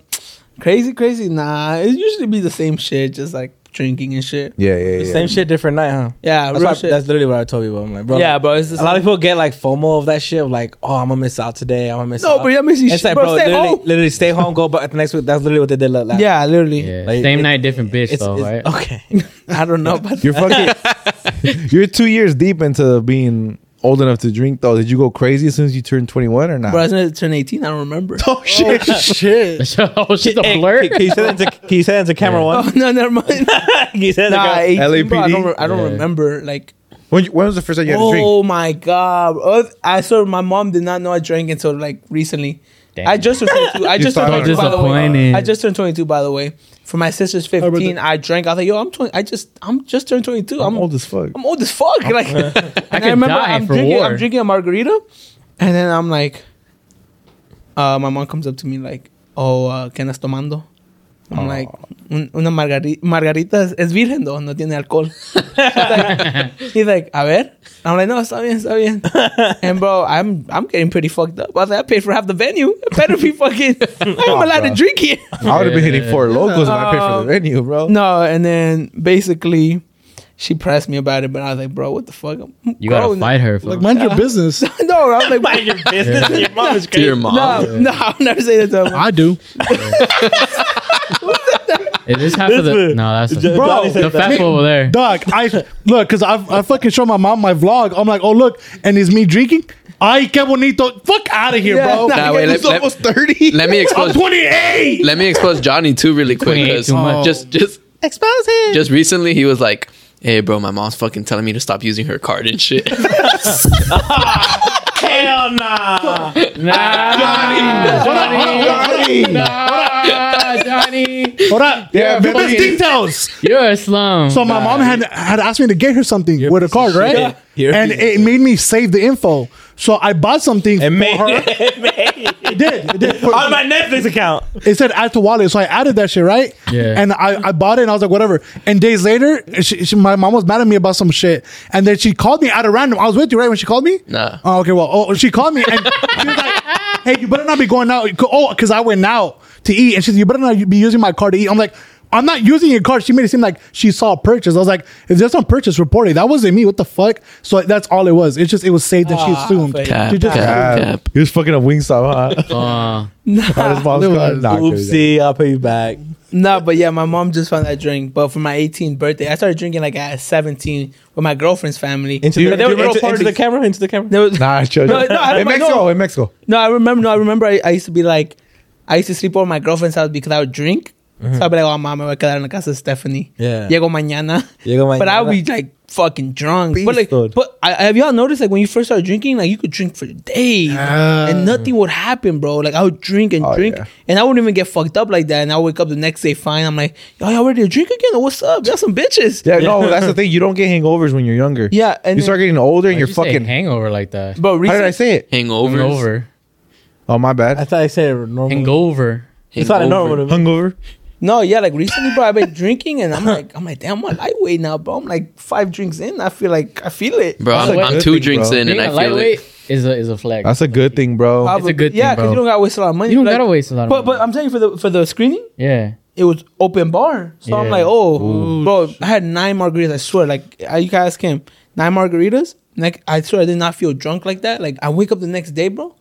S6: crazy, crazy. Nah, it usually be the same shit, just like drinking and shit.
S2: Yeah, yeah, yeah.
S7: Same shit, different night, huh?
S6: Yeah,
S7: That's,
S6: real
S7: what I-
S6: shit.
S7: that's literally what I told people. I'm like, bro.
S6: yeah, bro. It's the
S7: A lot
S6: same-
S7: of people get like FOMO of that shit. Of like, oh, I'm gonna miss out today. I'm gonna miss
S6: no,
S7: out.
S6: but that makes you
S7: it's
S6: shit,
S7: like,
S6: bro.
S7: bro,
S6: stay
S7: literally,
S6: home.
S7: literally stay home, go back the next week. That's literally what they did la- last.
S6: Yeah, literally.
S3: yeah.
S7: Like,
S3: Same
S7: it-
S3: night, different bitch,
S7: it's,
S3: though,
S7: it's- oh.
S3: right?
S7: okay.
S6: I don't know, but
S2: You're fucking. you're two years deep into being old enough to drink, though. Did you go crazy as soon as you turned 21 or not?
S6: bro, I was gonna turn 18. I don't remember.
S2: oh shit!
S5: Shit.
S3: oh, she's a
S7: Hey,
S3: flirt.
S7: Can, can you say that into, can you say that into camera one?
S6: Oh no, never mind.
S7: can you say that
S6: nah,
S7: into
S6: 18, bro, I
S2: LAPD?
S6: don't, re- I don't
S3: Yeah.
S6: remember. Like,
S2: When, you- when was the first time you had a drink?
S6: oh my god, Oh, I swear my mom did not know I drank until like recently.
S3: Damn.
S6: I just turned 22. I
S2: You
S6: just turned
S2: sound
S6: 22. By the way.
S3: disappointed.
S6: I just turned 22. By the way, for my sister's 15, I drank. I was like, yo, I'm 20. I just, I'm just turned 22.
S2: I'm
S6: I'm
S2: old as fuck.
S6: I'm old as fuck. Like, and I,
S3: could
S6: remember
S3: die
S6: I'm
S3: for
S6: drinking,
S3: war.
S6: I'm drinking a margarita, and then I'm like, uh, my mom comes up to me like, "Oh, uh, ¿qué andas tomando?" I'm like, "Un- "Una margarita, margarita es, es virgen, though, no tiene alcohol." She's like, he's like, "A ver," I'm like, "No, está bien, está bien." And bro, I'm I'm getting pretty fucked up. I was like, "I paid for half the venue. I better be fucking. I'm
S2: Oh,
S6: allowed
S2: bro.
S6: to drink here." Uh,
S2: I would have been hitting four locals when I paid for
S6: Um,
S2: the venue, bro.
S6: No, and then basically, she pressed me about it, but I was like, bro, what the fuck? I'm
S3: You gotta
S6: grown.
S3: fight her. fool.
S5: Like mind your business.
S6: no, I was like,
S1: your business. Your mom is
S4: To your mom.
S6: no, no, I'll never say that to her.
S5: I do.
S3: Is this half of the?
S5: This-
S3: No, that's the,
S5: Bro,
S3: bro, the fat fool over there.
S5: Doc, I look because I I fucking show my mom my vlog. I'm like, oh look, and it's me drinking. I que bonito. Fuck out of here,
S6: Yeah,
S5: bro.
S6: nah,
S4: Nah, wait, let,
S2: It's
S4: let,
S2: almost thirty.
S4: let me expose.
S5: 28.
S4: Let me expose Johnny too, really quick.
S3: 28
S4: 'cause
S3: too much.
S4: Just, just,
S6: Expose him.
S4: just recently, he was like, "Hey, bro, my mom's fucking telling me to stop using her card and shit."
S1: Hell nah.
S3: Nah, Johnny, nah, Johnny,
S5: Hold up.
S2: Yeah,
S5: Business
S2: fucking-
S5: details.
S3: you're a slum.
S5: So my mom had had asked me to get her something with a card, right?
S7: You're a
S5: and it made me save the info. So I bought something for
S7: made-
S5: her. It did. It did. For-
S1: On my Netflix account.
S5: it said add to wallet, so I added that shit, right?
S3: Yeah.
S5: And I, I bought it, and I was like, whatever. And days later, she, she, my mom was mad at me about some shit, and then she called me out of random. I was with you, right? When she called me.
S4: Nah.
S5: Oh, okay. Well, oh, she called me, and she was like, "Hey, you better not be going out." Oh, because I went out to eat, and she's, "You better not be using my card to eat." I'm like. I'm not using your card. She made it seem like she saw a purchase. I was like, "Is there some purchase reported? That wasn't me. What the fuck?" So that's all it was. It's just it was saved, and
S7: Ah,
S5: she assumed.
S4: Cap,
S5: She just-
S4: cap, cap.
S2: He was fucking a Wingstop, huh?
S3: Uh,
S2: On his mom's car. Nah, I'm kidding.
S7: Oopsie, I'll pay you back.
S6: No, but yeah, my mom just found that drink. But for my 18th birthday, I started drinking like at 17 with my girlfriend's family.
S7: Into
S6: But
S7: the,
S6: they were little
S7: into, into the
S6: parties.
S7: camera, into the camera.
S6: There was-
S2: Nah, chill.
S6: No, no, I
S2: in
S6: don't mind,
S2: Mexico,
S6: no.
S2: in Mexico.
S6: No, I remember. No, I remember. I, I used to be like, I used to sleep over my girlfriend's house because I would drink. So I'd be like, "Oh, mom, I voy a quedar en la casa de Stephanie."
S7: Yeah.
S6: Llego mañana.
S7: Llego mañana.
S6: But I would be like fucking drunk. But like,
S7: Beasted.
S6: but I, have y'all noticed like when you first start drinking, like you could drink for days
S2: Ah.
S6: and nothing would happen, bro. Like I would drink and
S2: Oh,
S6: drink,
S2: yeah.
S6: and I wouldn't even get fucked up like that. And I wake up the next day fine. I'm like, "Yo, y'all ready to drink again? Or what's up? Y'all some bitches."
S2: Yeah, no, that's the thing. You don't get hangovers when you're younger.
S6: Yeah, and
S2: you
S6: then-
S2: start getting older and
S3: you
S2: you're
S3: fucking
S2: fucking.
S3: hangover like that.
S6: But
S2: How did I
S6: recent,
S2: say it?
S4: Hangovers.
S3: Hangover.
S2: Oh, my
S7: I
S2: bad.
S7: thought I said it normal.
S3: Hangover.
S7: It's not a normal to me.
S2: Hungover.
S6: no, yeah, like recently, bro, I've been drinking, and I'm like, I'm like, damn, I'm a lightweight now, bro. I'm like five drinks in, I feel like I feel it.
S4: Bro,
S3: That's
S4: I'm,
S3: a
S4: I'm
S2: good
S4: two
S2: thing,
S4: drinks
S2: bro.
S4: in
S3: Being
S4: and
S3: a
S4: I feel it.
S3: lightweight is a is a flag.
S2: That's a good thing, bro.
S6: Probably-
S3: good thing,
S6: yeah, because
S3: bro.
S6: you don't gotta waste a lot of money.
S3: you don't
S6: Like,
S3: gotta waste a lot of
S6: But
S3: money.
S6: but I'm telling you for the for the screening,
S3: yeah.
S6: it was open bar, so I'm
S3: Yeah.
S6: like, oh, bro, I had nine margaritas. I swear, like I, you can ask him, nine margaritas. Like I swear, I did not feel drunk like that. Like I wake up the next day, bro,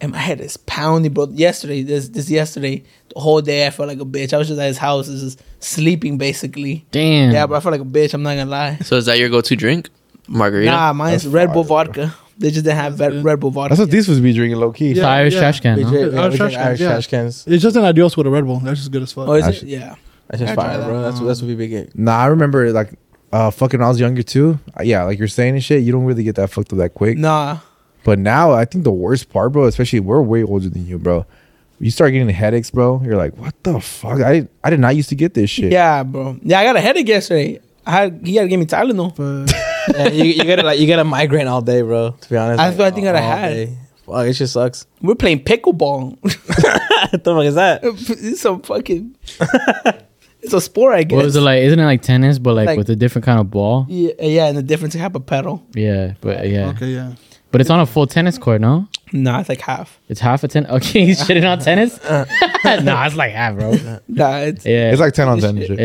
S6: and my head is pounding, bro. Yesterday, this this yesterday, the whole day I felt like a bitch. I was just at his house, just sleeping basically.
S3: Damn.
S6: Yeah, but I felt like a bitch. I'm not gonna lie.
S4: So is that your go-to drink? Margarita.
S6: Nah, mine's Red Bull vodka. They just didn't have Red, Red Bull vodka.
S2: That's what these was be drinking low key.
S3: It's
S5: Yeah,
S3: Irish
S5: yeah.
S3: trash can.
S7: We
S3: huh?
S6: Oh,
S7: drink- yeah,
S5: Irish
S7: we drink
S5: trash cans,
S7: Irish
S5: yeah.
S7: trash cans.
S5: It's just an adios with a Red Bull. That's just good as fuck.
S6: Oh, is it?
S2: Actually-
S6: Yeah.
S7: That's just
S6: I tried
S7: fire,
S6: that. Uh-huh.
S7: bro. That's that's what we be getting.
S2: Nah, I remember like uh fucking when I was younger too. Uh, Yeah, like you're saying and shit, you don't really get that fucked up that quick.
S6: Nah.
S2: But now I think the worst part, bro, especially we're way older than you, bro. You start getting headaches, bro. You're like, what the fuck? I I did not used to get this shit.
S6: Yeah, bro. Yeah, I got a headache yesterday. I had, he had to give me Tylenol.
S7: yeah, you, you gotta like you gotta migraine all day, bro. To be honest,
S6: That's
S7: like,
S6: what I think
S3: Oh,
S6: that I
S7: all
S6: had.
S7: day. Fuck, it just sucks.
S6: We're playing pickleball.
S7: what the fuck is that?
S6: it's some fucking. it's a sport, I guess.
S3: What was it like? Isn't it like tennis, but like,
S6: Like-
S3: with a different kind of ball?
S6: Yeah, yeah, and the difference type of pedal.
S3: Yeah, but yeah,
S5: Okay, yeah.
S3: but it's on a full tennis court, no?
S6: Nah, it's like half.
S3: It's half a ten. Okay, he's shitting on tennis. nah, it's like half, bro. Yeah,
S6: Nah, it's,
S2: It's like ten on ten and
S3: yeah,
S2: shit.
S3: yeah,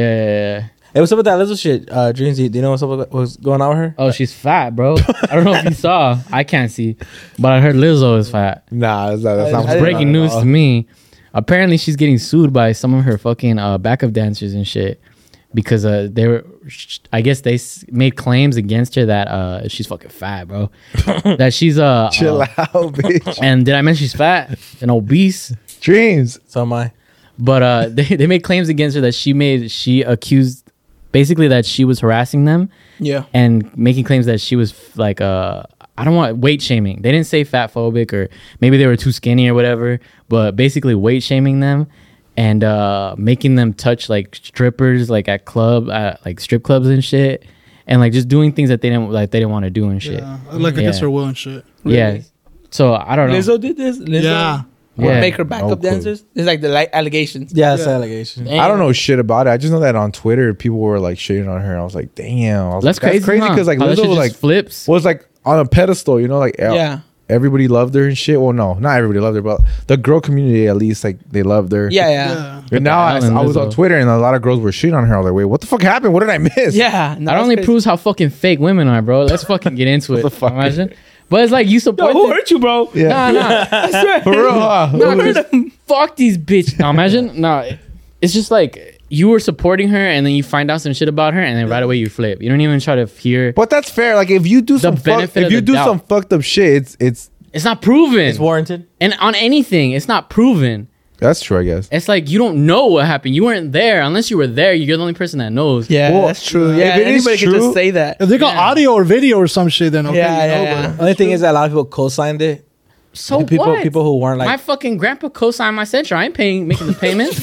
S3: yeah.
S7: Hey, what's up with that little shit, uh, Dreams? Do you know what's up with what's going on with her?
S3: Oh, she's fat, bro. I don't know if you saw. I can't see, but I heard Lizzo is fat.
S2: Nah, that's not, that's not
S6: I didn't
S3: Breaking
S2: not at
S3: news
S2: all.
S3: to me. Apparently, she's getting sued by some of her fucking uh, backup dancers and shit because uh, they were. I guess they s- made claims against her that uh, she's fucking fat, bro. that she's uh,
S2: Chill
S3: uh,
S2: out, bitch.
S3: And did I mention she's fat and obese?
S2: Dreams.
S7: So am I.
S3: But uh, they they made claims against her that she made she accused basically that she was harassing them
S6: yeah.
S3: and making claims that she was like uh I don't want weight shaming. They didn't say fat phobic or maybe they were too skinny or whatever, but basically weight shaming them and uh making them touch like strippers like at club at like strip clubs and shit and like just doing things that they didn't like they didn't want to do and shit.
S5: Yeah. Like against
S3: Yeah.
S5: her will and shit.
S3: Yeah. So I don't know.
S6: Lizzo did this. Lizzo.
S5: Yeah.
S3: Yeah.
S6: Make her backup
S2: No clue.
S6: dancers. It's like the like, allegations.
S7: Yeah, it's an allegation.
S2: I don't know shit about it. I just know that on Twitter, people were like shitting on her. I was like, damn. I was
S3: That's
S2: like,
S3: crazy.
S2: That's crazy
S3: huh?
S2: because like
S3: How that shit
S2: Lizzo
S3: just
S2: like
S3: flips.
S2: was like on a pedestal, you know, like
S6: Yeah.
S2: yeah. everybody loved her and shit. Well, no, not everybody loved her, but the girl community at least like they loved her.
S7: Yeah, yeah.
S6: Yeah.
S2: And now I,
S3: Ellen
S2: I was on
S3: Lizzo.
S2: Twitter and a lot of girls were shitting on her. I was like, wait, what the fuck happened? What did I miss?
S7: Yeah,
S3: That
S7: no, that's
S3: only
S7: crazy.
S3: proves how fucking fake women are, bro. Let's fucking get into it.
S2: fuck?
S3: Imagine. But it's like you support.
S6: who
S3: the-
S6: hurt you, bro?
S2: Yeah.
S3: Nah, nah.
S2: For real, huh?
S3: Nah, 'cause fuck these bitch. Now imagine, no, it- it's just like you were supporting her, and then you find out some shit about her, and then right away you flip. You don't even try to hear.
S2: But that's fair. Like if you do some fuck,
S3: benefit
S2: if
S3: of
S2: you
S3: the
S2: do
S3: doubt.
S2: some fucked up shit, it's it's
S3: It's not proven,
S7: it's warranted.
S3: and on anything, it's not proven.
S2: that's true, I guess.
S3: It's like you don't know what happened. You weren't there. Unless you were there, you're the only person that knows.
S7: Yeah,
S2: Well,
S7: that's true.
S2: if
S7: Yeah,
S2: it is
S7: anybody can
S2: true-
S7: just say that.
S5: If they got
S3: Yeah.
S5: audio or video or some shit, then okay.
S7: yeah, yeah,
S5: you know,
S7: yeah.
S5: but-
S7: Only thing is that a lot of people co-signed it.
S3: So
S7: people,
S3: what?
S7: people who weren't
S3: my
S7: like,
S3: fucking grandpa co-signed my censure. I ain't paying, making the payments.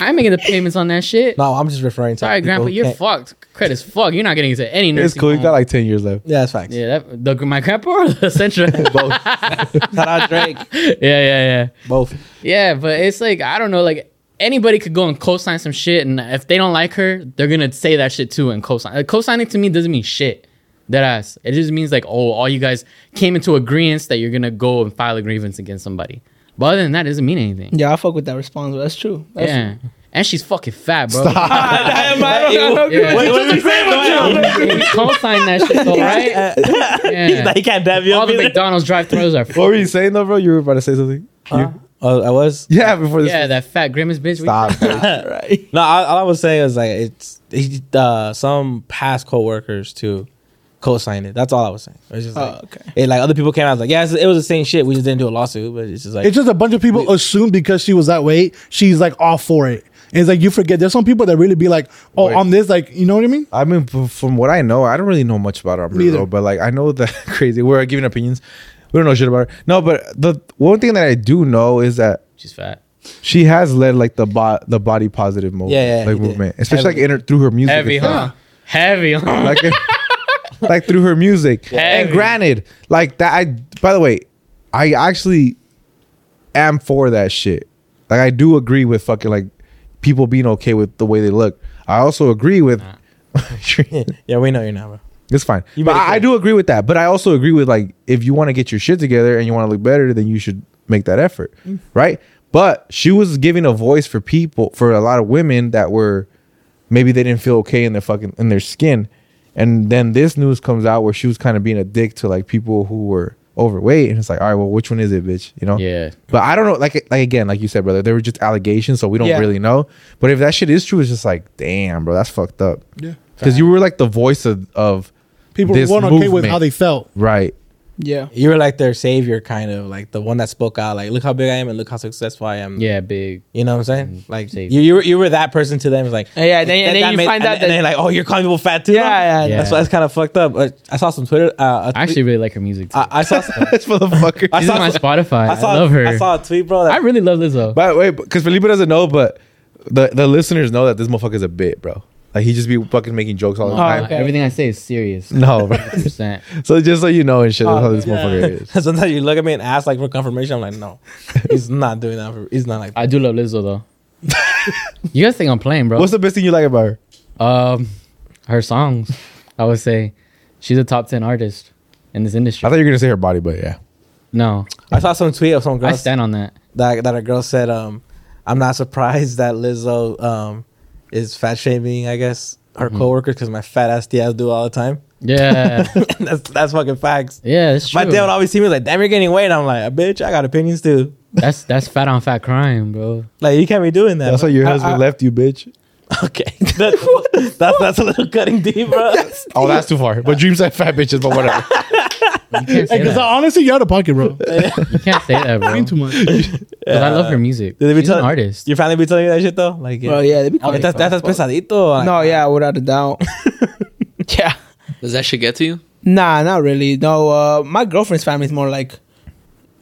S3: I ain't making the payments on that shit.
S7: no, I'm just referring to.
S3: Sorry,
S7: people
S3: grandpa,
S7: who
S3: you're
S7: can't-
S3: fucked. Credit's fucked. You're not getting into any nursing
S2: It's cool. You
S3: home.
S2: got like ten years left.
S7: Yeah, that's facts.
S3: yeah, that, the, my grandpa or the censure.
S7: Both. Shout out Drake.
S3: yeah, yeah, yeah,
S7: Both.
S3: yeah. But it's like I don't know, like. Anybody could go and co-sign some shit, and if they don't like her, they're gonna say that shit too and co-sign. Like, co-signing to me doesn't mean shit. That ass. It just means like, oh, all you guys came into agreement that you're gonna go and file a grievance against somebody. But other than that, it doesn't mean anything.
S7: Yeah, I fuck with that response. That's true. That's
S3: yeah. And she's fucking fat, bro.
S7: Wait,
S3: Yeah.
S7: what did you say about you?
S3: Co-sign that shit, though, right? Yeah.
S7: Like, he can't damn you.
S3: All the McDonald's drive-thrus are.
S2: What were you saying though, bro? You were about to say something. You-
S7: Oh, I was.
S2: yeah, before this.
S3: Yeah, that fat grimace bitch. we-
S2: Stop.
S7: right. No, I, all I was saying is like it's he, uh, some past coworkers to co-sign it. That's all I was saying. It's just like,
S6: Oh, okay.
S7: it, like other people came out I was like, yeah, it's, it was the same shit. We just didn't do a lawsuit, but it's just like
S5: It's just a bunch of people assume because she was that way, she's like all for it. And it's like you forget. There's some people that really be like, oh,
S2: Wait.
S5: on this, like you know what I mean?
S2: I mean, f- from what I know, I don't really know much about Amber
S5: Neither.
S2: though, but like I know that crazy. We're giving opinions. We don't know shit about her. No, but the one thing that I do know is that
S3: She's fat.
S2: she has led like the bo- the body positive movement,
S7: Yeah, yeah,
S2: like
S7: he did.
S2: movement, especially like
S7: Heavy.
S2: in her, through her music.
S3: Heavy,
S2: and stuff.
S3: huh? Heavy. huh?
S2: like, like through her music.
S3: Heavy.
S2: And granted, like that. I by the way, I actually am for that shit. Like I do agree with fucking like people being okay with the way they look. I also agree with.
S7: yeah, we know you're not, bro.
S2: It's fine.
S7: You
S2: But
S7: made it
S2: I, I
S7: clear.
S2: do agree with that. But I also agree with like if you want to get your shit together and you want to look better, then you should make that effort.
S7: Mm.
S2: Right? But she was giving a voice for people for a lot of women that were maybe they didn't feel okay in their fucking in their skin. And then this news comes out where she was kind of being a dick to like people who were overweight and it's like, all right, well, which one is it, bitch? You know?
S3: Yeah.
S2: But I don't know, like like again, like you said, brother, they were just allegations, so we don't
S7: Yeah.
S2: really know. But if that shit is true, it's just like, damn, bro, that's fucked up. Yeah, because you were like the voice of of
S5: People
S2: this
S5: weren't okay with
S2: movement.
S5: how they felt.
S2: right.
S6: Yeah.
S7: You were like their savior, kind of like the one that spoke out, like look how big I am and look how successful I am.
S3: Yeah, big.
S7: You know what I'm saying? Like
S3: Savior.
S7: you, you, were, you were that person to them. It's like
S6: Yeah, Mm-hmm. and then- and then you find out
S7: and, and
S6: that-
S7: then like oh you're calling people fat too.
S6: Yeah,
S7: now?
S6: yeah,
S3: yeah.
S7: That's why that's kind of fucked up. Uh, I saw some Twitter. Uh, a
S3: I actually
S7: tweet-
S3: really like her music. Too.
S7: I, I saw. Some,
S2: That's motherfucker.
S7: I
S3: She's
S7: saw
S3: on my
S7: some-
S3: Spotify. I,
S7: I saw.
S3: love her. I,
S7: I saw a tweet, bro. That,
S3: really love Lizzo.
S2: By the way, because Felipe doesn't know, but the the listeners know that this motherfucker's a bit, bro. Like he just be fucking making jokes all the
S3: Uh,
S2: time.
S6: okay.
S3: Everything I say is serious.
S2: No, bro.
S3: 100%.
S2: so just so you know and shit, that's how this motherfucker is.
S7: Sometimes you look at me and ask like for confirmation. I'm like, no, he's not doing that. For, he's not like.
S3: I do love Lizzo though. you guys think I'm playing, bro?
S2: What's the best thing you like about her?
S3: um, her songs. I would say she's a top ten artist in this industry.
S2: I thought you were gonna say her body, but yeah.
S3: no,
S7: I saw some tweet of some
S3: I
S7: girl
S3: stand on that.
S7: that that a girl said, um, I'm not surprised that Lizzo um is fat shaming. I guess her coworkers because my fat ass tias do it all the time.
S3: Yeah,
S7: that's that's fucking facts.
S3: yeah, that's true.
S7: My dad would always see me like, damn, you're gaining weight. I'm like, bitch, I got opinions too.
S3: That's that's fat on fat crime, bro.
S7: Like you can't be doing that.
S2: That's why
S7: bro.
S2: your
S7: I-
S2: husband
S7: I-
S2: left you, bitch.
S7: Okay, that's, that's that's a little cutting deep, bro.
S2: Oh, that's too far. But dreams like fat bitches, but whatever.
S3: You can't say
S5: Because
S3: that.
S5: honestly, you're out of pocket, bro.
S3: You can't say that, bro.
S5: Too much.
S3: 'Cause I love her music.
S7: Did they be
S3: She's an
S7: telling-
S3: artist.
S7: Your family be telling you that shit though, like, yeah.
S6: Bro, yeah, they be calling
S7: Oh, That's
S6: me
S7: that's
S6: fat.
S7: pesadito. Like,
S6: No, yeah, without a doubt. yeah.
S4: Does that shit get to you?
S6: Nah, not really. No, uh, my girlfriend's family is more like,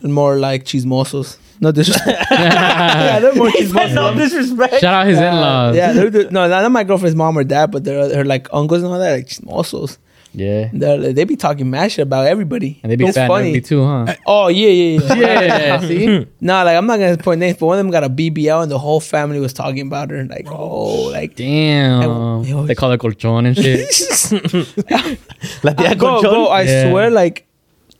S6: more like chismosos. No disrespect. yeah, they're more chismosos.
S7: no disrespect.
S3: Shout out his in-laws.
S6: Yeah, they're, they're- no, not my girlfriend's mom or dad, but they're her like uncles and all that, like chismosos.
S3: yeah.
S6: They're, like, they be talking mad shit about everybody.
S3: And they be
S6: it's
S3: fat
S6: funny.
S3: funny. too, huh?
S6: oh yeah, yeah, yeah.
S3: Yeah, see?
S6: Nah, like I'm not gonna point names, but one of them got a BBL, and the whole family was talking about her. Like, oh, like.
S3: Damn.
S6: Yo,
S3: They call her colchon and shit.
S7: La tía
S6: go,
S7: Colchón.
S6: go, I
S3: Yeah.
S6: swear, like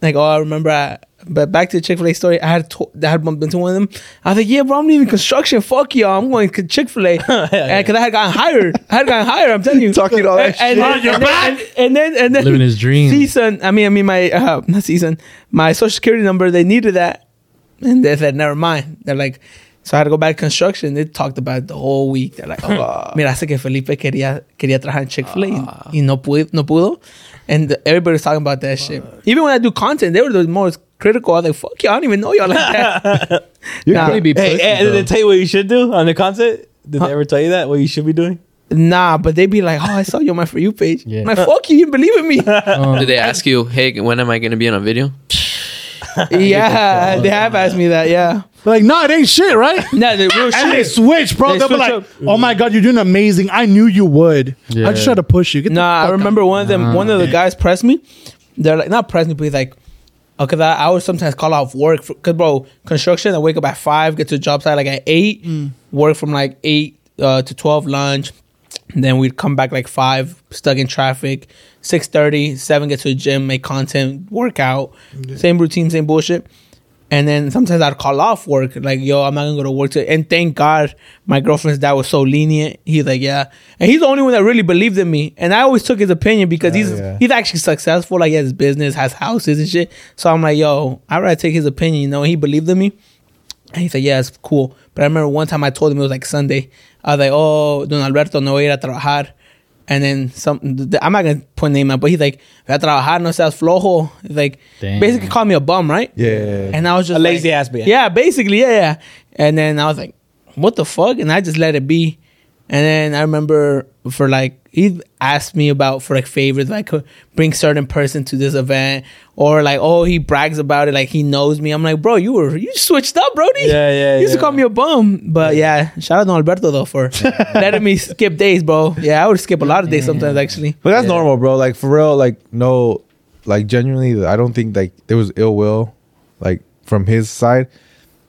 S6: Like, oh, I remember. I, but back to the Chick Fil A story, I had to, I had bumped into one of them. I was like, yeah, bro, I'm leaving construction. Fuck y'all, I'm going to Chick Fil A because I had gotten hired. I had gotten hired. I'm telling you,
S2: Talking all that
S6: and, and, and, then, and then and then
S9: Living his dream.
S6: Season, I mean, I mean, my uh, not season, my social security number. They needed that, and they said, never mind. They're like, so I had to go back to construction. They talked about it the whole week. They're like, oh, mira, hace que Felipe quería quería trabajar en Chick Fil A y no pudo, no pudo, and everybody was talking about that shit. Even when I do content, they were the most critical. I was like, fuck you, I don't even know y'all like that. Nah.
S3: Really be
S7: Hey,
S3: pussy,
S7: hey, did
S3: bro.
S7: they tell you what you should do on the concert? Did they ever tell you that? What you should be doing?
S6: Nah, but they be like, "Oh, I saw you on my for you page."
S9: Yeah.
S6: Yeah. Like, fuck you, you believe in me?
S4: Did they ask you, hey, when am I gonna be on a video?
S6: yeah, they have asked me that. Yeah,
S5: But like, nah, it ain't shit, right?
S6: no, the real
S5: And they
S6: shit.
S5: switch, bro.
S6: They
S5: They'll be
S6: switch
S5: like,
S6: up.
S5: "Oh my god, you're doing amazing! I knew you would.
S9: Yeah.
S5: I just tried to push you." Get the
S6: Nah, I
S5: fuck out.
S6: remember one of them. one of the guys pressed me. They're like, not pressed me, but he's like, because I, I would sometimes call off work because bro, construction. I wake up at five, get to the job site like at eight,
S5: Mm.
S6: work from like eight uh, to twelve lunch. Then we'd come back like five, stuck in traffic. 6.30, 7, get to the gym, make content, workout, same routine, same bullshit. And then sometimes I'd call off work, like, yo, I'm not gonna go to work today. And thank God my girlfriend's dad was so lenient. He's like, yeah. And he's the only one that really believed in me. And I always took his opinion because he's
S2: yeah.
S6: he's actually successful, like he has his business, has houses and shit. So I'm like, yo, I'd rather take his opinion, you know, and he believed in me. And he said, yeah, it's cool. But I remember one time I told him it was like Sunday. I was like, oh, Don Alberto, no voy a ir a trabajar. And then some, th- I'm not going to put name out, but he's like, voy a trabajar, no seas flojo. He's like,
S9: Damn.
S6: basically called me a bum, right?
S2: Yeah.
S6: And I was just
S7: A lazy
S6: like-
S7: ass bitch.
S6: Yeah, basically, yeah, yeah. And then I was like, what the fuck? And I just let it be. And then I remember for like he asked me about for like favors, like could bring certain person to this event, or like oh he brags about it, like he knows me. I'm like, bro, you were you switched up, Brody.
S7: Yeah, yeah,
S6: You used to
S7: yeah.
S6: call me a bum, but yeah, shout out to Alberto though for letting me skip days, bro. Yeah, I would skip a lot of days sometimes actually.
S2: But that's normal, bro. Like for real, like no, like genuinely, I don't think like there was ill will, like from his side.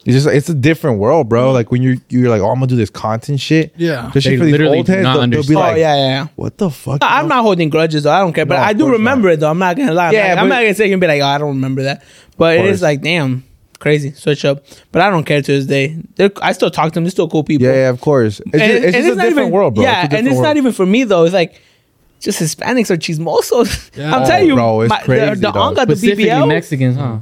S2: It's just it's a different world, bro.
S6: Mm-hmm.
S2: Like when you you're like, oh, I'm gonna do this content shit.
S5: Yeah.
S2: especially
S9: They
S2: for these
S9: literally
S2: old
S9: do
S2: heads,
S9: not
S2: they'll, they'll be
S9: understand.
S2: like,
S6: oh yeah, yeah. yeah.
S2: what the fuck?
S6: No, I'm
S2: bro?
S6: not holding grudges though. I don't care, but
S2: No, of
S6: I do
S2: course
S6: remember it though. I'm not gonna lie. I'm
S2: Yeah,
S6: not- I'm
S2: but-
S6: not gonna say and be like, oh, I don't remember that. But it
S2: course.
S6: is like, damn, crazy switch up. But I don't care to this day. They're, I still talk to them. They're still cool people.
S2: Yeah, yeah, of course. It's
S6: And-
S2: just, it's just
S6: and
S2: a
S6: not
S2: different
S6: even,
S2: world, bro. a
S6: Yeah, and
S2: different
S6: it's
S2: world.
S6: not even for me though. It's like just Hispanics are chismosos. I'm
S2: Oh,
S6: telling you,
S2: bro, it's
S6: my- the-
S2: crazy,
S6: the
S2: dog.
S6: Anga, the
S9: Specifically
S6: BBL.
S9: Mexicans, huh?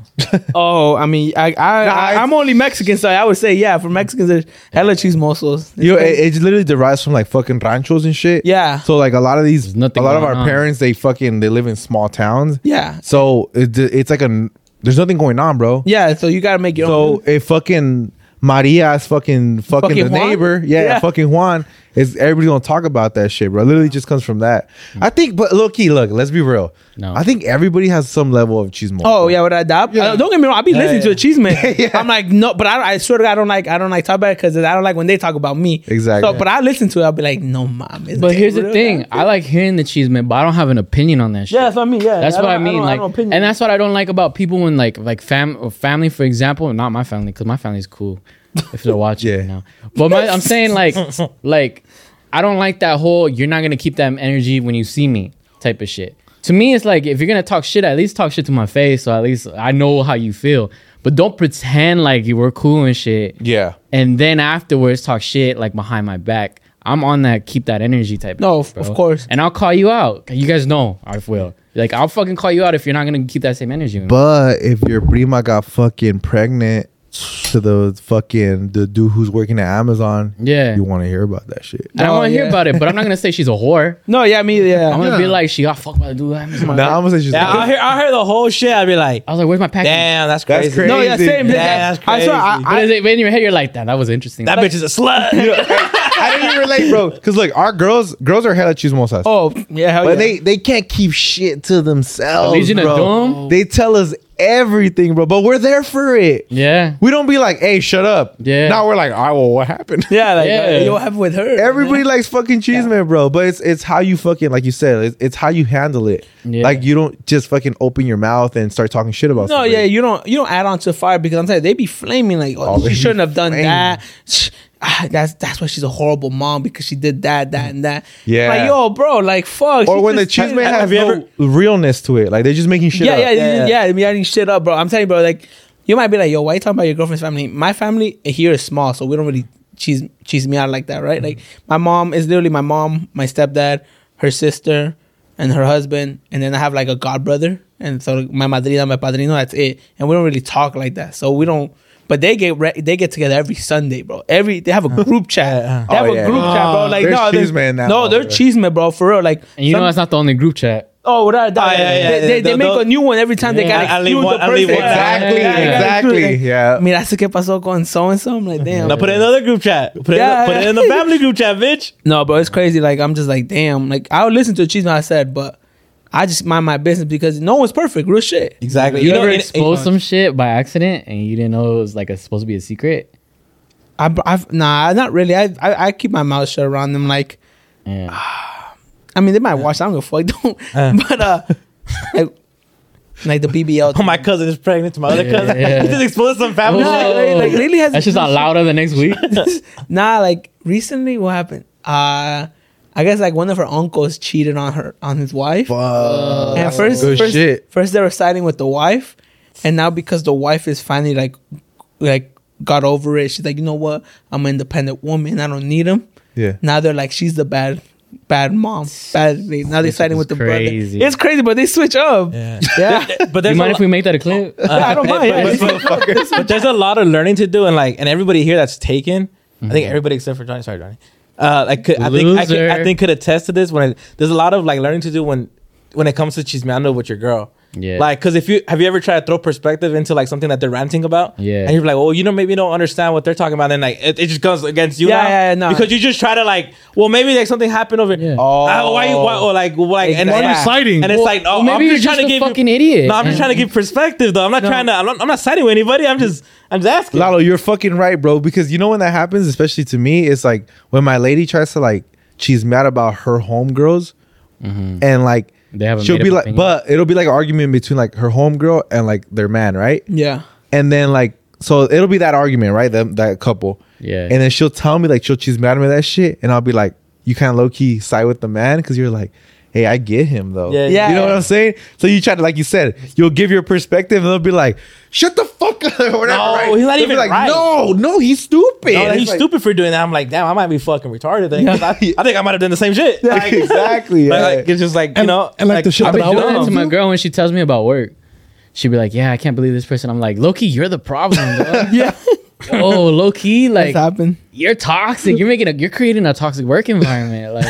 S6: oh, I mean, I, I,
S2: Nah,
S6: I
S2: it's-
S6: I'm only Mexican, so I would say yeah. For Mexicans, there's hella chismosos.
S2: You know, it, it just literally derives from like fucking ranchos and shit.
S6: Yeah.
S2: So like a lot of these,
S9: There's nothing
S2: a lot of
S9: going
S2: our
S9: on.
S2: parents, they fucking they live in small towns.
S6: yeah,
S2: So it, it's like a there's nothing going on, bro.
S6: yeah. So you gotta make your own.
S2: So if fucking Maria's fucking fucking,
S6: Fucking
S2: the
S6: Juan?
S2: neighbor, yeah,
S6: Yeah.
S2: fucking Juan is everybody gonna talk about that shit, bro. Literally just comes from that. I think, but look, key, look, let's be real.
S9: No.
S2: I think everybody has some level of cheese.
S6: Oh yeah, without a doubt. Uh, don't get me wrong. I be listening to
S7: yeah.
S6: a cheese man. I'm like no, but I, I swear to God, I don't like I don't like talk about it because I don't like when they talk about me.
S2: Exactly.
S6: So, but I listen to it. I'll be like, no, mom. it's
S9: But here's the
S6: real,
S9: thing:
S6: guys.
S9: I like hearing the cheese man, but I don't have an opinion on that shit.
S6: Yeah, that's what I mean. Yeah,
S9: That's what I
S6: don't-
S9: mean.
S6: don't-
S9: like,
S6: don't opinion.
S9: and that's what I don't like about people when like like fam or family, for example, not my family because my family's cool if they're watching
S2: Yeah.
S9: right now. But my, I'm saying like like I don't like that whole you're not gonna keep that energy when you see me type of shit. To me, it's like if you're gonna talk shit, at least talk shit to my face, so at least I know how you feel. But don't pretend like you were cool and shit,
S2: yeah.
S9: and then afterwards talk shit like behind my back. I'm on that keep that energy type.
S6: No,
S9: of, shit,
S6: of
S9: bro.
S6: course.
S9: And I'll call you out. You guys know I will. Like I'll fucking call you out if you're not gonna keep that same energy.
S2: But if your prima got fucking pregnant to the fucking the dude who's working at Amazon,
S9: Yeah.
S2: you want to hear about that shit.
S9: I don't
S6: No,
S7: oh,
S9: want to hear
S6: yeah.
S9: about it, but I'm not gonna say she's a whore.
S6: no, yeah, me,
S9: I'm
S6: yeah.
S9: gonna be like, she got fucked by the dude. I miss my-
S2: Nah, I'm gonna say she's
S7: Yeah, I'll
S2: like,
S7: hear, I'll hear the whole shit. I'll be like,
S9: I was like, where's my package?
S7: damn, that's
S2: That's
S7: crazy.
S2: crazy.
S6: No, yeah, same.
S7: Yeah,
S6: yeah.
S7: that's
S6: I swear, I,
S7: crazy.
S9: But is it- in your head, you're like, that. That was interesting.
S7: That bitch is a slut.
S2: I didn't even relate, bro. Because look, our girls girls are hella chismosas.
S6: oh yeah, hell
S2: But
S6: yeah.
S2: they they can't keep shit to themselves,
S9: Legion of
S2: bro.
S9: Doom?
S2: They tell us everything, bro. But we're there for it.
S9: yeah.
S2: We don't be like, hey, shut up.
S9: Yeah.
S2: Now we're like, all right, well, what happened?
S6: yeah, like
S9: Yeah.
S6: yeah. you have with her.
S2: Everybody likes fucking cheese, man, bro. But it's it's how you fucking like you said. It's, it's how you handle it.
S9: Yeah.
S2: Like you don't just fucking open your mouth and start talking shit about.
S6: No,
S2: somebody.
S6: yeah, you don't you don't add on to the fire because I'm saying they be flaming like, oh,
S2: Oh, they
S6: you
S2: be
S6: shouldn't have done
S2: flaming.
S6: that. Shh. ah, that's that's why she's a horrible mom because she did that, that, and that.
S2: Yeah.
S6: Like, yo, bro, like fuck.
S2: Or
S6: she
S2: when the
S6: just-
S2: cheese may
S6: Yeah,
S2: have no realness to it. Like they're just making shit
S6: yeah,
S2: up.
S6: yeah, yeah, yeah,
S7: yeah.
S6: yeah. You're adding shit up, bro. I'm telling you, bro, like you might be like, yo, why you talking about your girlfriend's family? My family here is small, so we don't really cheese cheese me out like that, right?
S2: Mm.
S6: Like my mom is literally my mom, my stepdad, her sister, and her husband, and then I have like a god brother. And so my madrina, my padrino, that's it. And we don't really talk like that. So we don't but they get re- they get together every Sunday, bro. Every they have a group chat. They have
S2: Oh,
S6: a
S2: Uh-huh. yeah.
S6: group chat, bro. Like
S2: There's
S6: no, they're-
S2: cheese man now,
S6: no, they're
S2: bro.
S6: cheese man, bro. For real, like
S3: And you
S6: some-
S3: know that's not the only group chat.
S6: Oh, without a doubt.
S7: Oh, yeah, yeah,
S6: they,
S7: yeah.
S6: they, they
S7: They'll-
S6: make a
S7: they'll-
S6: new one every time they
S7: Yeah.
S6: got
S7: I'll leave
S6: exclude
S7: one-
S6: the
S7: I'll leave
S6: person.
S7: one.
S2: Exactly,
S6: Yeah, yeah, yeah.
S2: exactly.
S6: Like,
S2: Yeah.
S6: Mira, eso que pasó con so and so. I'm like, damn.
S7: Now put it in another group chat. Put it,
S6: Yeah.
S7: in, the, put it in the family group chat, bitch.
S6: No, bro, it's crazy. Like, I'm just like, damn. Like, I would listen to the cheese man I said, but I just mind my business because no one's perfect. Real shit.
S7: Exactly.
S3: You,
S7: know,
S3: ever
S7: and-
S3: exposed some shit by accident and you didn't know it was like a, supposed to be a secret?
S6: I, I've, nah, not really. I, I, I keep my mouth shut around them. Like,
S3: Yeah.
S6: I mean, they might watch. I don't give a fuck. Don't. But uh, like, like the BBL.
S7: Oh, my cousin is pregnant to my other cousin.
S3: yeah.
S7: you just exposed some family.
S3: Whoa.
S7: shit.
S6: like, like, really has
S3: That's just not louder the next week.
S6: nah, like recently, what happened? Uh, I guess like one of her uncles cheated on her on his wife.
S2: Fuck.
S6: and first,
S2: good
S6: first,
S2: shit.
S6: first they were siding with the wife, and now because the wife is finally like, like got over it, she's like, you know what? I'm an independent woman. I don't need him.
S2: Yeah.
S6: Now they're like, she's the bad, bad mom. Bad. lady. Now they're siding with the
S3: crazy.
S6: brother. It's crazy, but they switch up. Yeah,
S7: But
S3: Oh. you
S7: there's a Uh,
S3: mind
S7: lot-
S3: if we make that a clip?
S6: I don't mind.
S7: but, but- but there's a lot of learning to do, and like, and everybody here that's taken, I think everybody except for Johnny. Sorry, Johnny. Uh, like, could, I think I,
S3: Mm-hmm.
S7: could,
S3: Loser.
S7: I think could attest to this. When I, there's a lot of like learning to do when when it comes to chismeando with your girl.
S3: Yeah.
S7: Like, cause if you have you ever tried to throw perspective into like something that they're ranting about,
S3: Yeah.
S7: and you're like, oh, you know, maybe you don't understand what they're talking about, and like it, it just goes against you,
S6: Yeah,
S7: now.
S6: yeah, yeah, no.
S7: because you just try to like, well, maybe like something happened over,
S3: Yeah.
S7: oh, why, you- why, or like, like, and,
S5: Why are you
S7: yeah.
S5: citing?
S7: and it's like, oh,
S3: Well, maybe
S7: I'm
S3: you're
S7: just trying
S3: just
S7: to
S3: a
S7: give
S3: fucking
S7: you,
S3: idiot.
S7: No, I'm just trying to give perspective though. I'm not trying to. I'm not, I'm not siding with anybody. I'm just. I'm just asking.
S2: Lalo, you're fucking right, bro. Because you know when that happens, especially to me, it's like when my lady tries to like she's mad about her homegirls, and like
S3: Mm-hmm. They have a
S2: she'll
S3: made-up
S2: be like,
S3: opinion.
S2: but it'll be like an argument between like her homegirl and like their man, right?
S6: yeah.
S2: And then like so it'll be that argument, right? Them that couple.
S3: Yeah.
S2: And then she'll tell me like she'll she's mad at me that shit, and I'll be like, you kind of low key side with the man because you're like. Hey, I get him though.
S7: Yeah,
S6: yeah.
S2: You know what I'm saying? So you try to, like you said, you'll give your perspective and they'll be like, shut the fuck up or whatever.
S7: No,
S2: right?
S7: he's not
S2: They'll be
S7: even
S2: like,
S7: right.
S2: No, no, he's stupid.
S7: No,
S2: It's
S7: he's
S2: like-
S7: stupid for doing that. I'm like, damn, I might be fucking retarded. Then, 'cause I, I think I might have done the same shit. Like,
S2: exactly.
S7: like,
S2: yeah.
S7: like, it's just like you
S5: And-
S7: know,
S5: and like the shit
S7: I've been
S5: that I
S3: I
S7: doing
S3: do that
S5: Oh.
S3: to my girl when she tells me about work. She'd be like, "Yeah, I can't believe this person." I'm like, "Loki, you're the problem." Bro.
S6: Yeah.
S3: oh, Loki,
S6: It's
S3: like
S6: happened.
S3: you're toxic. You're making a, you're creating a toxic work environment. Like,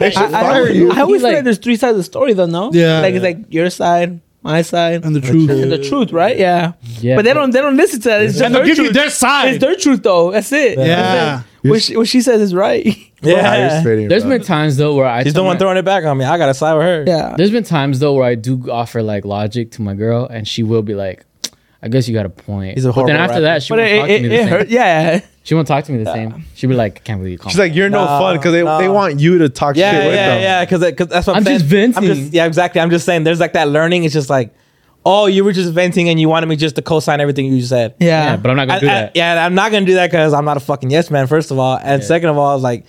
S2: they should
S6: I,
S2: fire
S6: I,
S2: you.
S6: I always
S3: He's
S6: feel
S3: like-
S6: like there's three sides of the story, though. No,
S5: Yeah.
S6: like it's like your side, my side,
S5: And the truth.
S6: and the truth, right? Yeah.
S3: Yeah,
S6: but they
S3: but-
S6: don't they don't listen to that. It's just
S5: And they'll
S6: their
S5: give you
S6: truth.
S5: their side.
S6: It's their truth, though. That's it.
S5: Yeah.
S6: What she, what she says is right.
S7: Yeah,
S3: there's been times though where I
S7: she's the
S3: tell
S7: one
S3: my-
S7: throwing it back on me. I gotta side with her.
S6: Yeah.
S3: There's been times though where I do offer like logic to my girl, and she will be like, "I guess you got a point."
S7: He's a
S3: but then
S7: horrible
S3: after
S7: rapper.
S3: that, she
S6: But
S3: won't talk
S6: it,
S3: to me
S6: it,
S3: the
S6: it
S3: same.
S6: hurt. Yeah.
S3: She won't talk to me the same. She'll be like, "I can't believe you called."
S2: She's like, you're no,
S7: No,
S2: fun because they,
S7: no.
S2: they want you to talk
S7: Yeah,
S2: shit with
S7: yeah,
S2: them.
S7: yeah. Because that's what I'm,
S3: I'm
S7: saying.
S3: just
S7: I'm
S3: venting.
S7: just, yeah, exactly. I'm just saying. There's like that learning. It's just like, oh, you were just venting and you wanted me just to co-sign everything you said.
S3: yeah.
S6: Yeah.
S3: but I'm not gonna
S7: I-
S3: do
S7: I-
S3: that.
S7: yeah, and I'm not gonna do that because I'm not a fucking yes man. First of all, and second of all, I was like,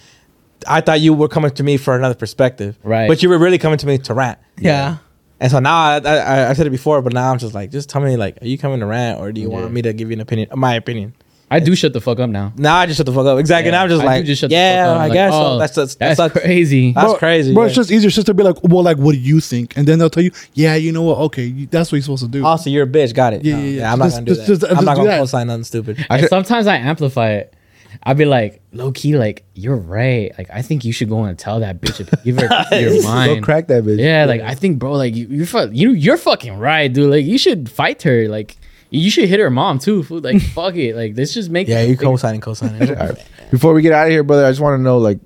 S7: I thought you were coming to me for another perspective,
S3: Right.
S7: But you were really coming to me to rant.
S6: Yeah.
S7: And so now I, I, I- I said it before, but now I'm just like, just tell me, like, are you coming to rant or do you
S3: Yeah.
S7: want me to give you an opinion? My opinion.
S3: I do shut the fuck up now.
S7: Now I just shut the fuck up. Exactly. Now I'm just
S3: I do
S7: like,
S3: just shut the
S7: yeah,
S3: fuck up.
S7: I
S3: Like,
S7: guess. so.
S3: oh,
S7: That's that's
S3: that's
S7: that's, that's,
S3: crazy.
S7: that's
S5: Bro-
S7: crazy.
S5: Bro,
S7: yeah.
S5: it's just easier just to be like, well, like, what do you think? And then they'll tell you, yeah, you know what? Okay, you, that's what you're supposed to do.
S7: also you're a bitch. Got it.
S5: Yeah,
S7: No,
S5: yeah, yeah.
S7: I'm not
S5: Just-
S7: gonna do
S5: just-
S7: that.
S5: just-
S7: I'm
S5: just
S7: not
S5: do
S7: gonna
S5: that.
S7: co-sign nothing stupid.
S3: And sometimes I amplify it. I'd be like, low key, like, you're right. Like, I think you should go and tell that bitch, if- give her a piece of your
S2: Go
S3: mind.
S2: crack that bitch.
S3: Yeah, like, I think, bro, like, you, you're, fu- you, you're fucking right, dude. Like, you should fight her. Like, you should hit her mom, too. Food. Like, fuck it. Like, this just make
S7: Yeah, you co-signing, co-signing.
S2: All right. Before we get out of here, brother, I just want to know, like,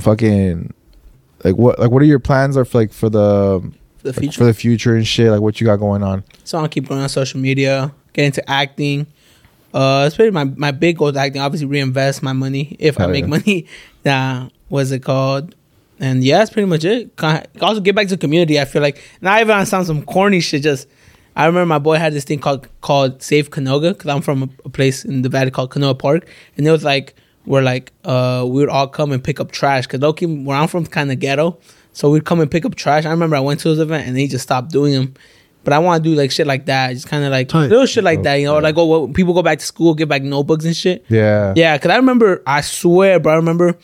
S2: fucking, like what, like, what are your plans or for, like for the,
S6: The
S2: like,
S6: future.
S2: for the future and shit? Like, what you got going on?
S6: So I'll keep going on social media, get into acting. Uh, it's pretty my my big goal is acting. Obviously, reinvest my money if I
S2: Hell
S6: make
S2: yeah.
S6: money. Nah, what's it called? And yeah, that's pretty much it. Con- Also, get back to the community. I feel like not even on some some corny shit. Just I remember my boy had this thing called called Save Canoga because I'm from a, a place in the valley called Canoga Park, and it was like where like uh we would all come and pick up trash because Loki where I'm from kind of ghetto, so we'd come and pick up trash. I remember I went to his event and they just stopped doing them. But I want to do like shit like that, just kind of like
S5: Tight.
S6: little shit like that, you know. Like, oh, well, people go back to school, get back notebooks and shit.
S2: Yeah.
S6: Yeah, because I remember, I swear, bro, I remember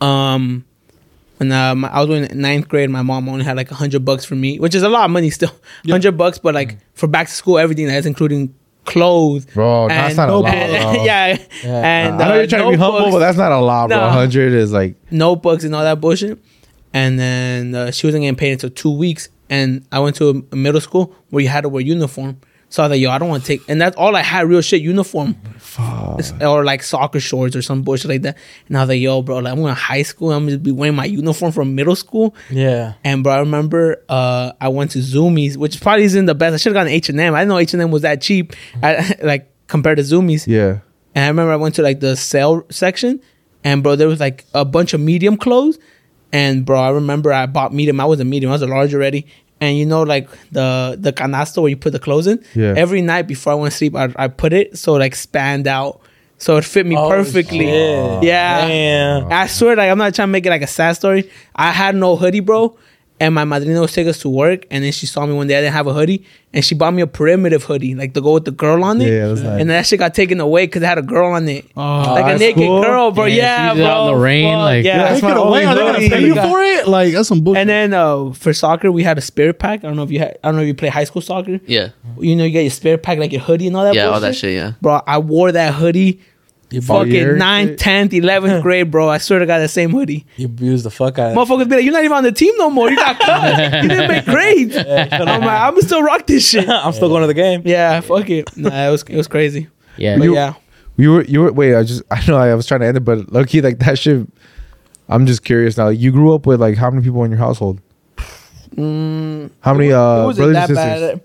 S6: um, when uh, my, I was in ninth grade, my mom only had like 100 bucks for me, which is a lot of money still. 100 bucks, but like for back to school, everything that's including clothes.
S2: Bro, that's not a lot,
S6: and-
S2: bro.
S6: yeah, And
S2: I know
S6: uh,
S2: you're trying to be humble,
S6: notebooks-
S2: but that's not a lot, bro.
S6: Nah.
S2: 100 is like,
S6: notebooks and all that bullshit. And then uh, she wasn't getting paid until two weeks. And I went to a, a middle school where you had to wear uniform. So I was like, yo, I don't want to take. And that's all I had, real shit, uniform. It's- Or like soccer shorts or some bullshit like that. And I was like, yo, bro, like I'm going to high school. I'm going to be wearing my uniform from middle school.
S7: Yeah.
S6: And bro, I remember uh, I went to Zoomies, which probably isn't the best. I should have gone H and M. I didn't know H and M was that cheap, I, like compared to Zoomies.
S2: yeah.
S6: And I remember I went to like the sale section, and bro, there was like a bunch of medium clothes. And bro, I remember I bought medium. I was a medium. I was a large already. And you know, like the the canasta where you put the clothes in.
S2: Yeah.
S6: Every night before I went to sleep, I, I put it so like spanned out, so it fit me perfectly.
S7: Oh, shit.
S6: Yeah.
S7: Damn.
S6: I swear, like I'm not trying to make it like a sad story. I had no hoodie, bro. And my madrina was take us to work, and then she saw me one day. I didn't have a hoodie, and she bought me a primitive hoodie, like to go with the girl on it.
S2: Yeah, that's nice.
S6: And that shit got taken away because I had a girl on it, like a
S2: that's
S6: naked
S2: cool.
S6: girl, bro.
S3: Oh, Yeah,
S6: Yeah,
S3: she did
S6: bro.
S3: it out in the rain,
S6: Fuck,
S3: like-
S6: yeah.
S5: Take it away. Are they gonna pay you for it? Like that's some bullshit.
S6: And then uh, for soccer, we had a spirit pack. I don't know if you had, I don't know if you play high school soccer.
S4: Yeah.
S6: You know, you got your spirit pack, like your hoodie and all that.
S4: Yeah, all that
S6: bullshit.
S4: shit, yeah.
S6: bro. I wore that hoodie. Fucking 9th, 10th, 11th grade, bro. I swear to God, that same hoodie.
S7: You abused the fuck out of
S6: Motherfuckers be like, you're not even on the team no more. You got cut. you didn't make grades. I'm like, I'm still rock this shit.
S7: I'm still going to the game.
S6: Yeah, fuck it. Nah, it was it was crazy.
S3: Yeah.
S6: But
S2: You-
S6: yeah,
S2: You were, you were, wait, I just, I know I was trying to end it, but low key, like that shit, I'm just curious now. You grew up with like how many people in your household? how many uh,
S6: Mm. wasn't
S2: brothers and sisters?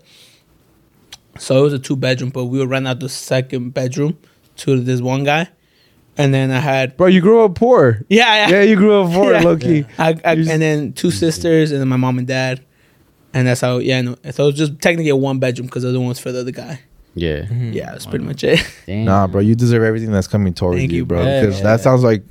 S6: So it was a two bedroom, but we would rent out the second bedroom to this one guy, and then I had
S2: Bro, you grew up poor.
S6: yeah,
S2: Yeah, you grew up poor,
S6: Yeah.
S2: low key.
S6: I, I,
S2: You just-
S6: and then two sisters, and then my mom and dad, and that's how yeah. No, so it was just technically a one bedroom because the other one was for the other guy.
S3: Yeah.
S2: Hmm.
S6: Yeah, that's pretty much it.
S3: Mhm. Damn.
S2: Nah, bro, you deserve everything that's coming towards
S6: Thank
S2: you,
S6: you,
S2: bro.
S7: bro.
S2: Because
S7: Yeah.
S2: that sounds like,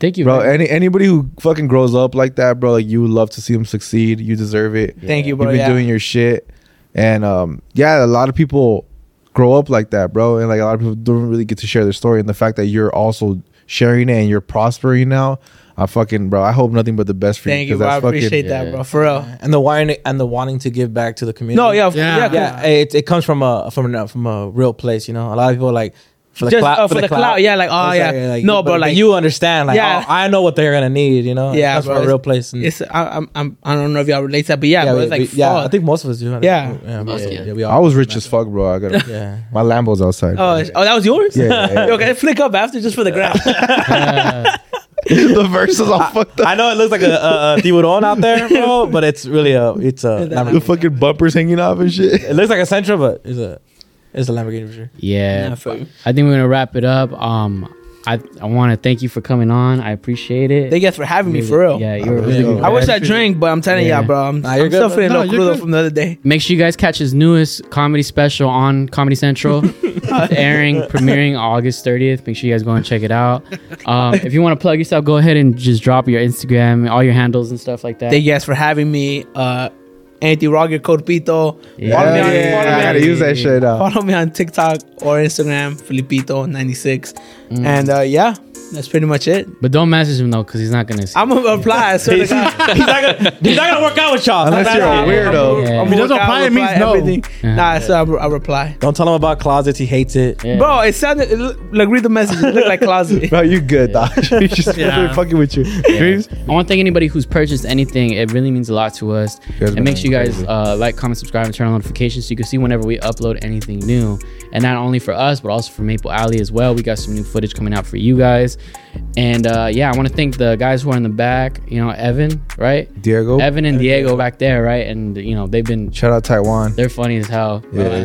S3: Thank you,
S2: bro,
S3: man.
S2: any anybody who fucking grows up like that, bro, like you would love to see them succeed. You deserve it.
S6: Thank you, bro.
S2: You've been
S6: yeah.
S2: doing your shit, and um, yeah, a lot of people grow up like that, bro, and like a lot of people don't really get to share their story. And the fact that you're also sharing it and you're prospering now, I fucking, bro, I hope nothing but the best for
S6: Thank
S2: you.
S6: you,
S2: 'cause
S6: bro. I
S2: that's fucking-
S6: appreciate that,
S3: Yeah.
S6: bro. For real.
S7: And the wanting and the wanting to give back to the community.
S6: No, yeah, yeah, yeah, 'cause
S7: yeah, It, it comes from a from a, from a real place, you know. A lot of people like for the
S6: Just,
S7: clout,
S6: uh, for the clout, yeah, like, oh,
S7: It's
S6: yeah. No,
S7: but-
S6: bro,
S7: but
S6: like-
S7: you understand, like
S6: Yeah.
S7: oh, I know what they're gonna need, you know. It
S6: Yeah,
S7: comes
S6: bro,
S7: from a
S6: it's-
S7: real place. And,
S6: It's I, I'm, I'm I don't know if y'all relate to that, but yeah,
S7: yeah,
S6: bro,
S7: we-
S6: it's like
S7: we- yeah, I
S6: fuck.
S7: think most of us do.
S6: Yeah.
S7: yeah,
S4: Most,
S7: yeah,
S4: yeah.
S7: yeah, we
S2: I
S7: all.
S2: was rich as fuck, bro. I got to
S7: Yeah,
S2: my Lambo's outside.
S6: Oh, sh- oh, that was yours.
S2: Yeah, yeah, yeah.
S6: Yo, can I flick up after just for the gram?
S2: the verse is all fucked up.
S7: I know it looks like a, a, a tiburon out there, bro, but it's really a it's a.
S2: the
S7: Lamborghini.
S2: fucking bumpers hanging off and shit.
S7: It looks like a Sentra, but it's a it's a Lamborghini for sure.
S3: Yeah.
S6: Nah, fuck.
S3: I think we're gonna wrap it up. Um, I I want to thank you for coming on. I appreciate it.
S6: Thank you guys for having me, for real.
S3: Yeah, you're
S2: I
S3: really.
S2: appreciate it.
S3: good.
S6: I wish I drank, but I'm telling
S3: Yeah.
S6: y'all, bro, I'm,
S7: Nah, you're
S6: I'm
S7: good,
S6: still
S7: bro.
S6: feeling
S5: No,
S6: no
S5: you're
S6: crudo
S5: good.
S6: from the other day.
S3: Make sure you guys catch his newest comedy special on Comedy Central, It's airing premiering August 30th. Make sure you guys go and check it out. Um, if you want to plug yourself, go ahead and just drop your Instagram, all your handles and stuff like that.
S6: Thank you guys for having me. Uh, Anthony Roger Corpito.
S3: Yeah.
S6: Follow, me
S2: Yeah,
S6: on,
S2: yeah,
S6: follow
S2: I
S6: me on
S2: gotta use that shit now.
S6: follow me on TikTok or Instagram, Filipito96. And uh, yeah, that's pretty much it.
S3: But don't message him though, because he's not gonna. See.
S6: I'm gonna apply. I swear to God.
S7: He's not gonna he's not gonna work out with y'all.
S2: Unless you're a weirdo.
S3: Yeah.
S6: I'm
S5: If he doesn't
S6: gonna
S5: apply, it means no.
S3: Yeah.
S6: Nah, so I, re- I reply.
S7: Don't tell him about closets. He hates it.
S3: Yeah.
S6: Bro, it sounded it look, like read the message. It looked like closet.
S2: Bro, you good, dog. She's just
S6: Yeah.
S2: fucking with you. Dreams?
S3: I want to thank anybody who's purchased anything. It really means a lot to us.
S2: guys
S3: And
S2: been
S3: make sure you guys
S2: crazy.
S3: uh, like, comment, subscribe, and turn on notifications so you can see whenever we upload anything new. And not only for us, but also for Maple Alley as well. We got some new footage coming out for you guys. And uh, yeah, I want to thank the guys who are in the back. You know, Evan, right?
S2: Diego?
S3: Evan and Diego back there, right? And you know, they've been
S2: Shout out Taiwan.
S3: they're funny as hell.
S2: Yeah,
S3: Yeah.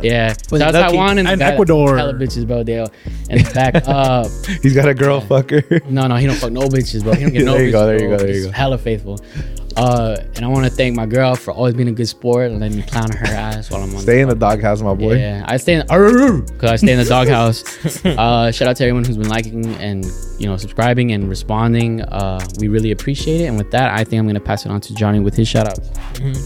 S2: dude.
S3: Yeah, so I was
S6: lucky.
S3: Taiwan and, the
S5: And
S3: guy-
S5: Ecuador.
S3: hella bitches, bro. Dale, and the back uh, up.
S2: He's got a girl fucker.
S3: No, no, he don't fuck no bitches, bro. He don't get no
S2: There you
S3: bitches.
S2: go, there you
S3: bro.
S2: go, there you
S3: He's
S2: go.
S3: Hella faithful. Uh, and I want to thank my girl for always being a good sport and letting me clown her ass while I'm on.
S2: Stay in the doghouse, my boy.
S3: Yeah, I stay in because I stay in the doghouse. uh, shout out to everyone who's been liking and you know subscribing and responding. Uh, we really appreciate it. And with that, I think I'm gonna pass it on to Johnny with his shout out.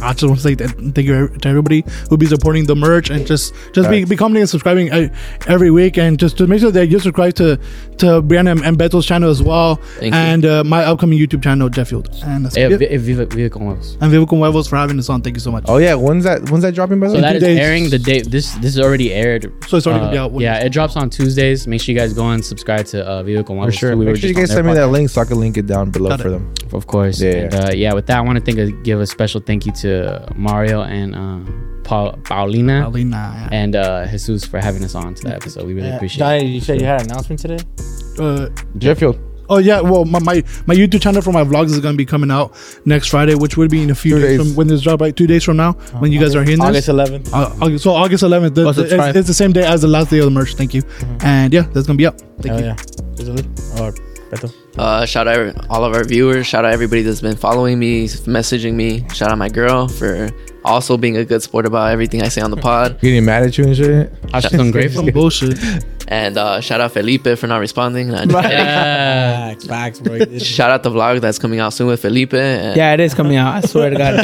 S5: I just want to say that, thank you to everybody who be supporting the merch and just just be, be commenting and subscribing uh, every week and just to make sure that you subscribe to to Brianna and, and Bethel's channel as well
S4: Thank you.
S5: and uh, my upcoming YouTube channel Jefffield and that's
S3: Eh,
S5: it.
S3: vi- eh, Viva, Viva con huevos.
S5: and Vivica Huevos for having us on. Thank you so much.
S2: Oh yeah, when's that? When's that dropping, brother?
S3: So that is
S5: days.
S3: airing the day. This this is already aired.
S5: So it's already gonna be out when-
S3: uh, Yeah, it drops on Tuesdays. Make sure you guys go and subscribe to uh, Viva con
S2: for
S3: huevos.
S2: sure.
S3: We were
S2: Make sure you
S3: just
S2: guys
S3: on
S2: send me
S3: their
S2: that link so I can link it down below
S5: Got
S2: for
S5: it.
S2: them.
S3: Of course.
S2: Yeah.
S3: And, uh, yeah, with that, I want to think, give a special thank you to Mario and uh, Paul, Paulina
S5: Alina,
S3: and uh, Jesus for having us on to that episode. We really
S7: Uh,
S3: appreciate
S7: Johnny,
S3: it.
S7: you said you had an announcement today?
S5: uh,
S2: Jefffield,
S5: Oh yeah, well my, my my YouTube channel for my vlogs is gonna be coming out next Friday, which would be in a few
S2: Two days.
S5: days, from when this drop, like two days from now, when you guys are hearing
S7: August
S5: this.
S7: 11th.
S5: Uh, August, so August 11th, the,
S7: Go
S5: the-
S7: subscribe.
S5: it's, it's the same day as the last day of the merch. Thank you, and yeah, that's gonna be up. Thank
S7: Oh
S5: you.
S7: yeah. Is it lit? Or Beto?
S4: Uh, shout out all of our viewers. Shout out everybody that's been following me, messaging me. Shout out my girl for also being a good sport about everything I say on the pod.
S2: getting mad at you and shit.
S3: I'm just ungrateful.
S5: Some bullshit.
S4: And uh, shout out Felipe for not responding. Nah, just kidding.
S7: Facts, facts, bro. This
S4: shout out the vlog that's coming out soon with Felipe. And
S6: Yeah, it is coming out. I swear to God.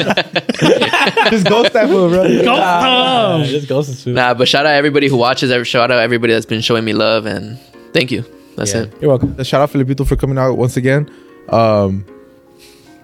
S2: Just ghost that fool, bro.
S7: goes to soup.
S4: Nah, but shout out everybody who watches. every- Shout out everybody that's been showing me love. And thank you. That's it.
S7: You're welcome.
S2: Shout out Filipito for coming out once again. Um,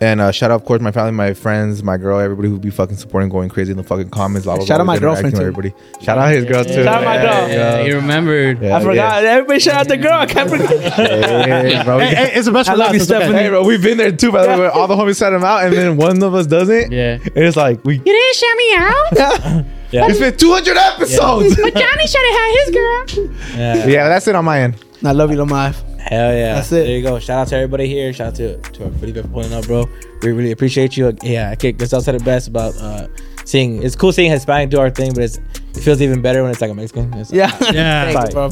S2: and uh, shout out, of course, my family, my friends, my girl, everybody who be fucking supporting, going crazy in the fucking comments. Blah, blah,
S6: Shout out
S2: blah,
S6: my
S2: interacting
S6: girlfriend,
S2: with Everybody. Shout out his girl, too.
S6: Shout out my girl.
S3: Yeah, he remembered.
S2: Yeah,
S6: I forgot. Everybody shout out the girl. I can't forget.
S2: yeah. Hey, bro, we
S5: Hey, hey, it's the best.
S6: I
S5: for
S6: love
S5: last,
S6: you,
S5: it's the best.
S6: Stephanie.
S2: Hey, bro, we've been there too, by the way. where All the homies sat him out, and then one of us doesn't.
S3: Yeah.
S2: And it's like, we. You didn't shout me out? yeah. It's been 200 episodes. Yeah.
S7: Yeah.
S2: that's it on my end.
S6: I love you, Lamar.
S7: Hell yeah.
S6: That's it.
S7: There you go. Shout out to everybody here. Shout out to, to our Felipe for pulling up, bro. We really appreciate you. Yeah, I kicked this outside the best about uh, seeing. It's cool seeing Hispanic do our thing, but it's, it feels even better when it's like a Mexican. It's
S6: Yeah.
S7: Like,
S5: Yeah.
S7: it's like, uh,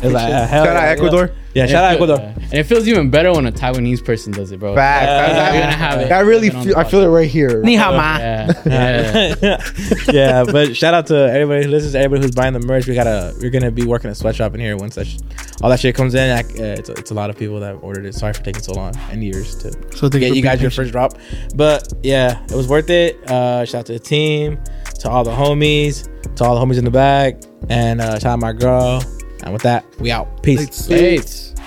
S7: hell
S2: Shout out
S7: yeah,
S2: Ecuador.
S7: Yeah, shout out Ecuador.
S3: And it feels even better when a Taiwanese person does it, bro.
S2: Facts.
S3: We're
S2: That-
S3: gonna have
S2: that,
S3: it.
S2: that really,
S3: Have it on
S2: feel,
S3: the
S2: I feel it right here.
S6: Ni hao ma.
S3: Yeah. yeah.
S7: yeah, but shout out to everybody who listens, everybody who's buying the merch. We gotta, we're gonna be working a sweatshop in here once that sh- all that shit comes in. I, uh, it's, it's a lot of people that ordered it. Sorry for taking so long and years to
S5: So thank
S7: get
S5: for
S7: you
S5: being
S7: guys your
S5: patient.
S7: first drop. But yeah, it was worth it. Uh, shout out to the team, to all the homies, to all the homies in the back, and uh, shout out my girl. And with that, we out. Peace.
S3: Eight.